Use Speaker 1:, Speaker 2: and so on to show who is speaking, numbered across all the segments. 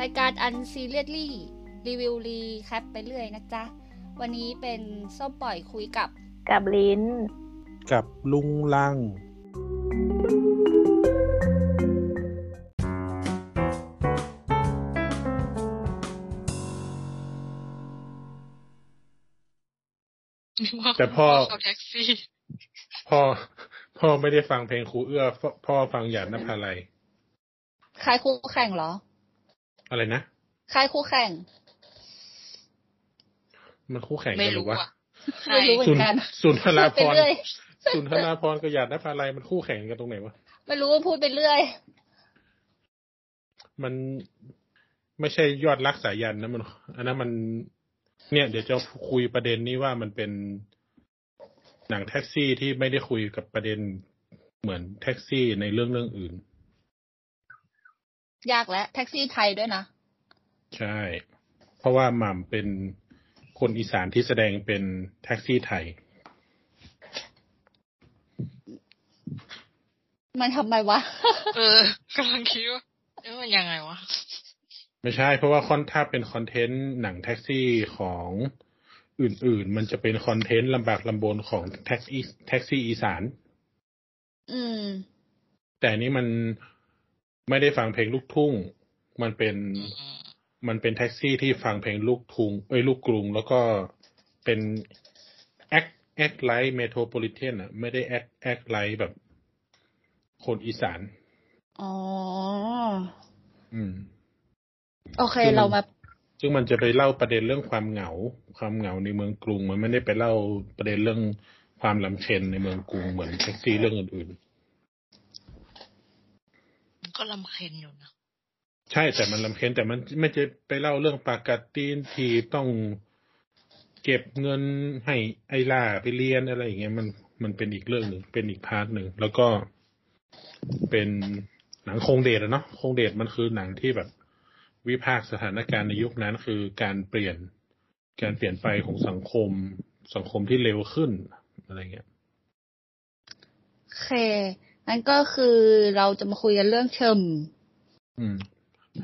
Speaker 1: รายการอันซีเรียสลี่รีวิวรีแคปไปเรื่อยนะจ๊ะ วันนี้เป็นส้มปล่อยคุยกับ
Speaker 2: กับลิ้น
Speaker 3: กับลุงลัง
Speaker 4: ว่า
Speaker 3: แต่พ่อ
Speaker 4: ขับแท็กซี่
Speaker 3: พ่อ พ่อไม่ได้ฟังเพลงครูเอื้อพ่อพ่อฟังหยาดนภาลัย
Speaker 1: ใครคู่แข่งเหรอ
Speaker 3: อะไรนะ
Speaker 1: ใครคู่แข่ง
Speaker 3: มันคู่แข่ง
Speaker 4: ไม่
Speaker 3: กันหรื
Speaker 4: รู้
Speaker 3: อวะ
Speaker 4: อ่ะใช่
Speaker 1: ไม่รู้เหมือน น
Speaker 3: สุ
Speaker 1: กัน
Speaker 3: สุนทราพ
Speaker 1: พูด
Speaker 3: ร
Speaker 1: ไปเรื่อย
Speaker 3: สุนทราพรกับหยาดนภาลัยมันคู่แข่งกันตรงไหนวะ
Speaker 1: ไม่รู้ว่าพูดไปเรื่อย
Speaker 3: มันไม่ใช่ยอดรักสายันนะมัน อันนั้นมัน เนี่ย เดี๋ยวจะคุยประเด็นนี้ว่ามันเป็นหนังแท็กซี่ที่ไม่ได้คุยกับประเด็นเหมือนแท็กซี่ในเรื่องเรื่องอื่น
Speaker 1: ยากแล้วแท็กซี่ไทยด้วยนะ
Speaker 3: ใช่ เพราะว่าหม่ำเป็นคนอีสานที่แสดงเป็นแท็กซี่ไทย
Speaker 1: มันทำไมวะ
Speaker 4: เออกำลังคิดว่าเอ๊ะมันยังไงวะ
Speaker 3: ไม่ใช่ เพราะว่าคอนถ้าเป็นคอนเทนต์หนังแท็กซี่ของอื่นๆ มันจะเป็นคอนเทนต์ลำบากลำบนของแท็กซี่แท็กซี่อีสาน
Speaker 1: อืม
Speaker 3: แต่อันนี้มันไม่ได้ฟังเพลงลูกทุ่ง มันเป็น
Speaker 4: อืม
Speaker 3: มันเป็นแท็กซี่ที่ฟังเพลงลูกทุงเอ้ยลูกกรุง แล้วก็เป็นแอคแอคไลท์เมโทรโพลิเทนอ่ะ ไม่ได้แอคแอคไลท์แบบคนอีสาน
Speaker 1: อ๋อ
Speaker 3: อืม
Speaker 1: โอเค
Speaker 3: คือมัน
Speaker 1: เรามา
Speaker 3: ซึ่งมันจะไปเล่าประเด็นเรื่องความเหงา ความเหงาในเมืองกรุง มันไม่ได้ไปเล่าประเด็นเรื่องความลำเค็ญในเมืองกรุงเหมือนแท็กซี่เรื่องอื่น
Speaker 4: มันก็ลำเค็ญอยู่นะ
Speaker 3: ๆ ใช่แต่มันลำเค็ญแต่มันไม่จะไปเล่าเรื่องปากกาตีนทีต้องเก็บเงินให้ไอล่าไปเรียนอะไรอย่างเงี้ยมันมันเป็นอีกเรื่องหนึ่งเป็นอีกพาร์ทหนึ่งแล้วก็เป็นหนังโครงเดชอะเนาะโครงเดชมันคือหนังที่แบบวิพากษ์สถานการณ์ในยุคนั้นคือการเปลี่ยน การเปลี่ยนไปของสังคม สังคมที่เร็วขึ้นอะไรเงี้ย
Speaker 1: โอเค นั่นก็คือเราจะมาคุยกันเรื่องเชิม
Speaker 3: อืม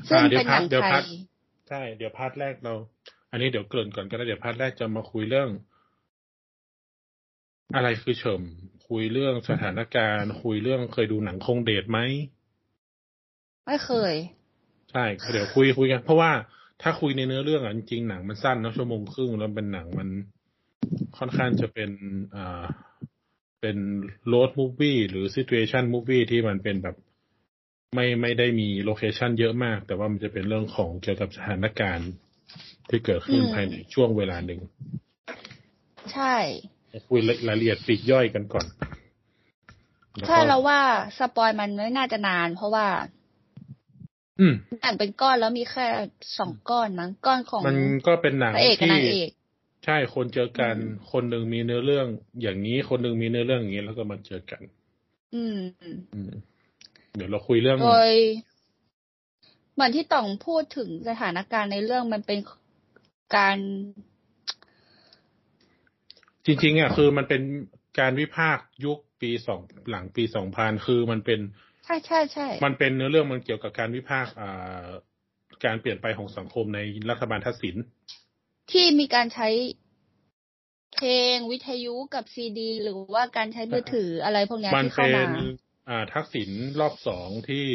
Speaker 1: ซึ่ง
Speaker 3: อ่า
Speaker 1: เป็นหนัง
Speaker 3: เดี๋ยว
Speaker 1: ไท
Speaker 3: พาร์ท
Speaker 1: ย
Speaker 3: ใช่ เดี๋ยวพาร์ทแรกเรา อันนี้เดี๋ยวเกริ่นก่อนก็ได้เดี๋ยวพาร์ทแรกจะมาคุยเรื่อง อะไรคือเฉิมคุยเรื่องสถานการณ์ คุยเรื่องเคยดูหนังคงเดทไหม
Speaker 1: ไม่เคย
Speaker 3: ใช่เดี๋ยวคุยคุยกันเพราะว่าถ้าคุยในเนื้อเรื่องอ่ะจริงๆหนังมันสั้นเนอะชั่วโมงครึ่งแล้วเป็นหนังมันค่อนข้างจะเป็นอ่าเป็นโรดมูฟวี่หรือซิ t u a เอชันมูฟวี่ที่มันเป็นแบบไม่ไม่ได้มีโลเคชันเยอะมาก แต่ว่ามันจะเป็นเรื่องของเกี่ยวกับสถานการณ์ที่เกิดขึ้น
Speaker 1: อืม
Speaker 3: ภายในช่วงเวลาหนึ่ง
Speaker 1: ใช่
Speaker 3: คุยรายละเอียดปลีกย่อยกันก่อน
Speaker 1: ถ้า
Speaker 3: แล้วก็
Speaker 1: เราว่าสปอยมันไม่น่าจะนาน เพราะว่า
Speaker 3: อืม
Speaker 1: หนังเป็นก้อนแล้วมีแค่สองก้อนมั้งก้อนของ
Speaker 3: มันก็เป็นหนัง
Speaker 1: พระเอกกับ
Speaker 3: ที่
Speaker 1: นางเอก
Speaker 3: ใช่ คนเจอกัน
Speaker 1: อืม
Speaker 3: คนหนึ่งมีเนื้อเรื่องอย่างนี้ คนหนึ่งมีเนื้อเรื่องอย่างนี้ แล้วก็มาเจอกัน
Speaker 1: อืม
Speaker 3: อืม เดี๋ยวเราคุยเรื่อง
Speaker 1: โดยเหมือนที่ต่องพูดถึงสถานการณ์ในเรื่องมันเป็นการ
Speaker 3: จริงๆอ่ะคือมันเป็นการวิพากษ์ยุคปีสองหลังปีสองพันคือมันเป็น
Speaker 1: ใช่ใช่ใช่
Speaker 3: มันเป็นเนื้อเรื่องมันเกี่ยวกับการวิพากษ์อ่าการเปลี่ยนไปของสังคมในรัฐบาลทักษิณ
Speaker 1: ที่มีการใช้เพลงวิทยุกับซีดี หรือว่าการใช้มือถืออะไรพวกเนี้ย
Speaker 3: มัน
Speaker 1: ที่เข้า
Speaker 3: เป็น
Speaker 1: มา
Speaker 3: อ่าทักษิณรอบสองที่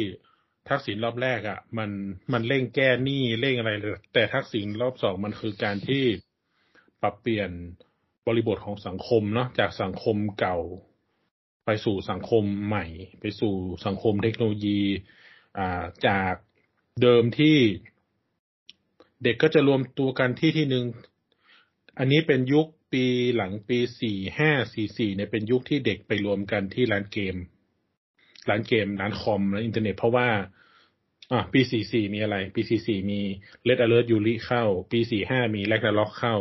Speaker 3: ทักษิณรอบแรกอ่ะ มันมันเร่งแก้หนี้เร่งอะไรเลยแต่ทักษิณรอบสองมันคือการที่ปรับเปลี่ยนบริบทของสังคมเนาะจากสังคมเก่า ไปสู่สังคมใหม่ ไปสู่สังคมเทคโนโลยีอ่าจากเดิมที่เด็กก็จะรวมตัวกันที่ที่หนึ่งอันนี้เป็นยุคปีหลังปีสี่ห้าสี่สี่เนี่ยเป็นยุคที่เด็กไปรวมกันที่ร้านเกม ร้านเกม ร้านคอมร้านอินเทอร์เน็ต เพราะว่า อ่ะปีสี่สี่มีอะไร ปีสี่สี่มีเลดอเลอร์ยูริเข้า ปีสี่ห้ามีแลกนาล็อกเข้า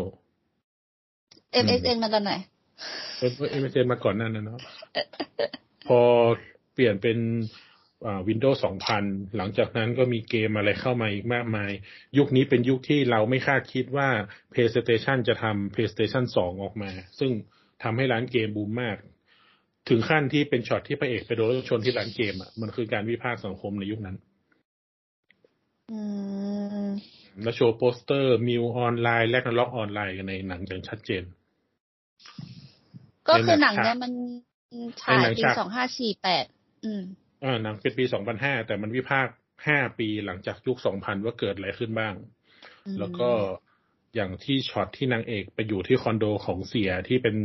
Speaker 1: MSN มาตอนไหน
Speaker 3: เอ้ยเอ็มเจมาก่อนหนั่นนะเนาะ พอเปลี่ยนเป็นวินโดว์สองพันหลังจากนั้นก็มีเกมอะไรเข้ามาอีกมากมาย ยุคนี้เป็นยุคที่เราไม่คาดคิดว่า PlayStation จะทำ PlayStation 2 ออกมา ซึ่งทำให้ร้านเกมบูมมาก ถึงขั้นที่เป็นช็อตที่พระเอกไปโดนรถชนที่ร้านเกมอ่ะมันคือการวิพากษ์สังคมในยุคนั้น
Speaker 1: อืม
Speaker 3: แล้วโชว์โปสเตอร์มิวออนไลน์ และนล็อกออนไลน์กันในหนังอย่างชัดเจน
Speaker 1: ก็คือหนังเนี่ยมันฉาย
Speaker 3: ในหนัง
Speaker 1: ปี
Speaker 3: ฉาก
Speaker 1: สองห้าสี่แปดอืม
Speaker 3: เออหนังเป็นปี 2005 แต่มันวิพากษ์5ปีหลังจากยุค 2000 ว่าเกิดอะไรขึ้นบ้าง
Speaker 1: อืม
Speaker 3: แล้วก็อย่างที่ช็อตที่นางเอกไปอยู่ที่คอนโดของเสียที่เป็น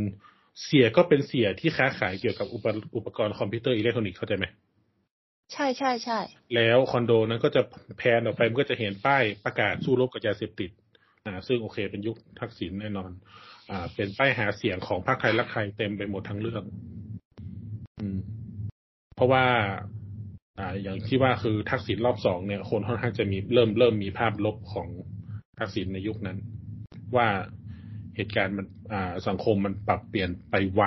Speaker 3: เสียก็เป็นเสียที่ค้าขายเกี่ยวกับอุปอุปกรณ์คอมพิวเตอร์อิเล็กทรอนิกส์เข้าใจไหม
Speaker 1: ใช่ใช่ใช่
Speaker 3: แล้วคอนโดนั้นก็จะแพนออกไปมันก็จะเห็นป้ายประกาศสู้รบกับยาเสพติดอ่าซึ่งโอเคเป็นยุคทักษิณแน่นอน อ่า เป็นป้ายหาเสียงของพรรคไทยรักไทยเต็มไปหมดทั้งเรื่อง อืม เพราะว่า อ่า อย่างที่ว่าคือทักษิณรอบสองเนี่ย คนค่อนข้างจะมีเริ่มเริ่มมีภาพลบของทักษิณในยุคนั้น ว่าเหตุการณ์มัน อ่า สังคมมันปรับเปลี่ยนไปไว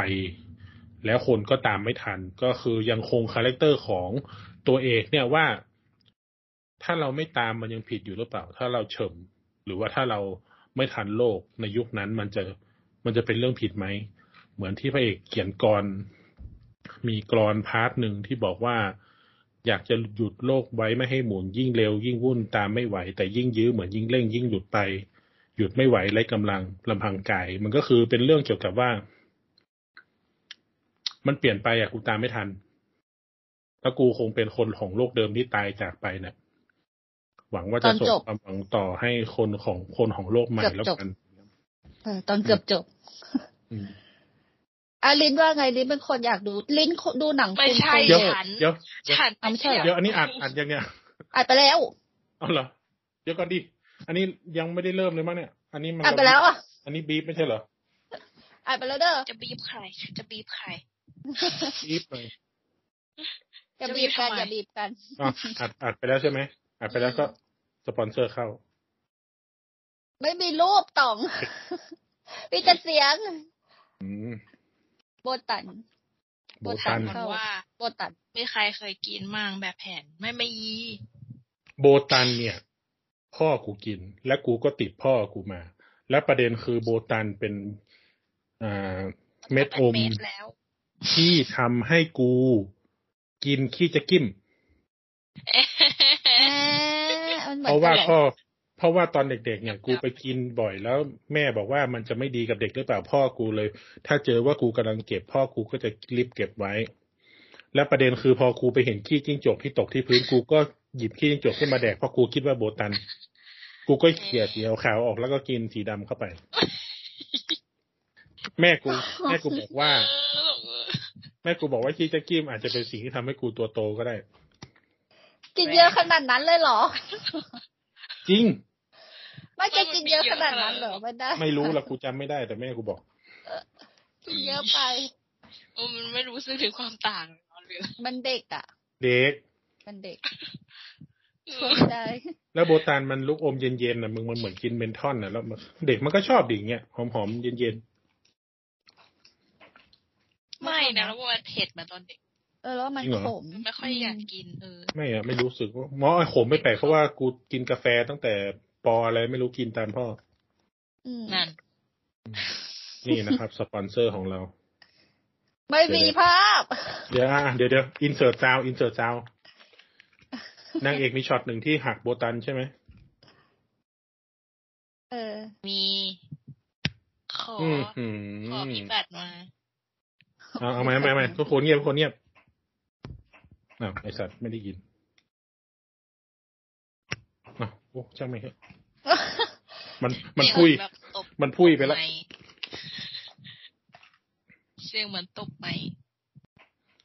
Speaker 3: แล้วคนก็ตามไม่ทัน ก็คือยังคงคาแรคเตอร์ของตัวเอกเนี่ยว่า ถ้าเราไม่ตามมันยังผิดอยู่หรือเปล่า ถ้าเราเฉมหรือว่าถ้าเราไม่ทันโลกในยุคนั้นมันจะมันจะเป็นเรื่องผิดไหม เหมือนที่พระเอกเขียนกร มีกรอนพาร์ทหนึ่งที่บอกว่า อยากจะหยุดโลกไว้ไม่ให้หมุนยิ่งเร็ว ยิ่งวุ่นตามไม่ไหว แต่ยิ่งยื้อเหมือนยิ่งเร่ง ยิ่งหลุดไป หยุดไม่ไหวไร้กำลังลำพังกายมันก็คือเป็นเรื่องเกี่ยวกับว่า มันเปลี่ยนไปอะกูตามไม่ทัน แล้วกูคงเป็นคนของโลกเดิมที่ตายจากไปเนี่ยหวังว่าจะส่งความหวังต่อให้คนของคนของโลกใหม่แล้วกัน
Speaker 1: เออตอนเกือบจบ
Speaker 3: อืม
Speaker 1: อาลินว่าไงลินเป็นคนอยากดูลินดูหนัง
Speaker 4: ไม่ใช่
Speaker 1: คุณ
Speaker 3: เดี๋ยว
Speaker 1: เดช
Speaker 4: ฉัน
Speaker 3: เดี๋ยวเดี๋ยว
Speaker 4: ฉัน
Speaker 1: เอาไม่ใช่เหร
Speaker 3: เดี๋ยวอันนี้อัดอัดยังเนี่ย
Speaker 1: อ่านไปแล้ว
Speaker 3: เอาเหรอ เดี๋ยวก่อนดิ อันนี้ยังไม่ได้เริ่มเลยมั้งเนี่ย อันนี้มัน
Speaker 1: อ่านไปแล้วอ่ะ
Speaker 3: อันนี้บีบไม่ใช่เหรอ
Speaker 1: อ่านไปแล้วเด้อ
Speaker 4: จะบีบใคร จะบีบใคร
Speaker 3: บีบเลย
Speaker 1: อย่าบีบกัน
Speaker 4: จะบีบ
Speaker 1: อย่าบีบ
Speaker 4: ทำไม
Speaker 1: กัน
Speaker 3: อ่ะอัดอัดไปแล้วใช่ไหมอัดไปแล้วก็สปอนเซอร์เข้า
Speaker 1: ไม่มีรูปต่อง มีแต่เสียง
Speaker 3: อืม
Speaker 1: โบตัน
Speaker 3: โบ
Speaker 1: โบตั
Speaker 3: ตัน
Speaker 1: น
Speaker 4: มันว่า
Speaker 1: โบตัน
Speaker 4: ไม่ใครเคยกินมั่งแบบแผ่นไม่ไม่ยี
Speaker 3: โบตันเนี่ย พ่อกูกิน และกูก็ติดพ่อกูมา และประเด็นคือโบตันเป็นอ่าเม็ดอม
Speaker 4: เม็ดแล้ว
Speaker 3: ที่ทำให้กูกินขี้จะกิ้ม
Speaker 4: เอ๊ะ
Speaker 1: อ่ามันเหมื
Speaker 3: เพ
Speaker 1: อน
Speaker 3: ราะ
Speaker 1: กั
Speaker 3: ว่าน
Speaker 1: แหละ
Speaker 3: พ่อเพราะว่าตอนเด็กๆเนี่ยกูไปกินบ่อยแล้วแม่บอกว่ามันจะไม่ดีกับเด็กหรือเปล่าพ่อกูเลย ถ้าเจอว่ากูกำลังเก็บพ่อกูก็จะรีบเก็บไว้ และประเด็นคือพอกูไปเห็นขี้จิ้งจกที่ตกที่พื้นกูก็หยิบขี้จิ้งจกขึ้นมาแดกเพราะกูคิดว่าโบตัน กูก็เขี่ยสีขาวๆออกแล้วก็กินสีดำเข้าไป แม่กู แม่กูบอกว่า แม่กูบอกว่าขี้จะกิ้มอาจจะเป็นสิ่งที่ทำให้กูตัวโตก็ได้
Speaker 1: กินเยอะขนาดนั้นเลยเหรอ
Speaker 3: จริง
Speaker 1: ไม่แกกินเยอะขนาดนั้นเหรอไม่ได้
Speaker 3: ไม่รู้ละกูจำไม่ได้แต่แม่กูบอก
Speaker 1: กินเยอะไป
Speaker 4: เออมันไม่รู้สึกถึงความต่างหรอหรือ
Speaker 1: มันเด็กอ่ะ
Speaker 3: เด็ก
Speaker 1: มันเด็กช่วยไม่ได้
Speaker 3: แล้วโบตานมันลูกอมเย็นๆนะมึงมันเหมือนกินเมนทอนนะแล้วมันเด็กมันก็ชอบดิ่างเงี้ยหอมๆเย็น
Speaker 4: ไม่นะแล้วว่ามันเผ็ดมาตอนเด็ก
Speaker 1: เออแล้วมันขม
Speaker 4: ไม่ค่อยอยากกินเออ
Speaker 3: ๆไม่อะไม่รู้สึกว่าหมอไอ้ขมไม่แปลกเพราะว่ากูกินกาแฟตั้งแต่ปออะไรไม่รู้กินตามพ่อ
Speaker 1: อืม
Speaker 4: นั่น
Speaker 3: นี่นะครับ สปอนเซอร์ของเรา
Speaker 1: ไม่มีภาพ
Speaker 3: เดี๋ยวอ่ะเดี๋ยวเดี๋ยวอินเสิร์ตซาวอินเสิร์ตซาวนางเอกมีช็อตหนึ่งที่หักโบตันใช่ไหม
Speaker 1: เออ
Speaker 4: มีขออ
Speaker 3: อืมอืม
Speaker 4: ขอพี่บัตรมา
Speaker 3: เอาเอาไหมเอาไหมเอาไหมทุกคนเงียบทุกคนเงียบอ้าวไอสัตว์ไม่ได้ยินอ้าวโอ้ช่างไม่งเถอะมันมัน
Speaker 4: เสียง
Speaker 3: พุย
Speaker 4: แบบตบ
Speaker 3: มันพุ่ยไปแล้ว
Speaker 4: ม้เสียงเหมือนตบไหมค์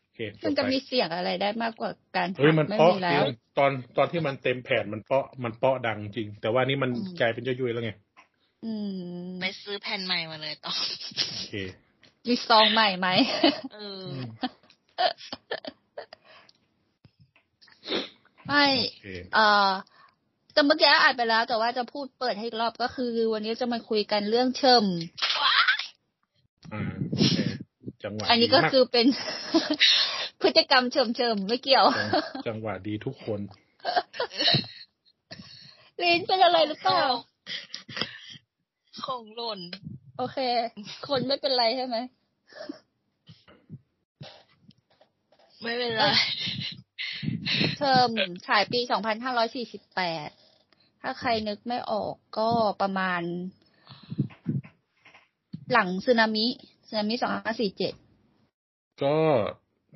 Speaker 3: โอเคจ
Speaker 1: มัน
Speaker 3: บ
Speaker 1: จะ
Speaker 3: ไป
Speaker 1: มีเสียงอะไรได้มากกว่าการ
Speaker 3: เฮ้ย
Speaker 1: หั
Speaker 3: มัน
Speaker 1: กไม่
Speaker 3: เปาะ
Speaker 1: มี
Speaker 3: จริ
Speaker 1: แล้ว
Speaker 3: งตอนตอนที่มันเต็มแผ่นมันเปาะมันเปาะดังจริง แต่ว่านี่มัน
Speaker 1: อืม
Speaker 3: กลายเป็นยุ่ยๆแล้วไง
Speaker 1: อืม
Speaker 4: ไปซื้อแผ่นใหม่มาเลยต่อ
Speaker 3: โอเค
Speaker 1: มีซองใหม่ไหม
Speaker 4: เออ
Speaker 1: ไม่
Speaker 3: โอเค
Speaker 1: เออแต่เมื่อกี้อ่านไปแล้ว แต่ว่าจะพูดเปิดให้อีกรอบก็คือ วันนี้จะมาคุยกันเรื่องเชิม
Speaker 3: อ่าโอเคจังหวะ
Speaker 1: อันนี้ก็คือเป็น พฤติกรรมเชิมเชิมๆไม่เกี่ยว
Speaker 3: ดีมากจังจังหวะดีทุกคน
Speaker 1: ลินเป็นอะไรหรือเปล่า
Speaker 4: ของหล่น
Speaker 1: โอเค คนไม่เป็นไรใช่ไหม
Speaker 4: ไม่เป็นไร
Speaker 1: เทอมฉายปี 2548 ถ้าใครนึกไม่ออกก็ประมาณ หลังสึนามิสึนามิสองห้าสี่เจ็ด
Speaker 3: ก็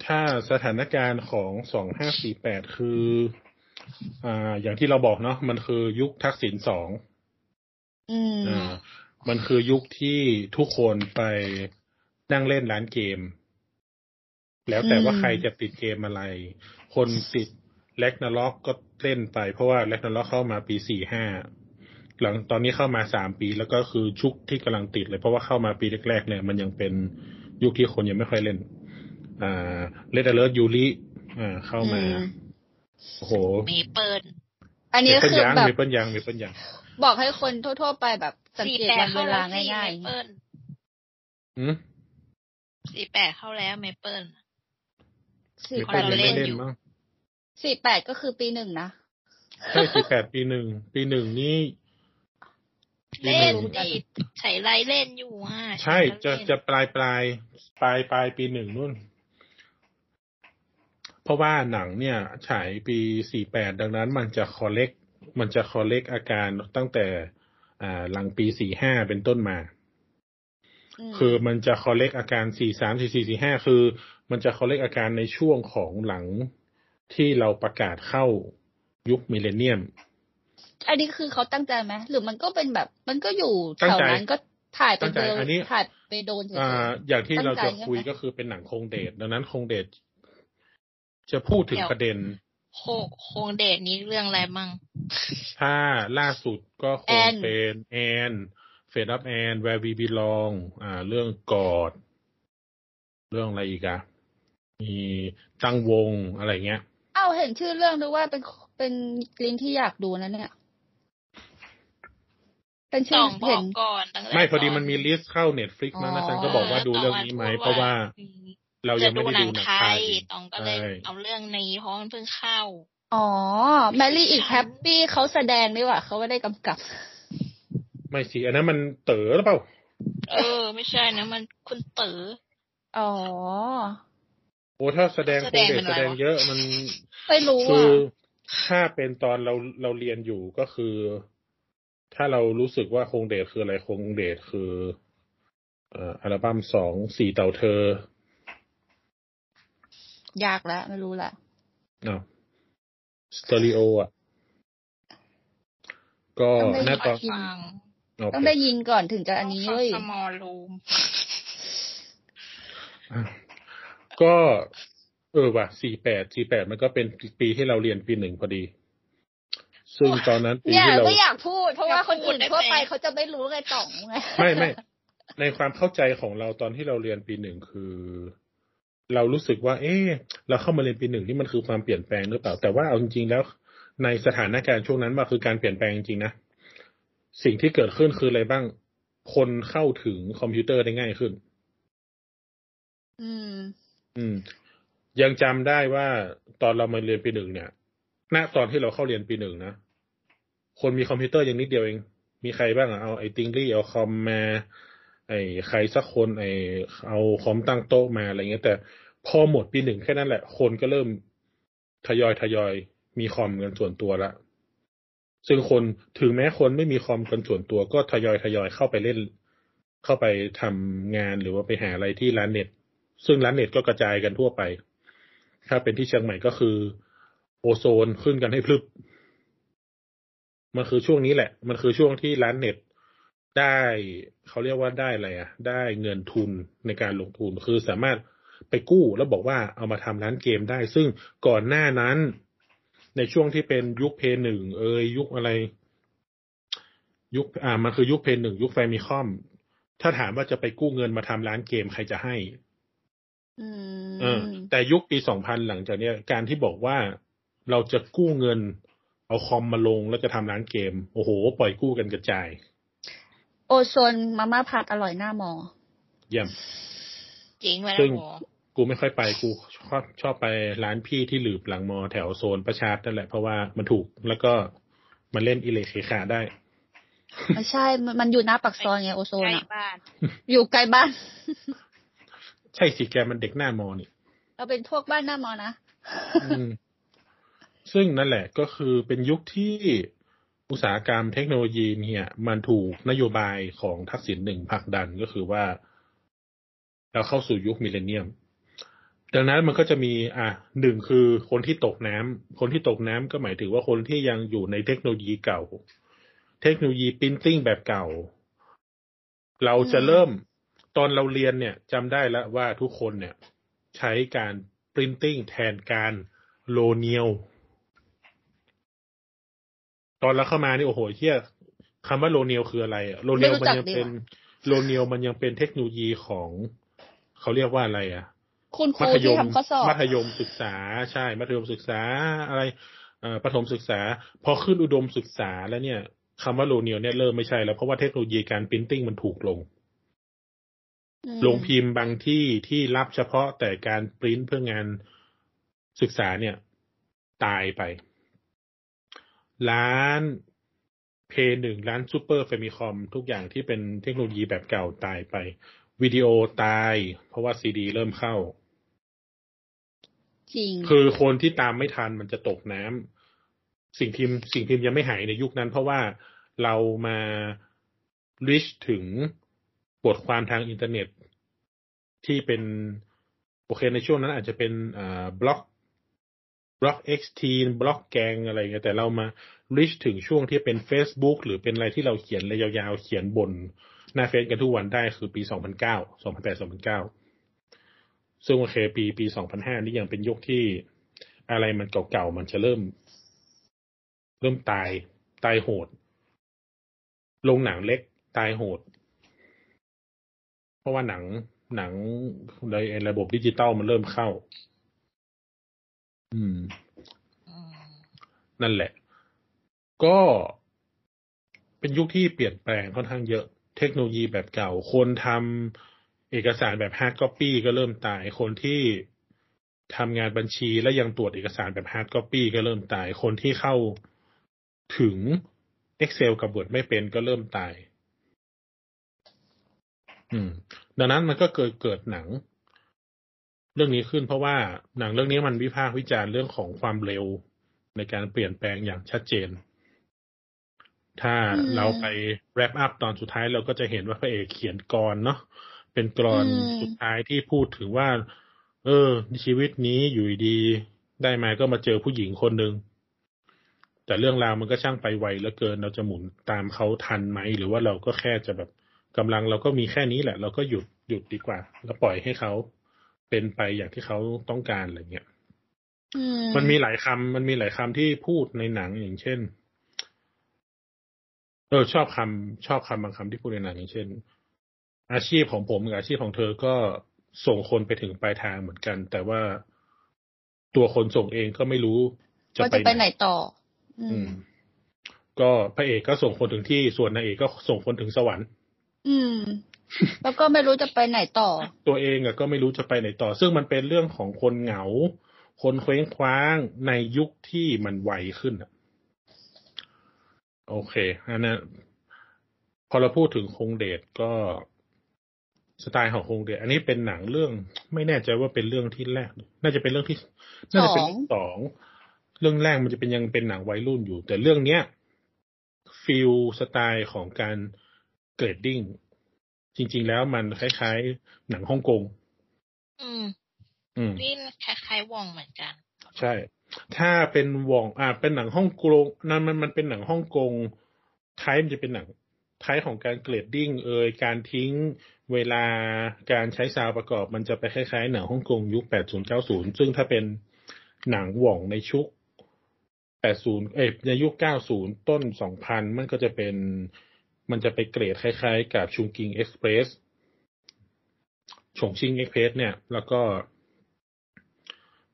Speaker 3: ถ้าสถานการณ์ของสองห้าสี่แปดคือ อ่า อย่างที่เราบอกเนาะมันคือยุคทักษิณสอง
Speaker 1: อืม
Speaker 3: อ่ามันคือยุคที่ทุกคนไปนั่งเล่นร้านเกม แล้วแต่ว่า
Speaker 1: อืม
Speaker 3: ใครจะติดเกมอะไร คนติดแลกนาล็อกก็เล่นไป เพราะว่าแลกนาล็อกเข้ามาปีสี่ห้าหลังตอนนี้เข้ามาสามปีแล้วก็คือชุกที่กำลังติดเลย เพราะว่าเข้ามาปีแรกๆเนี่ยมันยังเป็นยุคที่คนยังไม่ค่อยเล่น อ่าเลดเลิร์ยูริอ่าเข้ามา โอ้โห
Speaker 4: มีเปิด
Speaker 1: อัน
Speaker 3: มี
Speaker 1: นี้
Speaker 3: เปิ้ล
Speaker 1: คือ
Speaker 3: ยัง
Speaker 1: แบบ
Speaker 3: มีเปิ้ลยังมีเปิ้ลยัง
Speaker 1: บอกให้คนทั่ว ๆ ไปแบบสัง
Speaker 4: สี่
Speaker 1: เกต
Speaker 4: แปด
Speaker 1: วันเว
Speaker 4: เข้า
Speaker 1: ลา
Speaker 4: แล้วสี่
Speaker 1: ง่าย
Speaker 4: เมเปิล
Speaker 3: อืม
Speaker 4: สี่แปดเข้าแล้วเมเปิล
Speaker 1: ๆ
Speaker 3: มี
Speaker 1: สี่แป
Speaker 3: เปิ้ล
Speaker 1: ด
Speaker 3: ยัง
Speaker 4: เล่
Speaker 3: ไม่เล่
Speaker 4: น
Speaker 3: น
Speaker 4: อยู่
Speaker 3: มั้ง
Speaker 1: สี่แปดก็คือปีหนึ่งนะ
Speaker 3: ใช่ปีแปดปีหนึ่งปีหนึ่งนี่ปี
Speaker 4: เล่
Speaker 3: ห
Speaker 4: น
Speaker 3: นึ่ง
Speaker 4: ดิใส่ไลน์เล่นอยู่อ่ะ
Speaker 3: ใช่จะ
Speaker 4: เล่น
Speaker 3: จะปลายปลายปลายปลายปีหนึ่งนู่น เพราะว่าหนังเนี่ย ฉายปีสี่แปดดังนั้นมันจะคอลเลกมันจะคอลเลกอาการตั้งแต่ อ่าหลังปีสี่ห้าเป็นต้นมา
Speaker 1: ม
Speaker 3: คือมันจะคอลเลกอาการสี่สามสี่สี่สี่ห้าคือ มันจะคอลเลกอาการในช่วงของหลังที่เราประกาศเข้ายุคมิเลเนียม
Speaker 1: อันนี้คือเขาตั้งใจไหมหรือมันก็เป็นแบบ มันก็อยู่
Speaker 3: ตั้
Speaker 1: แถ
Speaker 3: ง
Speaker 1: ว
Speaker 3: ใจ
Speaker 1: นั้นก็ถ่ายไป
Speaker 3: ตั้งใจ
Speaker 1: เจออน
Speaker 3: นี้
Speaker 1: ถ่ายไปโดนเฉยๆ
Speaker 3: อ่าอย่างที่เรา
Speaker 1: ตั้
Speaker 3: จะคุย
Speaker 1: งใจใช่ไหม
Speaker 3: ก็คือเป็นหนังคงเดชดังนั้นคงเดชจะพูดถึงประเด็น
Speaker 4: โคโคงเดทนี้เรื่องอะไรมั่ง
Speaker 3: ถ้าล่าสุดก็ค
Speaker 1: แอง น
Speaker 3: เป็นแอนเฟดอัพแอนแวร์วีบีลองอ่า เรื่องกอด เรื่องอะไรอีกอะมีตั้งวงอะไรเงี้ย
Speaker 1: เอ้าเห็นชื่อเรื่องด้วยว่าเป็นเป็นกรีนที่อยากดูนะเนี่ย เป็น
Speaker 4: ส
Speaker 1: ชื่อ
Speaker 4: องบอ
Speaker 1: เห็
Speaker 4: ก
Speaker 1: น
Speaker 4: ก่อนตั้งแต่
Speaker 3: ไม่พอดี
Speaker 4: ต
Speaker 3: มันมีลิสต์เข้าเน็ตฟลิก
Speaker 1: อ๋อ
Speaker 3: นะนะฉันก็บอกว่าดูเรื่องนี้ไหม เพราะว่า
Speaker 4: อืม
Speaker 3: เรายั
Speaker 4: จะ
Speaker 3: งไม่
Speaker 4: ดู
Speaker 3: ได้
Speaker 4: หนั
Speaker 3: ดู
Speaker 4: ง
Speaker 3: หนัง
Speaker 4: ไท
Speaker 3: ไท
Speaker 4: ย
Speaker 3: ย
Speaker 4: ตองก็เลย
Speaker 3: ใช่
Speaker 4: เอาเรื่องนี้เพราะมันเพิ่งเข้า
Speaker 1: อ๋อแมรี่อีกแฮปปี้เขาแสดงด้วยว่ะเขาไม่ได้กำกับ
Speaker 3: ไม่สิ อันนั้นมันเต๋อหรือเปล่า
Speaker 4: เออ ไม่ใช่นะ มันคุณเต๋อ
Speaker 1: อ๋อ
Speaker 3: โอ้ถ้าแสดงค
Speaker 4: แส
Speaker 3: ง
Speaker 4: ดง
Speaker 3: เด
Speaker 4: เป็
Speaker 3: ช
Speaker 4: น
Speaker 3: แส
Speaker 4: อะไร
Speaker 3: ดง
Speaker 4: วะ
Speaker 3: เยอะมัน
Speaker 1: ไม่รู้
Speaker 3: คื
Speaker 1: อ่ะ
Speaker 3: อถ้าเป็นตอนเราเราเรียนอยู่ก็คือ ถ้าเรารู้สึกว่าคงเดทคืออะไรคงเดทคือเอ่ออัลบั้มสองสี่เต่าเธอย
Speaker 1: ากแล้วไม่รู้ละ
Speaker 3: อ้าวสเตอริโออ่ะ ก็หน้าตอน
Speaker 4: ฟัง
Speaker 3: โอ
Speaker 1: ต้อง
Speaker 3: เค
Speaker 1: ได้ยินก่อนถึงจะอันนี้
Speaker 4: ฟัง
Speaker 1: เว้ย
Speaker 4: สมอลรูม
Speaker 3: ก็ เออว่ะสี่แปดสี่แปดมันก็เป็นปีที่เราเรียนปีหนึ่งพอดี ซึ่งตอนนั้นปี
Speaker 1: เนี่ย
Speaker 3: ที่เรา
Speaker 1: ไม่อยากพูด เพราะว่าคนอื่น
Speaker 4: อยากพูดได้
Speaker 1: ทั่วไป
Speaker 4: ไหม
Speaker 1: เขาจะไม่รู้ไงต่องไง
Speaker 3: ไม่ไม่ ในความเข้าใจของเราตอนที่เราเรียนปีหนึ่งคือ เรารู้สึกว่า เอ๊ะเราเข้ามาเรียนปีหนึ่งนี่มันคือความเปลี่ยนแปลงหรือเปล่า แต่ว่าเอาจริงๆแล้ว ในสถานการณ์ช่วงนั้นมาคือการเปลี่ยนแปลงจริงๆนะสิ่งที่เกิดขึ้นคืออะไรบ้าง คนเข้าถึงคอมพิวเตอร์ได้ง่ายขึ้น
Speaker 1: อืม
Speaker 3: อืม ยังจำได้ว่าตอนเรามาเรียนปีหนึ่งเนี่ยณตอนที่เราเข้าเรียนปีหนึ่งนะ คนมีคอมพิวเตอร์ยังนิดเดียวเอง มีใครบ้างอะเอาไอ้ติงลี่เอาคอมมา ไอ้ใครสักคนไอ้เอาคอมตั้งโต๊ะมาอะไรเงี้ย แต่พอหมดปีหนึ่งแค่นั้นแหละ คนก็เริ่มทยอยทยอยมีคอมกันส่วนตัวละ ซึ่งคนถึงแม้คนไม่มีคอมกันส่วนตัวก็ทยอยทยอยเข้าไปเล่น เข้าไปทำงานหรือว่าไปหาอะไรที่ร้านเน็ต ซึ่งร้านเน็ตก็กระจายกันทั่วไป ถ้าเป็นที่เชียงใหม่ก็คือ โอโซนขึ้นกันให้พลึบ มันคือช่วงนี้แหละ มันคือช่วงที่ร้านเน็ตได้เขาเรียกว่าได้อะไรอ่ะ ได้เงินทุนในการลงทุน คือสามารถไปกู้แล้วบอกว่าเอามาทำร้านเกมได้ ซึ่งก่อนหน้านั้น ในช่วงที่เป็นยุคเพย์หนึ่งเอยยุคอะไร ยุคอ่ามันคือยุคเพย์หนึ่งยุคไฟมิคอม ถ้าถามว่าจะไปกู้เงินมาทำร้านเกมใครจะให้
Speaker 1: อื
Speaker 3: เออ
Speaker 1: ม
Speaker 3: แต่ยุคปีสองพันหลังจากเนี้ยการที่บอกว่าเราจะกู้เงิน เอาคอมมาลงแล้วจะทำร้านเกม โอ้โห ปล่อยกู้กันกระจาย
Speaker 1: โอโซนมาม่าผัดอร่อยหน้าม อ
Speaker 3: เยี่ยม
Speaker 4: จริงไหม
Speaker 3: ซึ่
Speaker 4: ล่ะ
Speaker 3: ง
Speaker 4: โห
Speaker 3: กูไม่ค่อยไปกูชอบชอบไปร้านพี่ที่หลืบหลังมอแถวโซนประชาร์นั่นแหละเพราะว่ามันถูกแล้วก็มันเล่นอิเลเคขาได้
Speaker 1: ไม่ใช่ มันมันอยู่หน้าปากซอยไงโอโซน
Speaker 4: ใกล้
Speaker 1: อ่ะ
Speaker 4: บ้าน
Speaker 1: อยู่ไกลบ้าน
Speaker 3: ใช่สิแกมันเด็กหน้ามอนี่
Speaker 1: เราเป็นพวกบ้านหน้ามอนะ
Speaker 3: อืมซึ่งนั่นแหละก็คือเป็นยุคที่ อุตสาหกรรมเทคโนโลยีเนี่ย มันถูกนโยบายของทักษิณหนึ่งผลักดันก็คือว่า เราเข้าสู่ยุคมิลเลนเนียม ดังนั้นมันก็จะมี อ่ะหนึ่งคือคนที่ตกน้ำคนที่ตกน้ำก็หมายถึงว่าคนที่ยังอยู่ในเทคโนโลยีเก่า เทคโนโลยีปรินติ้งแบบเก่า เราจะเริ่มตอนเราเรียนเนี่ยจำได้แล้วว่าทุกคนเนี่ย ใช้การปรินติ้งแทนการโลเนียล ตอนเราเข้ามานี่โอ้โหเที่ยคำว่าโลเนียลคืออะไรอะโลเนียล
Speaker 1: ไม่รู้
Speaker 3: มัน
Speaker 1: จัก
Speaker 3: ยัง
Speaker 1: ดี
Speaker 3: เป็น
Speaker 1: ว่ะ
Speaker 3: โลเนียลมันยังเป็นเทคโนโลยีของ เขาเรียกว่าอะไรอ่ะ
Speaker 1: คุณครู
Speaker 3: มัธย
Speaker 1: ที่
Speaker 3: ม
Speaker 1: ทำข้อสอบ
Speaker 3: มัธยมศึกษาใช่ มัธยมศึกษาอะไรเอ่อประถมศึกษา พอขึ้นอุดมศึกษาแล้วเนี่ยคำว่าโลเนียลเนี่ยเริ่มไม่ใช่แล้ว เพราะว่าเทคโนโลยีการพิมพ์ติ้งมันถูกลง
Speaker 1: อืม
Speaker 3: โรงพิมพ์บางที่ที่รับเฉพาะแต่การปริ้นเพื่องานศึกษาเนี่ย ตายไป ร้านเพหนึ่งร้านซูเปอร์เฟมิคอมทุกอย่างที่เป็นเทคโนโลยีแบบเก่าตายไป วิดีโอตาย เพราะว่าซีดี เริ่มเข้า
Speaker 1: จริง
Speaker 3: คือคนที่ตามไม่ทันมันจะตกน้ำสิ่งพิมพ์ สิ่งพิมพ์ยังไม่หายในยุคนั้น เพราะว่าเรามา reach ถึงบทความทางอินเทอร์เน็ต ที่เป็นโอเคในช่วงนั้นอาจจะเป็นอ่าบล็อกบล็อก XT บล็อกแกงอะไรเงี้ยแต่เรามา reach ถึงช่วงที่เป็น Facebook หรือเป็นอะไรที่เราเขียนระยะยาวๆเขียนบนหน้าเฟซกันทุกวันได้คือปี 2009 2008 2009 ซึ่งโอเคปีปีสองพันห้านี่ยังเป็นยุคที่อะไรมันเก่าๆ มันจะเริ่ม เริ่มตายตายโหดโรงหนังเล็กตายโหด เพราะว่าหนังหนังในระบบดิจิตอลมันเริ่มเข้า อืม
Speaker 4: อืม
Speaker 3: นั่นแหละ ก็เป็นยุคที่เปลี่ยนแปลงค่อนข้างเยอะ เทคโนโลยีแบบเก่า คนทำเอกสารแบบ hard copy ก็เริ่มตาย คนที่ทำงานบัญชีและยังตรวจเอกสารแบบ hard copy ก็เริ่มตาย คนที่เข้าถึง Excel กับ Word ไม่เป็นก็เริ่มตาย อืม ดังนั้นมันก็เกิดเกิดหนัง เรื่องนี้ขึ้นเพราะว่าหนังเรื่องนี้มันวิพากษ์วิจารณ์เรื่องของความเร็วในการเปลี่ยนแปลงอย่างชัดเจน ถ้า
Speaker 1: อืม
Speaker 3: เราไปแรปอัพตอนสุดท้ายเราก็จะเห็นว่าพระเอกเขียนกรเนาะเป็นกรอน
Speaker 1: อืม
Speaker 3: สุดท้ายที่พูดถึงว่า เออ ชีวิตนี้อยู่ดีๆได้มาก็มาเจอผู้หญิงคนหนึ่งแต่เรื่องราวมันก็ช่างไปไวเหลือเกินเราจะหมุนตามเขาทันไหม หรือว่าเราก็แค่จะแบบ กำลังเราก็มีแค่นี้แหละ เราก็หยุดหยุดดีกว่า แล้วปล่อยให้เขาเป็นไปอย่างที่เขาต้องการอะไรเงี้ย
Speaker 1: อื
Speaker 3: มันมีหลายคำมันมีหลายคำที่พูดในหนังอย่างเช่น เออชอบคำชอบคำบางคำที่พูดในหนังอย่างเช่น อาชีพของผมกับอาชีพของเธอก็ส่งคนไปถึงปลายทางเหมือนกัน แต่ว่าตัวคนส่งเองก็ไม่รู้จะ
Speaker 1: ว่า
Speaker 3: ไป
Speaker 1: จะไป
Speaker 3: ไห
Speaker 1: ไห
Speaker 3: น
Speaker 1: นต่อ อื
Speaker 3: อื
Speaker 1: ม
Speaker 3: ม ก็พระเอกก็ส่งคนถึงที่ส่วนนางเอกก็ส่งคนถึงสวรรค์
Speaker 1: อืม แล้วก็ไม่รู้จะไปไหนต่อ
Speaker 3: ตัวเองอะก็ไม่รู้จะไปไหนต่อ ซึ่งมันเป็นเรื่องของคนเหงา คนเคว้งคว้างในยุคที่มันไวขึ้นอะโอเคอันนั้นพอเราพูดถึงคงเดชก็สไตล์ของคงเดชอันนี้เป็นหนังเรื่อง ไม่แน่ใจว่าเป็นเรื่องที่แรก น่าจะเป็นเรื่องที่ น่าจะเป็นเรื่องสอง เรื่องแรกมันจะเป็นยังเป็นหนังวัยรุ่นอยู่ แต่เรื่องเนี้ยฟิลสไตล์ของการเกรดดิ้งจริง ๆ แล้วมันคล้าย ๆ หนังฮ่องกง
Speaker 4: อืม
Speaker 3: อืม
Speaker 4: นี่คล้ายๆวองเหมือนกัน
Speaker 3: ใช่ ถ้าเป็นวองอ่าเป็นหนังฮ่องกงนั่นมันมันเป็นหนังฮ่องกงไทยมันจะเป็นหนังไทยของการเกรดดิ้งเอยการทิ้งเวลาการใช้ซาวด์ประกอบ มันจะไปคล้ายๆหนังฮ่องกงยุค 80 90 ซึ่งถ้าเป็นหนังหว่องในชุก 80 เอ้ยในยุค 90 ต้น 2000 มันก็จะเป็น มันจะไปเกรดคล้ายๆ กับชุงกิงเอ็กซ์เพรสฉงชิงเอ็กซ์เพรสเนี่ย แล้วก็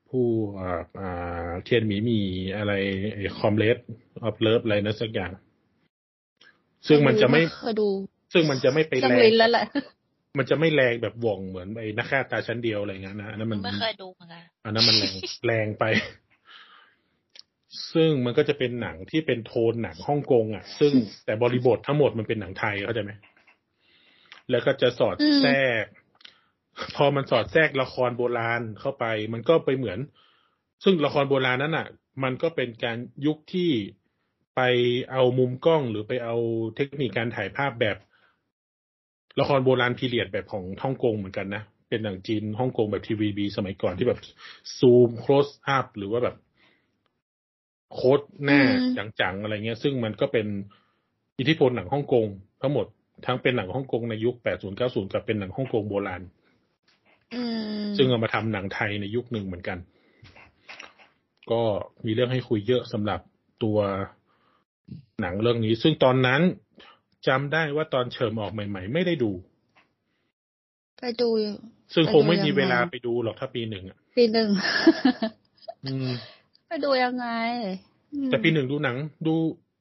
Speaker 3: ผู้อ่าอ่าเทียนหมีหมีอะไรคอมเลสออฟเลิฟอะไรนะสักอย่าง ซึ่งมันจะไม่
Speaker 1: เคยดู
Speaker 3: ซึ่งมันจะไม่ไป
Speaker 1: จัง
Speaker 3: แร
Speaker 1: ลิ
Speaker 3: ง
Speaker 1: นแล้วแหละ
Speaker 3: มันจะไม่แรงแบบหว่องเหมือนไอ้นักฆ่าตาชั้นเดียวอะไรเงี้ยนะอันนั้นมัน
Speaker 4: ไม่เคยดูเหมือนกัน
Speaker 3: อันนั้นมัน แรง แรงไป ซึ่งมันก็จะเป็นหนังที่เป็นโทนหนังฮ่องกงอ่ะ ซึ่งแต่บริบททั้งหมดมันเป็นหนังไทยเข้าใจไหม แล้วก็จะสอด
Speaker 1: อืม
Speaker 3: แทรก พอมันสอดแทรกละครโบราณเข้าไป มันก็ไปเหมือน ซึ่งละครโบราณนั้นอ่ะ มันก็เป็นการยุคที่ ไปเอามุมกล้องหรือไปเอาเทคนิคการถ่ายภาพแบบละครโบราณพีเรียดแบบของฮ่องกงเหมือนกันนะ เป็นหนังจีนฮ่องกงแบบทีวีบีสมัยก่อนที่แบบซูม close up หรือว่าแบบโคตรหน้า
Speaker 1: อืม
Speaker 3: จังๆอะไรเงี้ย ซึ่งมันก็เป็นอิทธิพลหนังฮ่องกงทั้งหมดทั้งเป็นหนังฮ่องกงในยุค 80 90 กับเป็นหนังฮ่องกงโบราณ
Speaker 1: อืม
Speaker 3: ซึ่งเอามาทำหนังไทยในยุคหนึ่งเหมือนกัน ก็มีเรื่องให้คุยเยอะสำหรับตัวหนังเรื่องนี้ ซึ่งตอนนั้นจำได้ว่าตอนเชิมออกใหม่ ๆ ไม่ได้ดู
Speaker 1: ไปดู
Speaker 3: ซึ่งคงไม่มีเวลาไปดูหรอกถ้าปีหนึ่งอ่ะ
Speaker 1: ปีหนึ่ง
Speaker 3: อืม
Speaker 1: ไปดูยังไงอืม
Speaker 3: แต่ปีหนึ่งดูหนัง ดู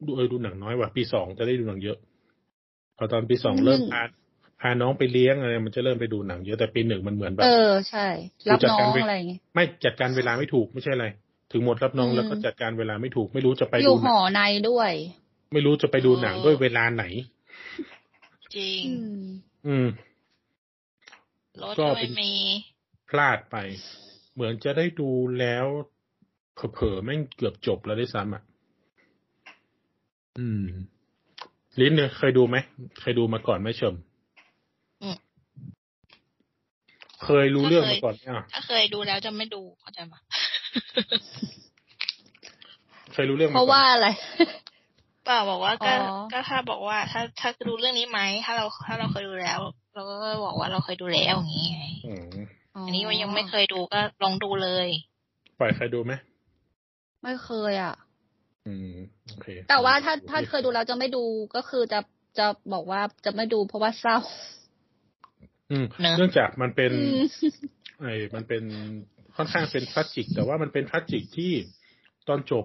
Speaker 3: ดูเออดูหนังน้อยว่ะปีสองจะได้ดูหนังเยอะ พอตอนปีสองเริ่มพาพาน้องไปเลี้ยงอะไรมันจะเริ่มไปดูหนังเยอะแต่ปีหนึ่งมันเหมือนแบ
Speaker 1: เอบ อใช่ รับน้อง
Speaker 3: รู้จักกันไป
Speaker 1: อะไรอย่างเงี้ย
Speaker 3: ไม่จัดการเวลาไม่ถูกไม่ใช่อะไร ถึงหมดรับน้อง
Speaker 1: อืม
Speaker 3: แล้วก็จัดการเวลาไม่ถูก ไม่รู้จะไป
Speaker 1: อ
Speaker 3: ดู
Speaker 1: ยู่ห
Speaker 3: หนั
Speaker 1: อง ในด้วย
Speaker 3: ไม่รู้จะไปดูหนัง
Speaker 4: อ๋อ
Speaker 3: ด้วยเวลาไหน
Speaker 4: จริง
Speaker 1: อืม
Speaker 3: อืม
Speaker 4: รถ
Speaker 3: ก็
Speaker 4: ก็
Speaker 3: เป็น
Speaker 4: ไม่มี
Speaker 3: พลาดไป เหมือนจะได้ดูแล้วเผลอๆแม่งเกือบจบแล้วได้วยซ้ำอ่ะ อืม ลิ้นเนี่ยเคยดูไหมเคยดูมาก่อนไหมเชม เคยรู้เรื่องมาก่อนไหมอ่ะ
Speaker 4: ถ้าเคยดูแล้วจะไม่ดูเข้าใจปะ
Speaker 3: เคยรู้เรื่องมา
Speaker 1: เพ
Speaker 3: ก่อน
Speaker 1: ราะว่าอะไร
Speaker 4: เปล่าบอกว่าก็
Speaker 1: อ๋อ
Speaker 4: ก็ถ้าบอกว่าถ้าถ้าดูเรื่องนี้ไหมถ้าเราถ้าเราเคยดูแล้ว เราก็บอกว่าเราเคยดูแล้วอย่างนี้ไง
Speaker 3: อืม
Speaker 4: อันนี้มันยังไม่เคยดูก็ลองดูเลย
Speaker 3: ปล่อยเคยดูไหม
Speaker 1: ไม่เคยอ่ะ
Speaker 3: อืมโอเค
Speaker 1: แต่ว่าถ้าถ้าเคยดูแล้วจะไม่ดูก็คือจะจะบอกว่าจะไม่ดูเพราะว่าเศร้า
Speaker 3: อืม
Speaker 4: เนอะ
Speaker 3: เนื่องจากมันเป็น
Speaker 1: อืม
Speaker 3: ไอ้มันเป็นค่อนข้างเป็นพลาสติก แต่ว่ามันเป็นพลาสติกที่ตอนจบ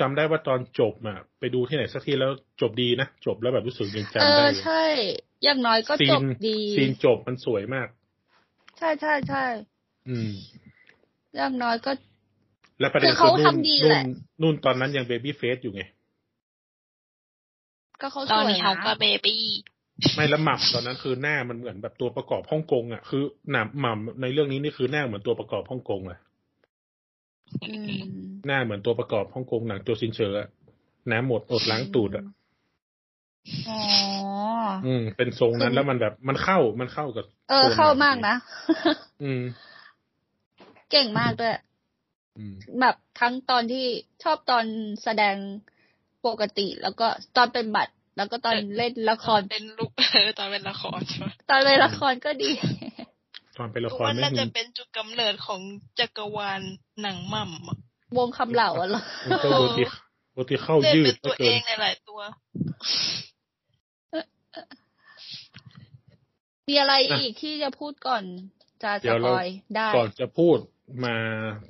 Speaker 3: จำได้ว่าตอนจบอ่ะไปดูที่ไหนสักที่แล้วจบดีนะ จบแล้วแบบรู้สึกยัง
Speaker 1: เอ
Speaker 3: จำได้
Speaker 1: อ
Speaker 3: เลย
Speaker 1: ใช่ อย่างน้อยก็
Speaker 3: ซี
Speaker 1: จ
Speaker 3: น
Speaker 1: บดี
Speaker 3: ซีนจบมันสวยมาก
Speaker 1: ใช่ใช่ใช่
Speaker 3: อืม
Speaker 1: อย่างน้อยก็
Speaker 3: และประเด็น
Speaker 1: คือ
Speaker 3: คื
Speaker 1: เขา
Speaker 3: อนุ่น
Speaker 1: ทำดี
Speaker 3: นุ่
Speaker 1: แห
Speaker 3: น
Speaker 1: ละ
Speaker 3: นุ่นตอนนั้นยังเบบี้เฟสอยู่ไง
Speaker 1: ก็เขา
Speaker 4: ต
Speaker 1: ส
Speaker 4: อน
Speaker 1: วย
Speaker 4: นี้เขาก็
Speaker 1: นะ
Speaker 4: เบบี้
Speaker 3: ไม่และหม่ำตอนนั้นคือหน้ามันเหมือนแบบตัวประกอบฮ่องกงอ่ะคือหนามหม่ำในเรื่องนี้นี่คือหน้าเหมือนตัวประกอบฮ่องกงเลย
Speaker 1: อืม
Speaker 3: หน้าเหมือนตัวประกอบฮ่องกงหนังโจซินเชอร์อะน้ำหมดอดล้างตูดอ่ะ
Speaker 1: อ๋อ
Speaker 3: อืม เป็นทรงนั้นแล้วมันแบบมันเข้ามันเข้ากับ
Speaker 1: เออ
Speaker 3: ตัวหนัง
Speaker 1: เข้ามากนะ
Speaker 3: อืม
Speaker 1: เก่งมากด้วย
Speaker 3: อืม
Speaker 1: แบบทั้งตอนที่ชอบตอนแสดงปกติ แล้วก็ตอนเป็นบัตร แล้วก็ตอนเล่นละคร
Speaker 4: เป็นลูก เออตอนเป็นละครใช่ไหม
Speaker 1: ตอนเล่นละครก็ดี
Speaker 3: ตอนเป็นละคร
Speaker 4: ว่า
Speaker 3: ไม่
Speaker 4: น่า
Speaker 3: มี
Speaker 4: จะเป็นจุดกำเนิดของจักรวาลหนังหม่ำอะ
Speaker 1: วงคำเหล่าอะเหรอ
Speaker 3: มันก็โรติโรติเข้า
Speaker 4: เล่น
Speaker 3: ยื
Speaker 4: เป็
Speaker 3: ด
Speaker 4: นตัว
Speaker 3: หลืกิ
Speaker 4: เอง
Speaker 3: น
Speaker 4: ในหลายตัว
Speaker 1: มีอะไรอีกที่จะพูดก่อนจะสปอยได้
Speaker 3: ก่อนจะพูดมา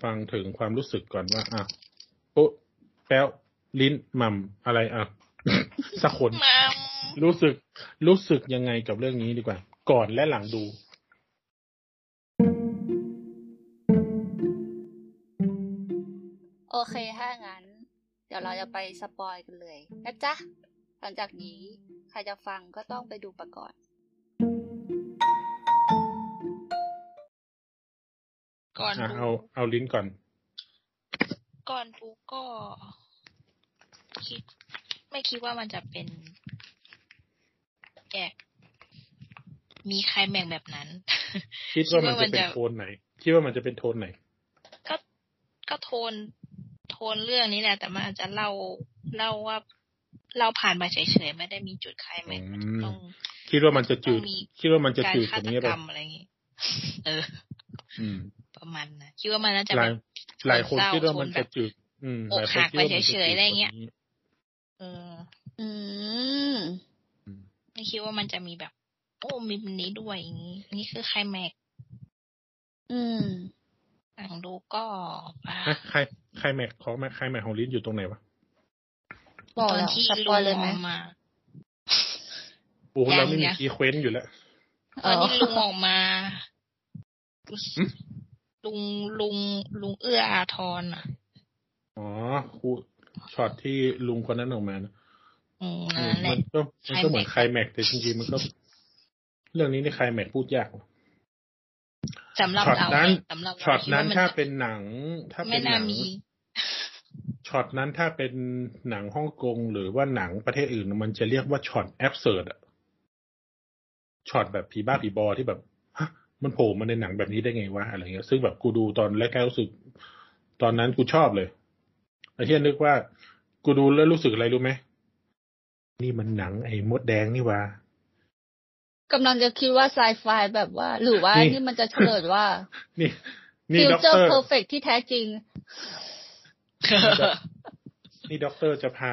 Speaker 3: ฟังถึงความรู้สึกก่อนว่าอ่ะปุ๊แป๊วลิ้นหมัมอะไรอ่ะ สักคน
Speaker 4: มัม
Speaker 3: รู้สึกรู้สึกยังไงกับเรื่องนี้ดีกว่า ก่อนและหลังดู
Speaker 1: โอเค ถ้างั้น เดี๋ยวเราจะไปสปอยกันเลยนะจ๊ะ หลังจากนี้ใครจะฟังก็ต้องไปดูประกอบ
Speaker 4: ก่อน
Speaker 3: อ่ะ
Speaker 4: ดู
Speaker 3: เอาเอาลิ้นก่อน
Speaker 4: ก่อนดูก็คิดไม่คิดว่ามันจะเป็นแกะมีใครแม่งแบบนั้น
Speaker 3: คิดว่ามันจะเป็น
Speaker 4: คิดว่ามันจะ
Speaker 3: โทนไหน คิดว่ามันจะเป็นโทนไหน
Speaker 4: ก็ก็โทนโทนเรื่องนี้แหละ แต่มันอาจจะเล่าเล่าว่าเล่าผ่านมาเฉยๆไม่ได้มีจุดใครแม่ง
Speaker 3: อืม
Speaker 4: ต้อง
Speaker 3: คิดว่ามันจะจืด
Speaker 4: มันมี
Speaker 3: คิดว่ามันจะ
Speaker 4: การ
Speaker 3: จืดก
Speaker 4: ฆา
Speaker 3: ว่า
Speaker 4: ต
Speaker 3: นี้
Speaker 4: ก
Speaker 3: ไป
Speaker 4: รรมอะไรอย่างงี้ เออ
Speaker 3: อืม
Speaker 4: ประมาณนะคิดว่ามันน่าจะ
Speaker 3: ห
Speaker 4: แบ
Speaker 3: ลาย
Speaker 4: บ
Speaker 3: หลายคน
Speaker 4: เศร้า
Speaker 3: คิดว่ามันจะจืด อืมหลายคนคิดว่ามันจะ
Speaker 4: อกหักไปเฉ
Speaker 3: จืด
Speaker 4: ยๆอะไรเงี้
Speaker 3: ก
Speaker 4: ย
Speaker 3: ว่านี้
Speaker 4: เออ
Speaker 1: อืม
Speaker 4: ไม่คิดว่ามันจะมีแบบ โอ้มีแบบนี้ด้วยอย่างนี้นี่คือไคลแม็กซ์
Speaker 1: อืม
Speaker 4: หนังดูก็อ่ะ
Speaker 3: ฮะใครใครแม็กของแม็กใครแม็กของลิ้นอยู่ตรงไหนวะ
Speaker 1: บอก
Speaker 4: ตอน
Speaker 1: แล้ว
Speaker 4: ที่
Speaker 1: สป
Speaker 4: ลุ
Speaker 1: อย
Speaker 4: ง
Speaker 1: เลยไหม
Speaker 4: ออกมา
Speaker 3: โอ้โห
Speaker 4: ยัง
Speaker 3: เราไม่มี
Speaker 4: ยัง
Speaker 3: คีย์เควนต์อยู่แล้ว
Speaker 4: ตอนที่ลุง
Speaker 1: อ๋อ
Speaker 4: ออกมา
Speaker 3: อืม
Speaker 4: ลุงลุงลุงเอื้ออาทรอ่ะ
Speaker 3: อ๋อครูช็อตที่ลุงคนนั้นออกมานะ
Speaker 4: อืม
Speaker 3: อืม
Speaker 4: นั่นแห
Speaker 3: มั
Speaker 4: ละ
Speaker 3: นก็มันก็เหมือนใครแม็กแต่จริงๆมันก็ เรื่องนี้ในใครแม็กพูดยากว่ะ
Speaker 4: สำหรับ
Speaker 3: ช็อต
Speaker 4: เรา
Speaker 3: นั้น
Speaker 4: สำหรับเรา
Speaker 3: ช็อตนั้น
Speaker 4: คิดว่มั
Speaker 3: ถ้าเป็นหนัง ถ้าเป็
Speaker 4: ไม่
Speaker 3: นห
Speaker 4: น่า
Speaker 3: นัง
Speaker 4: มี
Speaker 3: ช็อตนั้นถ้าเป็นหนังฮ่องกงหรือว่าหนังประเทศอื่น มันจะเรียกว่าช็อตแอบเสิร์ดอะช็อตแบบผีบ้าผีบอที่แบบฮะมันโผล่มาในหนังแบบนี้ได้ไงวะอะไรเงี้ย ซึ่งแบบกูดูตอนแรกๆรู้สึก ตอนนั้นกูชอบเลยไอ้เที่ยนึกว่า กูดูแล้วรู้สึกอะไรรู้ไหมนี่มันหนังไอ้มดแดงนี่วะ
Speaker 1: กำลังจะคิดว่าไซไฟแบบว่า หรือว่า
Speaker 3: นี่
Speaker 1: นี่มันจะเฉลิดว่า
Speaker 3: นี่ นี่ด็อก
Speaker 1: future
Speaker 3: เตอร์
Speaker 1: perfect ที่แท้จริง
Speaker 3: นี่ด็อกเตอร์จะพา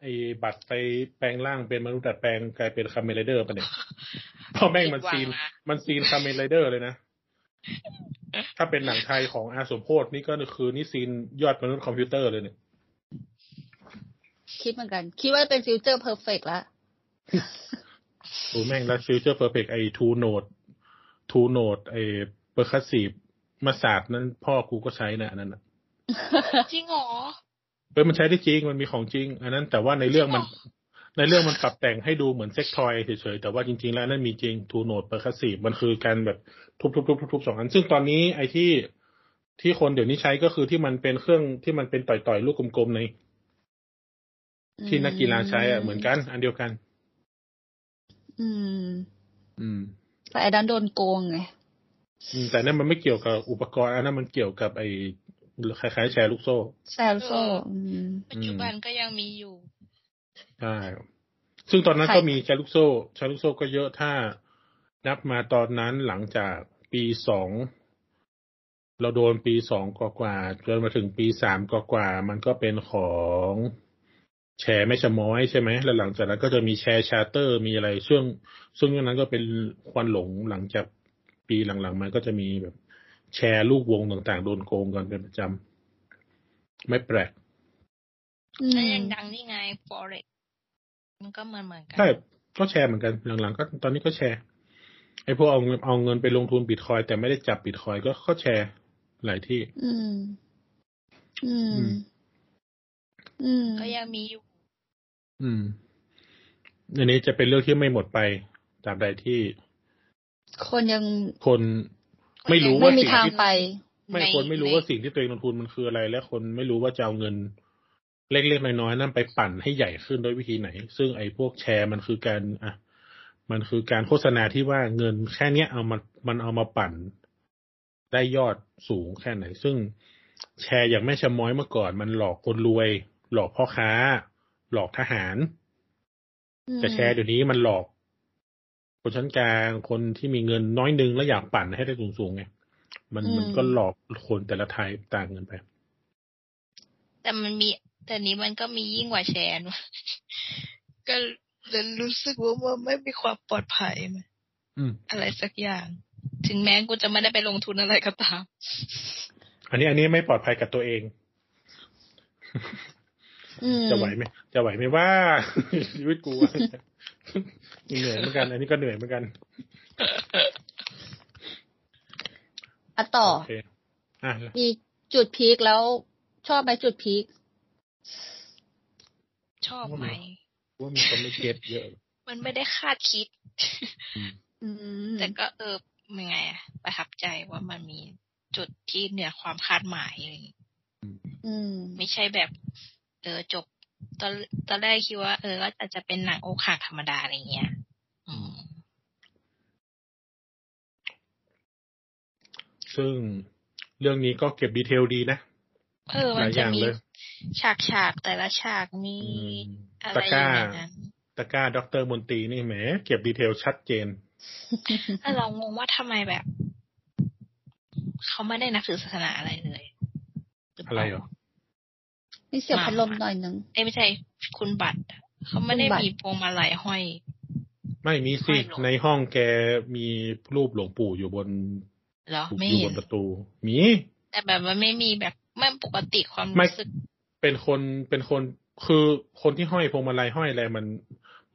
Speaker 3: ไอ้บัตรไปแปลงร่างเป็นมนุษย์ดัดแปลงกลายเป็นคาเมนไรเดอร์ปะ เนี่ยเพราะแม่งมันซีน มันซีนคาเมนไรเดอร์เลย นะ ถ้าเป็นหนังไทยของอาสมโพธนี่ก็คือนี่ซีนยอดมนุษย์คอมพิวเตอร์เลยเนี่ย
Speaker 1: คิดเหมือนกัน คิดว่าเป็น future perfect ละ
Speaker 3: โอ้แม่งแล้วฟิวเจอร์เพอร์เฟกไอทูโนดทูโนดไอเปอร์คัสซีฟมาศาสตร์นั้นพ่อกูก็ใช้นะอันนั้นน่ะ
Speaker 4: จริงเหรอ
Speaker 3: เฮ้ยมันใช้ได้จริง มันมีของจริง อันนั้นแต่ว่าในเรื่องมัน
Speaker 4: จริงเหรอ
Speaker 3: ในเรื่องมันปรับแต่งให้ดูเหมือนเซ็กทอยเฉยๆ แต่ว่าจริงๆ แล้วนั่นมีจริงทูโนดเปอร์คัสซีฟมันคือการแบบทุบๆๆๆๆสองอัน ซึ่งตอนนี้ไอที่ที่คนเดี๋ยวนี้ใช้ก็คือที่มันเป็นเครื่องที่มันเป็นต่อยๆ ลูกกลมๆในที่นักกีฬาใช้อ่ะเหมือนกัน อันเดียวกัน
Speaker 1: อืม
Speaker 3: อืม
Speaker 1: แต่อันนั้นโดนโกงไง
Speaker 3: อืมแต่นั่นมันไม่เกี่ยวกับอุปกรณ์อันนั้นมันเกี่ยวกับไอ้คล้ายๆแชร์ลูกโซ่
Speaker 1: แซลโซ่อืม
Speaker 4: ปัจจุบันก็ยังมีอยู่
Speaker 3: ใช่ ซึ่งตอนนั้น
Speaker 1: ใช่
Speaker 3: ก็มีแชร์ลูกโซ่แชร์ลูกโซ่ก็เยอะถ้านับมาตอนนั้นหลังจากปีสอง เราโดนปีสองกว่ากว่าๆจนมาถึงปีสามกว่ากว่าๆมันก็เป็นของแชร์แม่ชะม้อยใช่ไหม แล้วหลังจากนั้นก็จะมีแชร์ชาร์เตอร์มีอะไรซึ่งซึ่งตอนนั้นก็เป็นควันหลงหลังจากปีหลังๆมันก็จะมีแบบ แชร์ลูกวงต่างๆ โดนโกงกันเป็นประจำไม่แปลก
Speaker 1: อื
Speaker 4: แล้ว
Speaker 1: ม
Speaker 4: ยังดังนี่ไง forex มันก็เหมือนเหมือนกั
Speaker 3: ใช่ก็แชร์เหมือนกันหลังๆก็ตอนนี้ก็แชร์ไอ้พวกเอาเงินเอาเงินไปลงทุนบิตคอยน์แต่ไม่ได้จับบิตคอยน์ก็ก็แชร์หลายที่
Speaker 1: อืม อืม อืม
Speaker 4: ก็ยังมีอยู่
Speaker 3: อืมอันนี้จะเป็นเรื่องที่ไม่หมดไปตราบใดที่
Speaker 1: คนยัง
Speaker 3: คนไม่รู้
Speaker 1: ไม่
Speaker 3: ว่า
Speaker 1: มี
Speaker 3: สิ่ง
Speaker 1: ทาง
Speaker 3: ที่
Speaker 1: ไป
Speaker 3: ไม่คนไม่รู้ว่าสิ่งที่ตัวเองลงทุนมันคืออะไร และคนไม่รู้ว่าจะเอาเงินเล็กๆน้อยๆนั่นไปปั่นให้ใหญ่ขึ้นด้วยวิธีไหน ซึ่งไอ้พวกแชร์มันคือการอ่ะมันคือการโฆษณาที่ว่าเงินแค่เนี้ยเอามามันเอามาปั่น ได้ยอดสูงแค่ไหน ซึ่งแชร์อย่างแม่ชะม้อยเมื่อก่อน มันหลอกคนรวย หลอกพ่อค้า หลอกทหาร
Speaker 1: อืม
Speaker 3: แต่แชร์เดี๋ยวนี้มันหลอก คนชั้นกลางคนที่มีเงินน้อยนึงแล้วอยากปั่นให้ได้สูงสูงๆไงมัน
Speaker 1: อืม
Speaker 3: มันก็หลอกคนแต่ละไทยต่างกันไป
Speaker 4: แต่มันมี แต่นี้มันก็มียิ่งกว่าแชร์นะ ก็เลยรู้สึกว่าว่าไม่มีความปลอดภัยมั้ย
Speaker 3: อืม
Speaker 4: อะไรสักอย่าง ถึงแม้กูจะไม่ได้ไปลงทุนอะไรก็ตาม
Speaker 3: อันนี้อันนี้ไม่ปลอดภัยกับตัวเอง
Speaker 1: อืม
Speaker 3: จะไหวไหมจะไหวไหมว่า ชีวิตกู เหนื่อยเห มือนกัน อันนี้ก็เหนื่อยเหมือนกัน
Speaker 1: อ่ะต่อ
Speaker 3: โอเคอ่ะ
Speaker 1: มีจุดพีคแล้วชอบไหมจุดพีค
Speaker 4: ชอบไหม
Speaker 3: ว่ามีคนไม่เก็ตเยอะ
Speaker 4: มันไม่ได้คาดคิด
Speaker 1: อืม
Speaker 4: แต่ก็เออยังไงอะประทับใจว่ามันมีจุดที่เหนือความคาดหมายอะไรอย่างงี้
Speaker 1: อืม
Speaker 4: ไม่ใช่แบบ เออจบ ตอนตอนแรกคิดว่า เออก็อาจจะเป็นหนังโอคหักธรรมดาอะไรเงี้ย อืม
Speaker 3: ซึ่งเรื่องนี้ก็เก็บดีเทลดีนะ
Speaker 4: เออ
Speaker 3: ห
Speaker 4: มั
Speaker 3: ลา
Speaker 4: น
Speaker 3: ยอ
Speaker 4: จะ
Speaker 3: ย่าง
Speaker 4: มี
Speaker 3: เลย
Speaker 4: ฉากฉากๆแต่ละฉากมี
Speaker 3: อืม
Speaker 4: อะ
Speaker 3: ตะ
Speaker 4: ไรอก
Speaker 3: ร้า
Speaker 4: ยู่ในนั้น
Speaker 3: ตะกร้าด็อกเตอร์มนตรีนี่แหม เก็บดีเทลชัดเจน
Speaker 4: แล้วเรางงว่าทำไมแบบ เขาไม่ได้นับถือศาสนาอะไรเลยเป
Speaker 3: อะ
Speaker 4: ล่า
Speaker 3: ไรเหรอ
Speaker 1: มีเสียงพัดลมห น่อยหนึง
Speaker 4: เอ้ยไม่ใช่คุณบัตรอะเขาไม่ได้
Speaker 1: คุณบัตร
Speaker 4: มีพวงมาลัยห้อย
Speaker 3: ไม่มีสิ
Speaker 4: ไม่หรอก
Speaker 3: ในห้องแกมีรูปหลวงปู่อยู่บน
Speaker 4: เหรอไม่
Speaker 3: อยู่บ
Speaker 4: เห็น
Speaker 3: นประตู มี
Speaker 4: แต่แบบมันไม่มีแบบไม่ปกติความ
Speaker 3: ไม่
Speaker 4: รู้สึก
Speaker 3: เป็นคนเป็นคนคือคนที่ห้อยพวงมาลัยห้อยอะไรมัน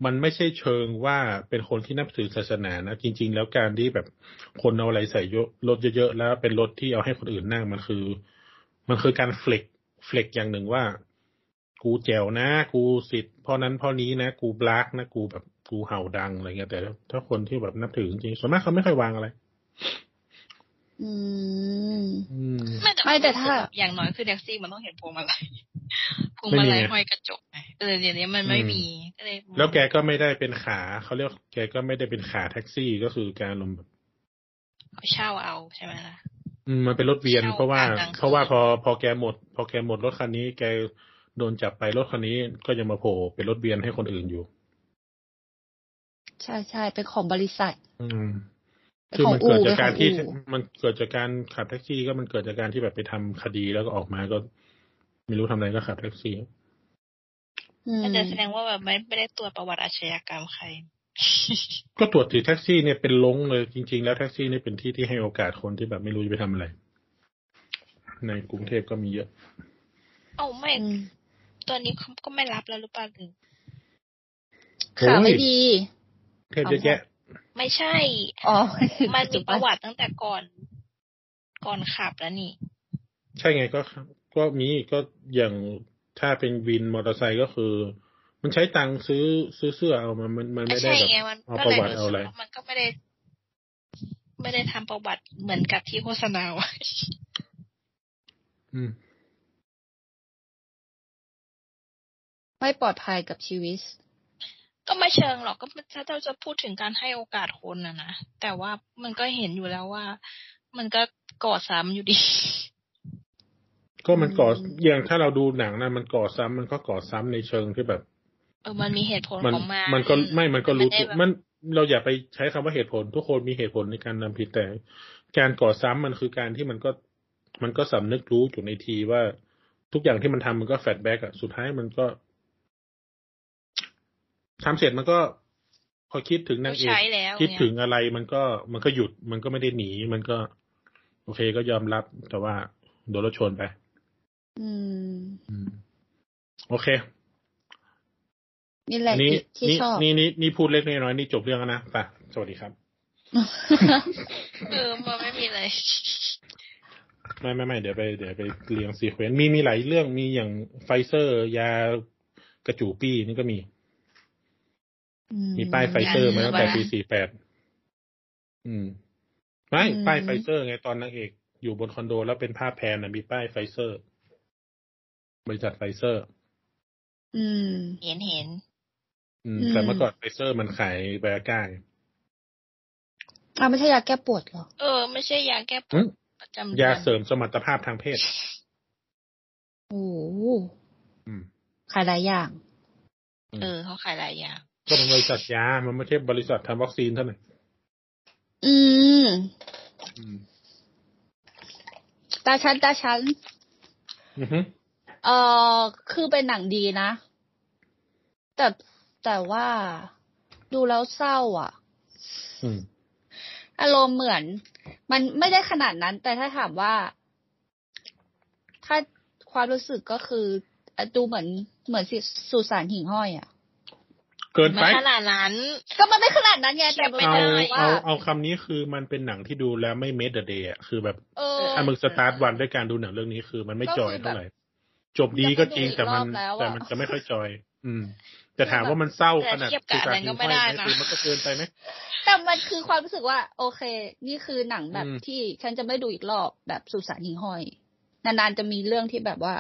Speaker 3: มันไม่ใช่เชิงว่าเป็นคนที่นับถือศาสนานะ จริง ๆ แล้วการที่แบบคนเอาอะไรใส่เยอะรถเยอะๆแล้วเป็นรถที่เอาให้คนอื่นนั่งมันคือ มันคือการเฟล็กเฟล็กอย่างหนึ่งว่า กูแจวนะ กูสิทธิ์พ่อนั้นพ่อนี้นะ กูบลักนะกูแบบกูเห่าดังอะไรเงี้ยแต่ถ้าคนที่แบบนับถือจริงๆส่วนมากเขาไม่ค่อยวางอะไร
Speaker 1: อ อืม
Speaker 3: อืม
Speaker 4: ไม่แต่
Speaker 1: ไม่แต่ถ้า
Speaker 4: อย่างน้อยคือแท็กซี่มันต้องเห็นพวงมาลัยพวง
Speaker 3: ไม่
Speaker 4: มา
Speaker 3: มี
Speaker 4: ลัย
Speaker 3: ไง
Speaker 4: ห้อยกระจกไงเออเดี๋ยวนี้มันไม่
Speaker 3: อืม
Speaker 4: มีก็เลยมอง
Speaker 3: แล้วแกก็ไม่ได้เป็นขาเขาเรียกแกก็ไม่ได้เป็นขาแท็กซี่ก็คือการลงแบบ
Speaker 4: เขาเช่าเอาใช่ไหมล่ะ
Speaker 3: อืมมันเป็นรถเวียน
Speaker 4: เช่า
Speaker 3: เพราะว่า
Speaker 4: ผ่านหลัง
Speaker 3: เพราะว่าพอพอแกหมด พอแกหมดรถคันนี้ แกโดนจับไปรถคันนี้ก็ยังมาโผล่เป็นรถเวียนให้คนอื่นอยู่
Speaker 1: ใช่ใช่เป็นของบริษัท
Speaker 3: อืม
Speaker 1: เป็น
Speaker 3: คือ
Speaker 1: ของ
Speaker 3: มันเกิด
Speaker 1: อู่
Speaker 3: จากการที่
Speaker 1: เป็นของอู่
Speaker 3: มันเกิดจากการขับแท็กซี่ก็มันเกิดจากการที่แบบไปทำคดีแล้วก็ออกมาก็ ไม่รู้ทำอะไรก็ขับแท็กซี่
Speaker 1: อืม
Speaker 4: แต่แสดงว่าแบบไม่ไม่ได้ตรวจประวัติอาชญากรรมใค ร
Speaker 3: ก็ตรวจถือแท็กซี่เนี่ยเป็นลงเลยจริง ๆ แล้วแท็กซี่เนี่ยเป็นที่ที่ให้โอกาสคนที่แบบไม่รู้จะไปทำอะไร ในกรุงเทพก็มีเยอะ
Speaker 4: เอ้าไม่
Speaker 1: อืม
Speaker 4: ตอนนี้เขาก็ไม่รับแล้วหรือเปล่าหรือ
Speaker 1: ข่าวไม่ดี
Speaker 3: เทพเยอะแยะ
Speaker 4: ไม่ใช่
Speaker 1: อ๋อ
Speaker 4: มันมีประวัติตั้งแต่ก่อน ก่อนขับแล้วนี่
Speaker 3: ใช่ไงก็ก็มีก็อย่างถ้าเป็นวินมอเตอร์ไซค์ก็คือ มันใช้ตังค์ซื้อซื้อเสื้อเอามันมันมัน
Speaker 4: ไม่
Speaker 3: ไม่ได้
Speaker 4: ใช่
Speaker 3: แบบ
Speaker 4: ไงมัน
Speaker 3: เอา
Speaker 4: ก็
Speaker 3: ประ
Speaker 4: เลย
Speaker 3: วัติ
Speaker 4: รู้
Speaker 3: เอา
Speaker 4: สึก
Speaker 3: อะไร
Speaker 4: ว่ามันก็ไม่ได้ ไม่ได้ทำประวัติเหมือนกับที่โฆษณาไว้
Speaker 3: อืม
Speaker 1: ไม่ปลอดภัยกับชีวิต
Speaker 4: ก็ไม่เชิงหรอกก็ถ้าเราจะพูดถึงการให้โอกาสคนนะนะแต่ว่ามันก็เห็นอยู่แล้วว่า มันก็ก่อซ้ำอยู่ดี
Speaker 3: ก็มันก่ออ
Speaker 1: ม
Speaker 3: อย่างถ้าเราดูหนังนะมันก่อซ้ำมันก็ก่อซ้ำในเชิงที่แบบ
Speaker 4: เออมันมีเหตุผล
Speaker 3: มัน
Speaker 4: ของมัน
Speaker 3: มันก็ไม่มันก็รู้
Speaker 4: ได้
Speaker 3: ตัว
Speaker 4: แบบ
Speaker 3: มันเราอย่าไปใช้คำว่าเหตุผล ทุกคนมีเหตุผลในการทำผิดแต่ การก่อซ้ำมันคือการที่มันก็มันก็สำนึกรู้อยู่ในทีว่าทุกอย่างที่มันทำมันก็แฟดแบ็กอะสุดท้ายมันก็ทำเสร็จมันก็พอคิดถึงนางเอก
Speaker 4: ใช้แล้ว
Speaker 3: คิด
Speaker 4: เนี่ย
Speaker 3: ถึงอะไรมันก็มันก็หยุดมันก็ไม่ได้หนี มันก็ โอเคก็ยอมรับ แต่ว่าโดนรถชนไป
Speaker 1: อืม
Speaker 3: อืม โอเค
Speaker 1: นี่แหละ
Speaker 3: นี่
Speaker 1: ที่ที่
Speaker 3: นี่
Speaker 1: ชอบ
Speaker 3: นี่นี่นี่พูดเล็กน้อยๆนี่จบเรื่องแล้วนะไปสวัสดีครับ
Speaker 4: เออมันไม่มีอะไร
Speaker 3: ไม่ไม่ไม่เดี๋ยวไปเดี๋ยวไปเรียงซีเควนต์มีมีหลายเรื่องมีอย่างไฟเซอร์ ยากระจูปี้นี่ก็มี
Speaker 1: อื
Speaker 3: มีป้ายไฟเซอร์มาตั้งแต่ปี
Speaker 4: ยาเนื้อ
Speaker 3: สี่แปดอืมไม่ป้ายไฟ
Speaker 1: อืม
Speaker 3: เซอร์ไงตอนนางเอก อยู่บนคอนโดแล้วเป็นภาพแพนนะมีป้ายไฟเซอร์ บริษัทไฟเซอร์
Speaker 1: อืม
Speaker 4: เห็นเห็น
Speaker 3: อืม
Speaker 1: อืม
Speaker 3: แต่เมื่อก่อนไฟเซอร์มันขายไวอาก้าไง
Speaker 1: อ่าไม่ใช่ยาแก้ปวดเหรอ
Speaker 4: เออ ไม่ใช่ยาแก้ป
Speaker 3: อื
Speaker 4: วด
Speaker 3: ม
Speaker 4: ประจำเดื
Speaker 3: ยา
Speaker 4: อน
Speaker 3: เสริมสมรรถภาพทางเพศ
Speaker 1: โอ้โห
Speaker 3: อืม
Speaker 1: ขายหลายอย่าง
Speaker 4: เออเขาขายหลายอย่าง
Speaker 3: ก็เป็นบริษัทยามันไม่ใช่บริษัททำวัคซีนเท่านั้น
Speaker 1: อืม
Speaker 3: อืม
Speaker 1: ตาฉันตาฉัน
Speaker 3: อือฮึ
Speaker 1: เออคือเป็นหนังดีนะ แต่แต่ว่าดูแล้วเศร้า อ่ะ
Speaker 3: อืม
Speaker 1: อารมณ์เหมือน มันไม่ได้ขนาดนั้น แต่ถ้าถามว่า ถ้าความรู้สึกก็คืออ่ะดูเหมือนเหมือนสิสุสานหิ่งห้อยอ่ะ
Speaker 3: เกินไป
Speaker 4: ไม่ขนาดนั้น
Speaker 1: ก็มันไม่ขนาดนั้นไงแต่มัน
Speaker 4: ไม่
Speaker 3: เอา
Speaker 4: ได้
Speaker 1: ว่า
Speaker 3: เอาเอาคำนี้คือมันเป็นหนังที่ดูแล้วไม่เมดเดอะเดย์อะคือแบบ
Speaker 1: เออ
Speaker 3: ถ้ามึงสตาร์ทวันด้วยการดูหนังเรื่องนี้คือมันไม่จอยเท่าไหร่ จบดีก็จริงแต่มัน
Speaker 1: จะไม่ดูอีกรอบแล้วอะ
Speaker 3: แต่มันจะไม่ค่อยจอย อืม แต่ถามว่ามันเศร้าขนาด
Speaker 4: แต่เทียบกับอันนั้นก็ไม่ได้นะ
Speaker 3: คือมันก็เกินไปไหม
Speaker 1: แต่มันคือความรู้สึกว่า โอเค นี่คือหนังแบบ
Speaker 3: อืม
Speaker 1: ที่ฉันจะไม่ดูอีกรอบแบบสุสานหิ่งห้อย นานๆจะมีเรื่องที่แบบว่า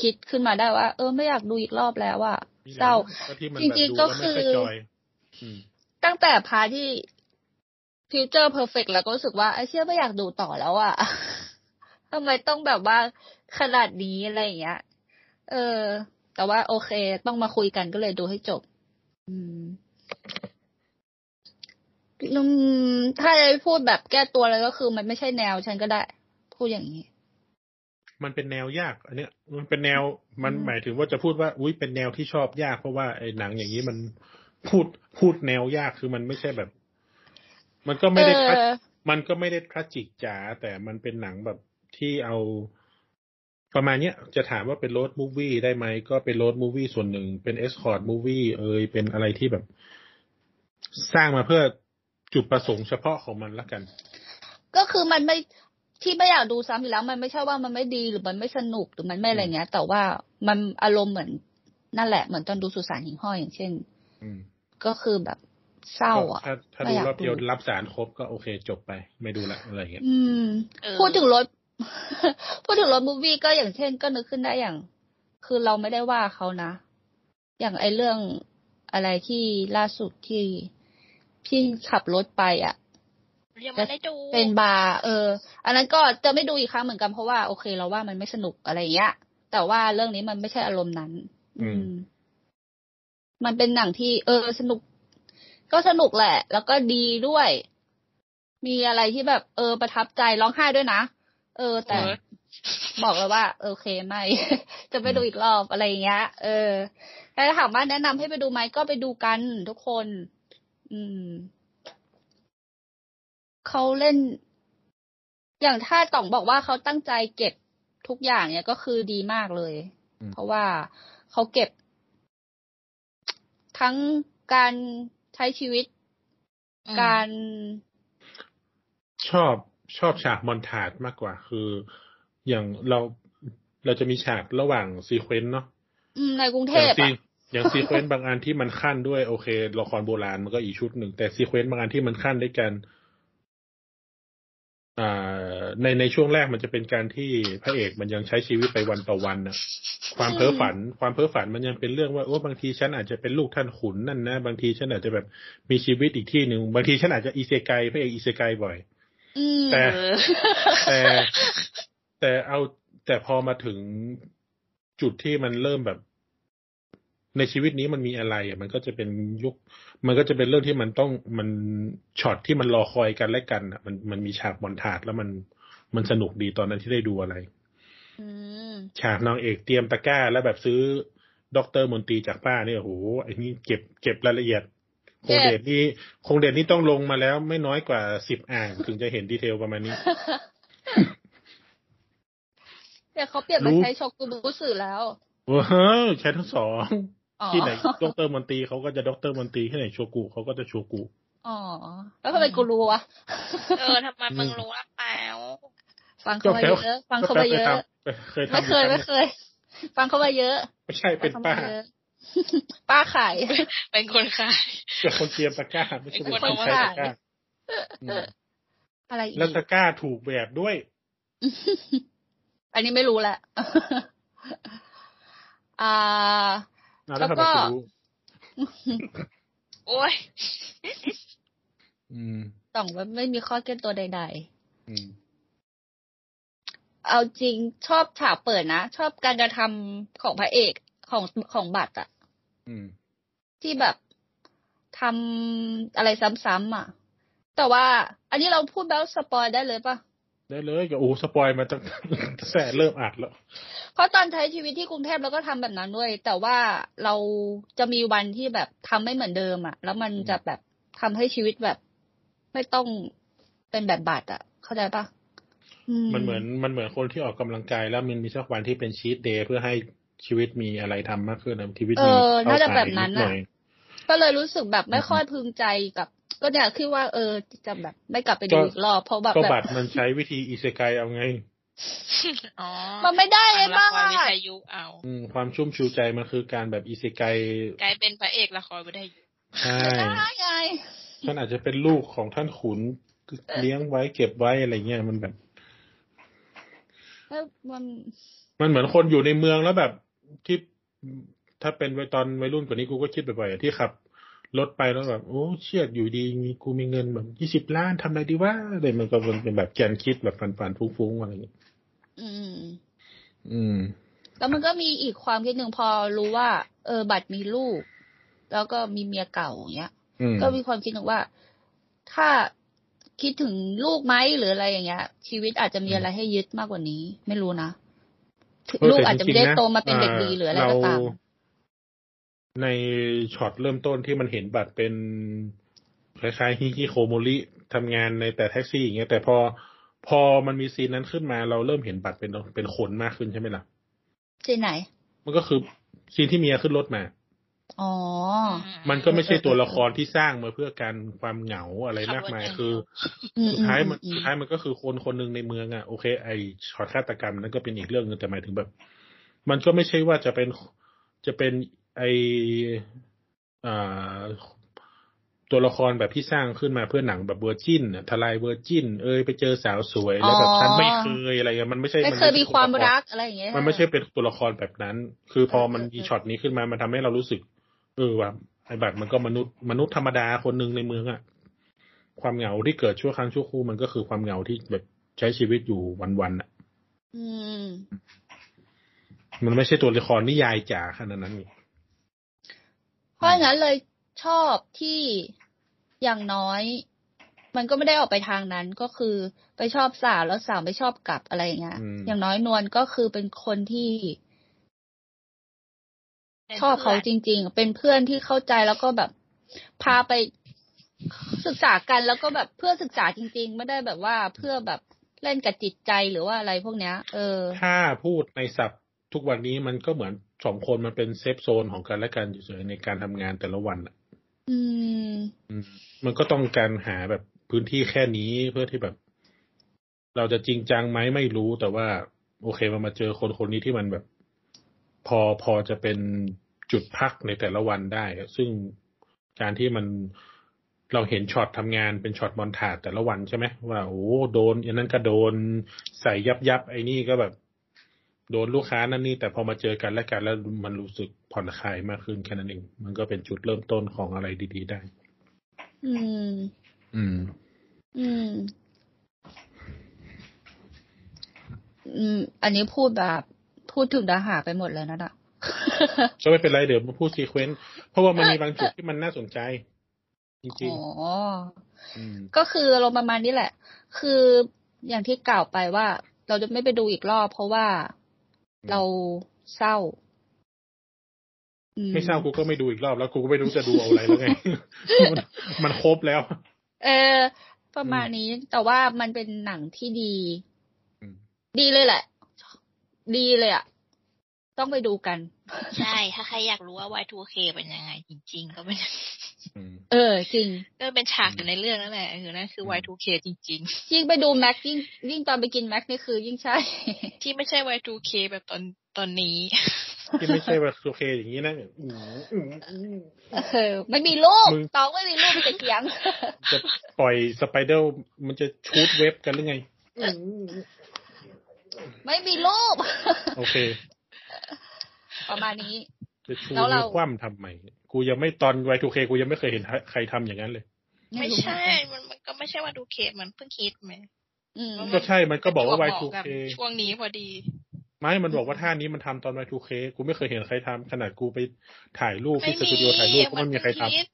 Speaker 1: คิดขึ้นมาได้ว่า เออไม่อยากดูอีกรอบแล้วว่า
Speaker 3: นี่แหละ
Speaker 1: เศร้า
Speaker 3: ก็ที่มัน
Speaker 1: จ
Speaker 3: แบบ
Speaker 1: ริง
Speaker 3: ดู
Speaker 1: ๆ
Speaker 3: แล้ว
Speaker 1: ก็
Speaker 3: ไม่ค่อย
Speaker 1: คือ
Speaker 3: จอย อืม
Speaker 1: ตั้งแต่พาร์ทที่ future perfect แล้วก็รู้สึกว่าไอ้เชี่ยไม่อยากดูต่อแล้วอะ ทำไมต้องแบบว่าขนาดนี้อะไรอย่างเงี้ย เออ แต่ว่าโอเค ต้องมาคุยกันก็เลยดูให้จบ อืมอืมถ้าจะพูดแบบแก้ตัวเลยก็คือ มันไม่ใช่แนวฉันก็ได้ พูดอย่างนี้
Speaker 3: มันเป็นแนวยาก อันเนี้ย มันเป็นแนวมัน
Speaker 1: อืม
Speaker 3: หมายถึงว่าจะพูดว่า อุ้ยเป็นแนวที่ชอบยาก เพราะว่าไอ้หนังอย่างนี้มันพูดพูดแนวยากคือมันไม่ใช่แบบ มันก็ไม่ได้ทัช
Speaker 1: เออ
Speaker 3: มันก็ไม่ได้ทราจิกจ๋าแต่มันเป็นหนังแบบที่เอา ประมาณเนี้ยจะถามว่าเป็นโรดมูฟวี่ได้ไหม ก็เป็นโรดมูฟวี่ส่วนหนึ่ง เป็นเอสคอร์ดมูฟวี่เอยเป็นอะไรที่แบบ สร้างมาเพื่อจุดประสงค์เฉพาะของมันละกัน
Speaker 1: ก็คือมันไม่ที่ไม่อยากดูซ้ำอยู่แล้ว มันไม่ใช่ว่ามันไม่ดีหรือมันไม่สนุกหรือมันไม่อะไรเงี้ย แต่ว่ามันอารมณ์เหมือนนั่นแหละเหมือนตอนดูสุสานหิ่งห้อยอย่างเช่น
Speaker 3: อืม
Speaker 1: ก็คือแบบ เศร้าอ่ะ
Speaker 3: ถ้าถ้า
Speaker 1: ไม่
Speaker 3: ดู
Speaker 1: อยาก
Speaker 3: รอบเดียว
Speaker 1: ดู
Speaker 3: รับสารครบก็โอเคจบไป ไม่ดูละอะไรอย่างเงี้ย
Speaker 1: อืม
Speaker 4: เออ
Speaker 1: พูดถึงรถ พูดถึงรถมูฟวี่ก็อย่างเช่น ก็นึกขึ้นได้อย่าง คือเราไม่ได้ว่าเขานะ อย่างไอเรื่องอะไรที่ล่าสุดที่ที่ขับรถไปอ่ะ
Speaker 4: ยังไม่ได้ดู
Speaker 1: เป็นบาร์เออ อันนั้นก็จะไม่ดูอีกครั้งเหมือนกันเพราะว่าโอเคเราว่ามันไม่สนุกอะไรอย่างเงี้ย แต่ว่าเรื่องนี้มันไม่ใช่อารมณ์นั้น
Speaker 3: อืม
Speaker 1: อืม มันเป็นหนังที่ เออ สนุก ก็สนุกแหละ แล้วก็ดีด้วย มีอะไรที่แบบ เออ ประทับใจร้องไห้ด้วยนะ เออ แต่
Speaker 3: เออ
Speaker 1: บอกเลยว่า โอเคไม่ จะไปดูอีกรอบอะไรอย่างเงี้ย เออแต่ถ้าถามว่าแนะนำให้ไปดูไหมก็ไปดูกันทุกคน อืม เขาเล่น อย่างถ้าต่องบอกว่าเขาตั้งใจเก็บทุกอย่างเนี่ยก็คือดีมากเลย
Speaker 3: อืม
Speaker 1: เพราะว่าเขาเก็บ ทั้งการใช้ชีวิต
Speaker 4: อืม
Speaker 1: การ
Speaker 3: ชอบชอบฉากมอนทาดมากกว่า คือ อย่างเราเราจะมีฉากระหว่างซีเควนต์เนาะ
Speaker 1: อืมในกรุงเท
Speaker 3: อย่าง
Speaker 1: พ
Speaker 3: ซี
Speaker 1: อะ
Speaker 3: อย่างซีเควนต์บางอันที่มันขั้นด้วยโอเคละครโบราณมันก็อีกชุดหนึ่ง แต่ซีเควนต์บางอันที่มันขั้นด้วยกัน อ่า ในในช่วงแรกมันจะเป็นการที่พระเอกมันยังใช้ชีวิตไปวันต่อวันนะความเพ้อฝัน ความเพ้อฝันมันยังเป็นเรื่องว่าโอ้บางทีฉันอาจจะเป็นลูกท่านขุนนั่นนะบางทีฉันอาจจะแบบมีชีวิตอีกที่หนึ่งบางทีฉันอาจจะอีเซไกพระเอกอีเซไกบ่อย
Speaker 1: อืม
Speaker 3: แต่
Speaker 4: เออ
Speaker 3: แต่แต่เอาแต่พอมาถึงจุดที่มันเริ่มแบบ ในชีวิตนี้มันมีอะไรอ่ะมันก็จะเป็นยุค มันก็จะเป็นเรื่องที่มันต้องมันช็อตที่มันรอคอยกันและกันอ่ะ มันมันมีฉากบอลถาดแล้วมันมันสนุกดีตอนนั้นที่ได้ดูอะไร
Speaker 1: อืม
Speaker 3: ฉากนางเอกเตรียมตะกร้า แล้วแบบซื้อด็อกเตอร์มนตรีจากป้าเนี่ยโอ้โหไอ้นี่เก็บเก็บรายละเอียด ค
Speaker 1: เก็
Speaker 3: ง
Speaker 1: บ
Speaker 3: เดชนี่คงเดชนี่ต้องลงมาแล้วไม่น้อยกว่าสิบอ่างถึงจะเห็นดีเทลประมาณนี้
Speaker 1: แต่ เขาเปลี่ยนมา
Speaker 3: รู้
Speaker 1: ใช้ช็อกกูบุสึแล้ว
Speaker 3: ว้าวใช้ทั้งสอง
Speaker 1: อ๋อ
Speaker 3: ที่ไหนด็อกเตอร์มนตรีเขาก็จะด็อกเตอร์มนตรีที่ไหนโชกุเขาก็จะโชกุ
Speaker 1: อ๋อ แล้วทำไมกูรู้วะ
Speaker 4: เออทำไมมึงรู้ละเปล่า
Speaker 1: ฟังเขามา
Speaker 3: ก็แปลว่า
Speaker 1: เยอะ ฟังเขามาเยอะ
Speaker 3: เคยทำ
Speaker 1: ไม่เคย
Speaker 3: อ
Speaker 1: ไม่
Speaker 3: รั้งหนึ่ง
Speaker 1: เคย ฟังเขามาเยอะ
Speaker 3: ไม่ใช่เป็นป้า
Speaker 1: ฟังขมยอะ ป้าขาย
Speaker 4: เป็นคนขาย
Speaker 3: เป็นคนเตรียมตะกร้าไม่ใช่เป็นคนใช้ตะกร้าอืม
Speaker 1: อะไรอีก
Speaker 3: แล้วตะกร้าถูกแบบด้วย
Speaker 1: อันนี้ไม่รู้แหละ อ่า
Speaker 3: อ่ะแล้วทำ
Speaker 1: แล้ว
Speaker 3: ไม
Speaker 1: ก็
Speaker 3: คุณรู้
Speaker 4: โอ้ย
Speaker 3: อืม
Speaker 1: ต่องว่าไม่มีข้อเก้นตัวใด
Speaker 3: อืม
Speaker 1: ๆ เอาจริงชอบฉากเปิดนะ ชอบการกระทำของพระเอกของของบัตรอะ
Speaker 3: อืม
Speaker 1: ที่แบบทำอะไรซ้ำๆอะแต่ว่า อันนี้เราพูดแบบสปอยได้เลยปะ
Speaker 3: ได้เลยก็โอ้สปอยมาตั้ง แต่เริ่มอัดแล้ว
Speaker 1: เพราะตอนใช้ชีวิตที่กรุงเทพเราก็ทำแบบนั้นด้วย แต่ว่าเราจะมีวันที่แบบทำไม่เหมือนเดิมอะแล้วมันจะแบบทำให้ชีวิตแบบ ไม่ต้องเป็นแบบบาดอะเข้าใจปะอื
Speaker 3: มันเหมือนมันเหมือนคนที่ออกกำลังกายแล้วมันมีสักวันที่เป็นชีตเดย์เพื่อให้ชีวิตมีอะไรทำมากขึ้นนะชีวิต
Speaker 1: เอ
Speaker 3: มี
Speaker 1: อ
Speaker 3: เป้
Speaker 1: น่าจะ
Speaker 3: หมย
Speaker 1: แบบนั้น
Speaker 3: ดห
Speaker 1: อะ
Speaker 3: อย
Speaker 1: ก็เลยรู้สึกแบบไม่ค่อยพึงใจกับ ก็เนี่ยคิดว่าเออจะแบบไม่กลับไปดูอีกรอบเพราะแบบ
Speaker 3: ก็
Speaker 1: แบบ
Speaker 3: บัตรมันใช้วิธีอีเซไกเอาไง
Speaker 4: อ๋อ
Speaker 1: มันไม่ได้เลย
Speaker 4: ทำละ
Speaker 1: บ้า
Speaker 4: ครวิทยุเอา
Speaker 3: อืม ความชุ่มชูใจมันคือการแบบอีเซไก
Speaker 4: กลายเป็นพระเอกละครวิทยุ
Speaker 3: ใช่
Speaker 1: ไม่ได้ไง
Speaker 3: ท่านอาจจะเป็นลูกของท่านขุนเลี้ยงไว้เก็บไว้อะไรเงี้ยมันแบบ
Speaker 1: เอ้ยมัน
Speaker 3: มันเหมือนคนอยู่ในเมืองแล้วแบบที่ถ้าเป็นวัยตอนวัยรุ่นกว่านี้กูก็คิดบ่อยๆอะที่ขับรถไปแล้วแบบ โอ้เชียดอยู่ดีมีกูมีเงินแบบยี่สิบ20 ล้านทำอะไรดีวะอะไรมันก็มันเป็นแบบแกนคิดแบบฝันๆฟุ้งๆอะไรอย่างเงี้ย
Speaker 1: อืม
Speaker 3: อืม
Speaker 1: แล้วมันก็มีอีกความคิดหนึ่งพอรู้ว่า เออ บัตรมีลูก แล้วก็มีเมียเก่าอย่างเงี้ย
Speaker 3: อืม
Speaker 1: ก็มีความคิดหนึ่งว่า ถ้าคิดถึงลูกไหมหรืออะไรอย่างเงี้ย ชีวิตอาจจะมีอะไรให้ยึดมากกว่านี้ ไม่รู้นะถึงลูกอาจจะไม่ได้โตมาเป็นเด็กดีหรืออะไรก็ตาม
Speaker 3: เในช็อตเริ่มต้นที่มันเห็นบัตรเป็นคล้ายๆฮิคิโคโมริทำงานในแต่แท็กซี่อย่างเงี้ยแต่พอพอมันมีซีนนั้นขึ้นมา เราเริ่มเห็นบัตรเป็นเป็นคนมากขึ้นใช่ไหมล่ะ
Speaker 1: ที่ไหน
Speaker 3: มันก็คือซีนที่เมียขึ้นรถมา
Speaker 1: อ๋อ
Speaker 3: มันก็ไม่ใช่ตัวละครที่สร้างมาเพื่อการความเหงาอะไรมากมาย คือ
Speaker 1: อื
Speaker 3: สุดท้ายมัน
Speaker 1: อื
Speaker 3: สุดท้ายมันก็คือคนคนหนึ่งในเมืองอ่ะโอเค ไอช็อตฆาตกรรมนั่นก็เป็นอีกเรื่องหนึงแต่หมายถึงแบบ มันก็ไม่ใช่ว่าจะเป็นจะเป็นไออ่า ตัวละครแบบที่สร้างขึ้นมาเพื่อหนังแบบเวอร์จินทลายเวอร์จินเอยไปเจอสาวสวยแล้วแบบ
Speaker 1: อ๋อ
Speaker 3: ฉันไม่เคยอะไรเงี้ยมันไม่ใช่
Speaker 1: ไม่
Speaker 3: น
Speaker 1: เคยมี
Speaker 3: ไใช่
Speaker 1: ความ
Speaker 3: ตัวละ
Speaker 1: รั
Speaker 3: ร
Speaker 1: กอะไรอย่างเงี้ย
Speaker 3: มันไม่ใช่เป็นตัวละครแบบนั้น คือพอมัน
Speaker 1: เออเออ
Speaker 3: มีช็อตนี้ขึ้นมา มันทำให้เรารู้สึก เออว่าไอ้บัตรมันก็มนุษย์มนุษย์ธรรมดาคนหนึ่งในเมืองอะความเหงาที่เกิดชั่วครั้งชั่วครู่มันก็คือความเหงาที่แบบใช้ชีวิตอยู่วันๆอะ
Speaker 1: อืม
Speaker 3: มันไม่ใช่ตัวละครนิยายจ๋าขนาดนั้นนี่
Speaker 1: เพราะงั้นเลยชอบที่อย่างน้อย มันก็ไม่ได้ออกไปทางนั้นก็คือไปชอบสาวแล้วสาวไม่ชอบกลับอะไรอย่างเงี้ย
Speaker 3: อืม
Speaker 1: อย่างน้อยนวลก็คือเป็นคนที่
Speaker 4: เป็น
Speaker 1: ชอบเขาจ
Speaker 4: พื่น
Speaker 1: ริง ๆ เป็นเพื่อนที่เข้าใจแล้วก็แบบพาไปศึกษากันแล้วก็แบบเพื่อศึกษาจริง ๆ ไม่ได้แบบว่าเพื่อแบบเล่นกับจิตใจหรือว่าอะไรพวกเนี้ย เออ
Speaker 3: ถ้าพูดในศัพท์ทุกวันนี้มันก็เหมือนสองคนมันเป็นเซฟโซนของกันและกันอยู่เฉยๆในการทำงานแต่ละวันอะ
Speaker 1: อืม
Speaker 3: อืมมันก็ต้องการหาแบบพื้นที่แค่นี้เพื่อที่แบบ เราจะจริงจังไหมไม่รู้แต่ว่า โอเคมันมาเจอคนคนนี้ที่มันแบบ พอพอจะเป็นจุดพักในแต่ละวันได้อะซึ่งการที่มันเราเห็นช็อตทำงานเป็นช็อตมอนทาจแต่ละวันใช่ไหมว่าโอ้โดนอันนั้นก็โดนใส่ยับยับไอ้นี่ก็แบบ โดนลูกค้านั่นนี่ แต่พอมาเจอกันและกันแล้วมันรู้สึกผ่อนคลายมากขึ้นแค่นั้นเองมันก็เป็นจุดเริ่มต้นของอะไรดี ๆ ได้
Speaker 1: อืม
Speaker 3: อืม
Speaker 1: อืม อืม อันนี้พูดแบบพูดถึงดาหาไปหมดเลยนะน่ะ
Speaker 3: ก็ไม่เป็นไรเดี๋ยวมาพูดซีเควนต์เพราะว่ามันมีบางจุดที่มันน่าสนใจ จริง
Speaker 1: อ๋อ
Speaker 3: ๆอืม
Speaker 1: ก็คืออารมณ์ประมาณนี้แหละ คืออย่างที่กล่าวไปว่า เราจะไม่ไปดูอีกรอบเพราะว่าเราเศร้าอื
Speaker 3: ไม่เศร้ากูก็ไม่ดูอีกรอบแล้วกูก็ไม่รู้จะดูเอาอะไรแล้วไง มันมันครบแล้ว
Speaker 1: เออ ประมาณนี้ แต่ว่ามันเป็นหนังที่ดี
Speaker 3: อืม
Speaker 1: ดีเลยแหละ ดีเลยอ่ะ ต้องไปดูกัน
Speaker 4: ใช่ ถ้าใครอยากรู้ว่า Y2K เป็นยังไง จริง ๆ ก็เป็น
Speaker 3: อืม
Speaker 1: เออ จริง
Speaker 4: ก็เป็นฉากอยู่ในเรื่องนั่นแหละเออนั่นคือ Y2K จริง
Speaker 1: ยิ่งไปดูแม็กยิ่งยิ่งตอนไปกินแม็กนี่คือยิ่งใช่
Speaker 4: ๆ ที่ไม่ใช่ Y2K แบบตอนตอนนี้
Speaker 3: ที่ไม่ใช่ว่าโอเคอย่างนี้นะอืมอืมอืม
Speaker 1: เออไม่มีรูป
Speaker 3: มึง
Speaker 1: ตองไม่มีรูปจะเถียง
Speaker 3: จะปล่อยสไปเดอร์มันจะชูดเว็บกันหรือไง
Speaker 1: ไม่มีรูป
Speaker 3: โอเค
Speaker 1: ประมาณนี้
Speaker 3: จะชู
Speaker 1: แล้วเรา
Speaker 3: นิ้วคว่ำทำไมกูยังไม่ตอน Y2K กูยังไม่เคยเห็นใครทำอย่างนั้นเลย
Speaker 4: ไม่
Speaker 1: รู้
Speaker 4: ใช่ มันมันก็ไม่ใช่ Y2K มันเพิ่งฮิตไหม
Speaker 1: อืม
Speaker 3: ก็ใช่มันก็บอกว่า
Speaker 4: จวเหมะ
Speaker 3: Y2K
Speaker 4: บช่วงนี้พอดี
Speaker 3: ไม่มันบอกว่าท่านี้มันทำตอน Y2K กูไม่เคยเห็นใครทำขนาดกูไปถ่ายรูป
Speaker 4: ไม่
Speaker 3: ที่ส
Speaker 4: มี
Speaker 3: ตูดิโอถ่ายรูปก็ไม่มีใครทำ
Speaker 4: ฮิต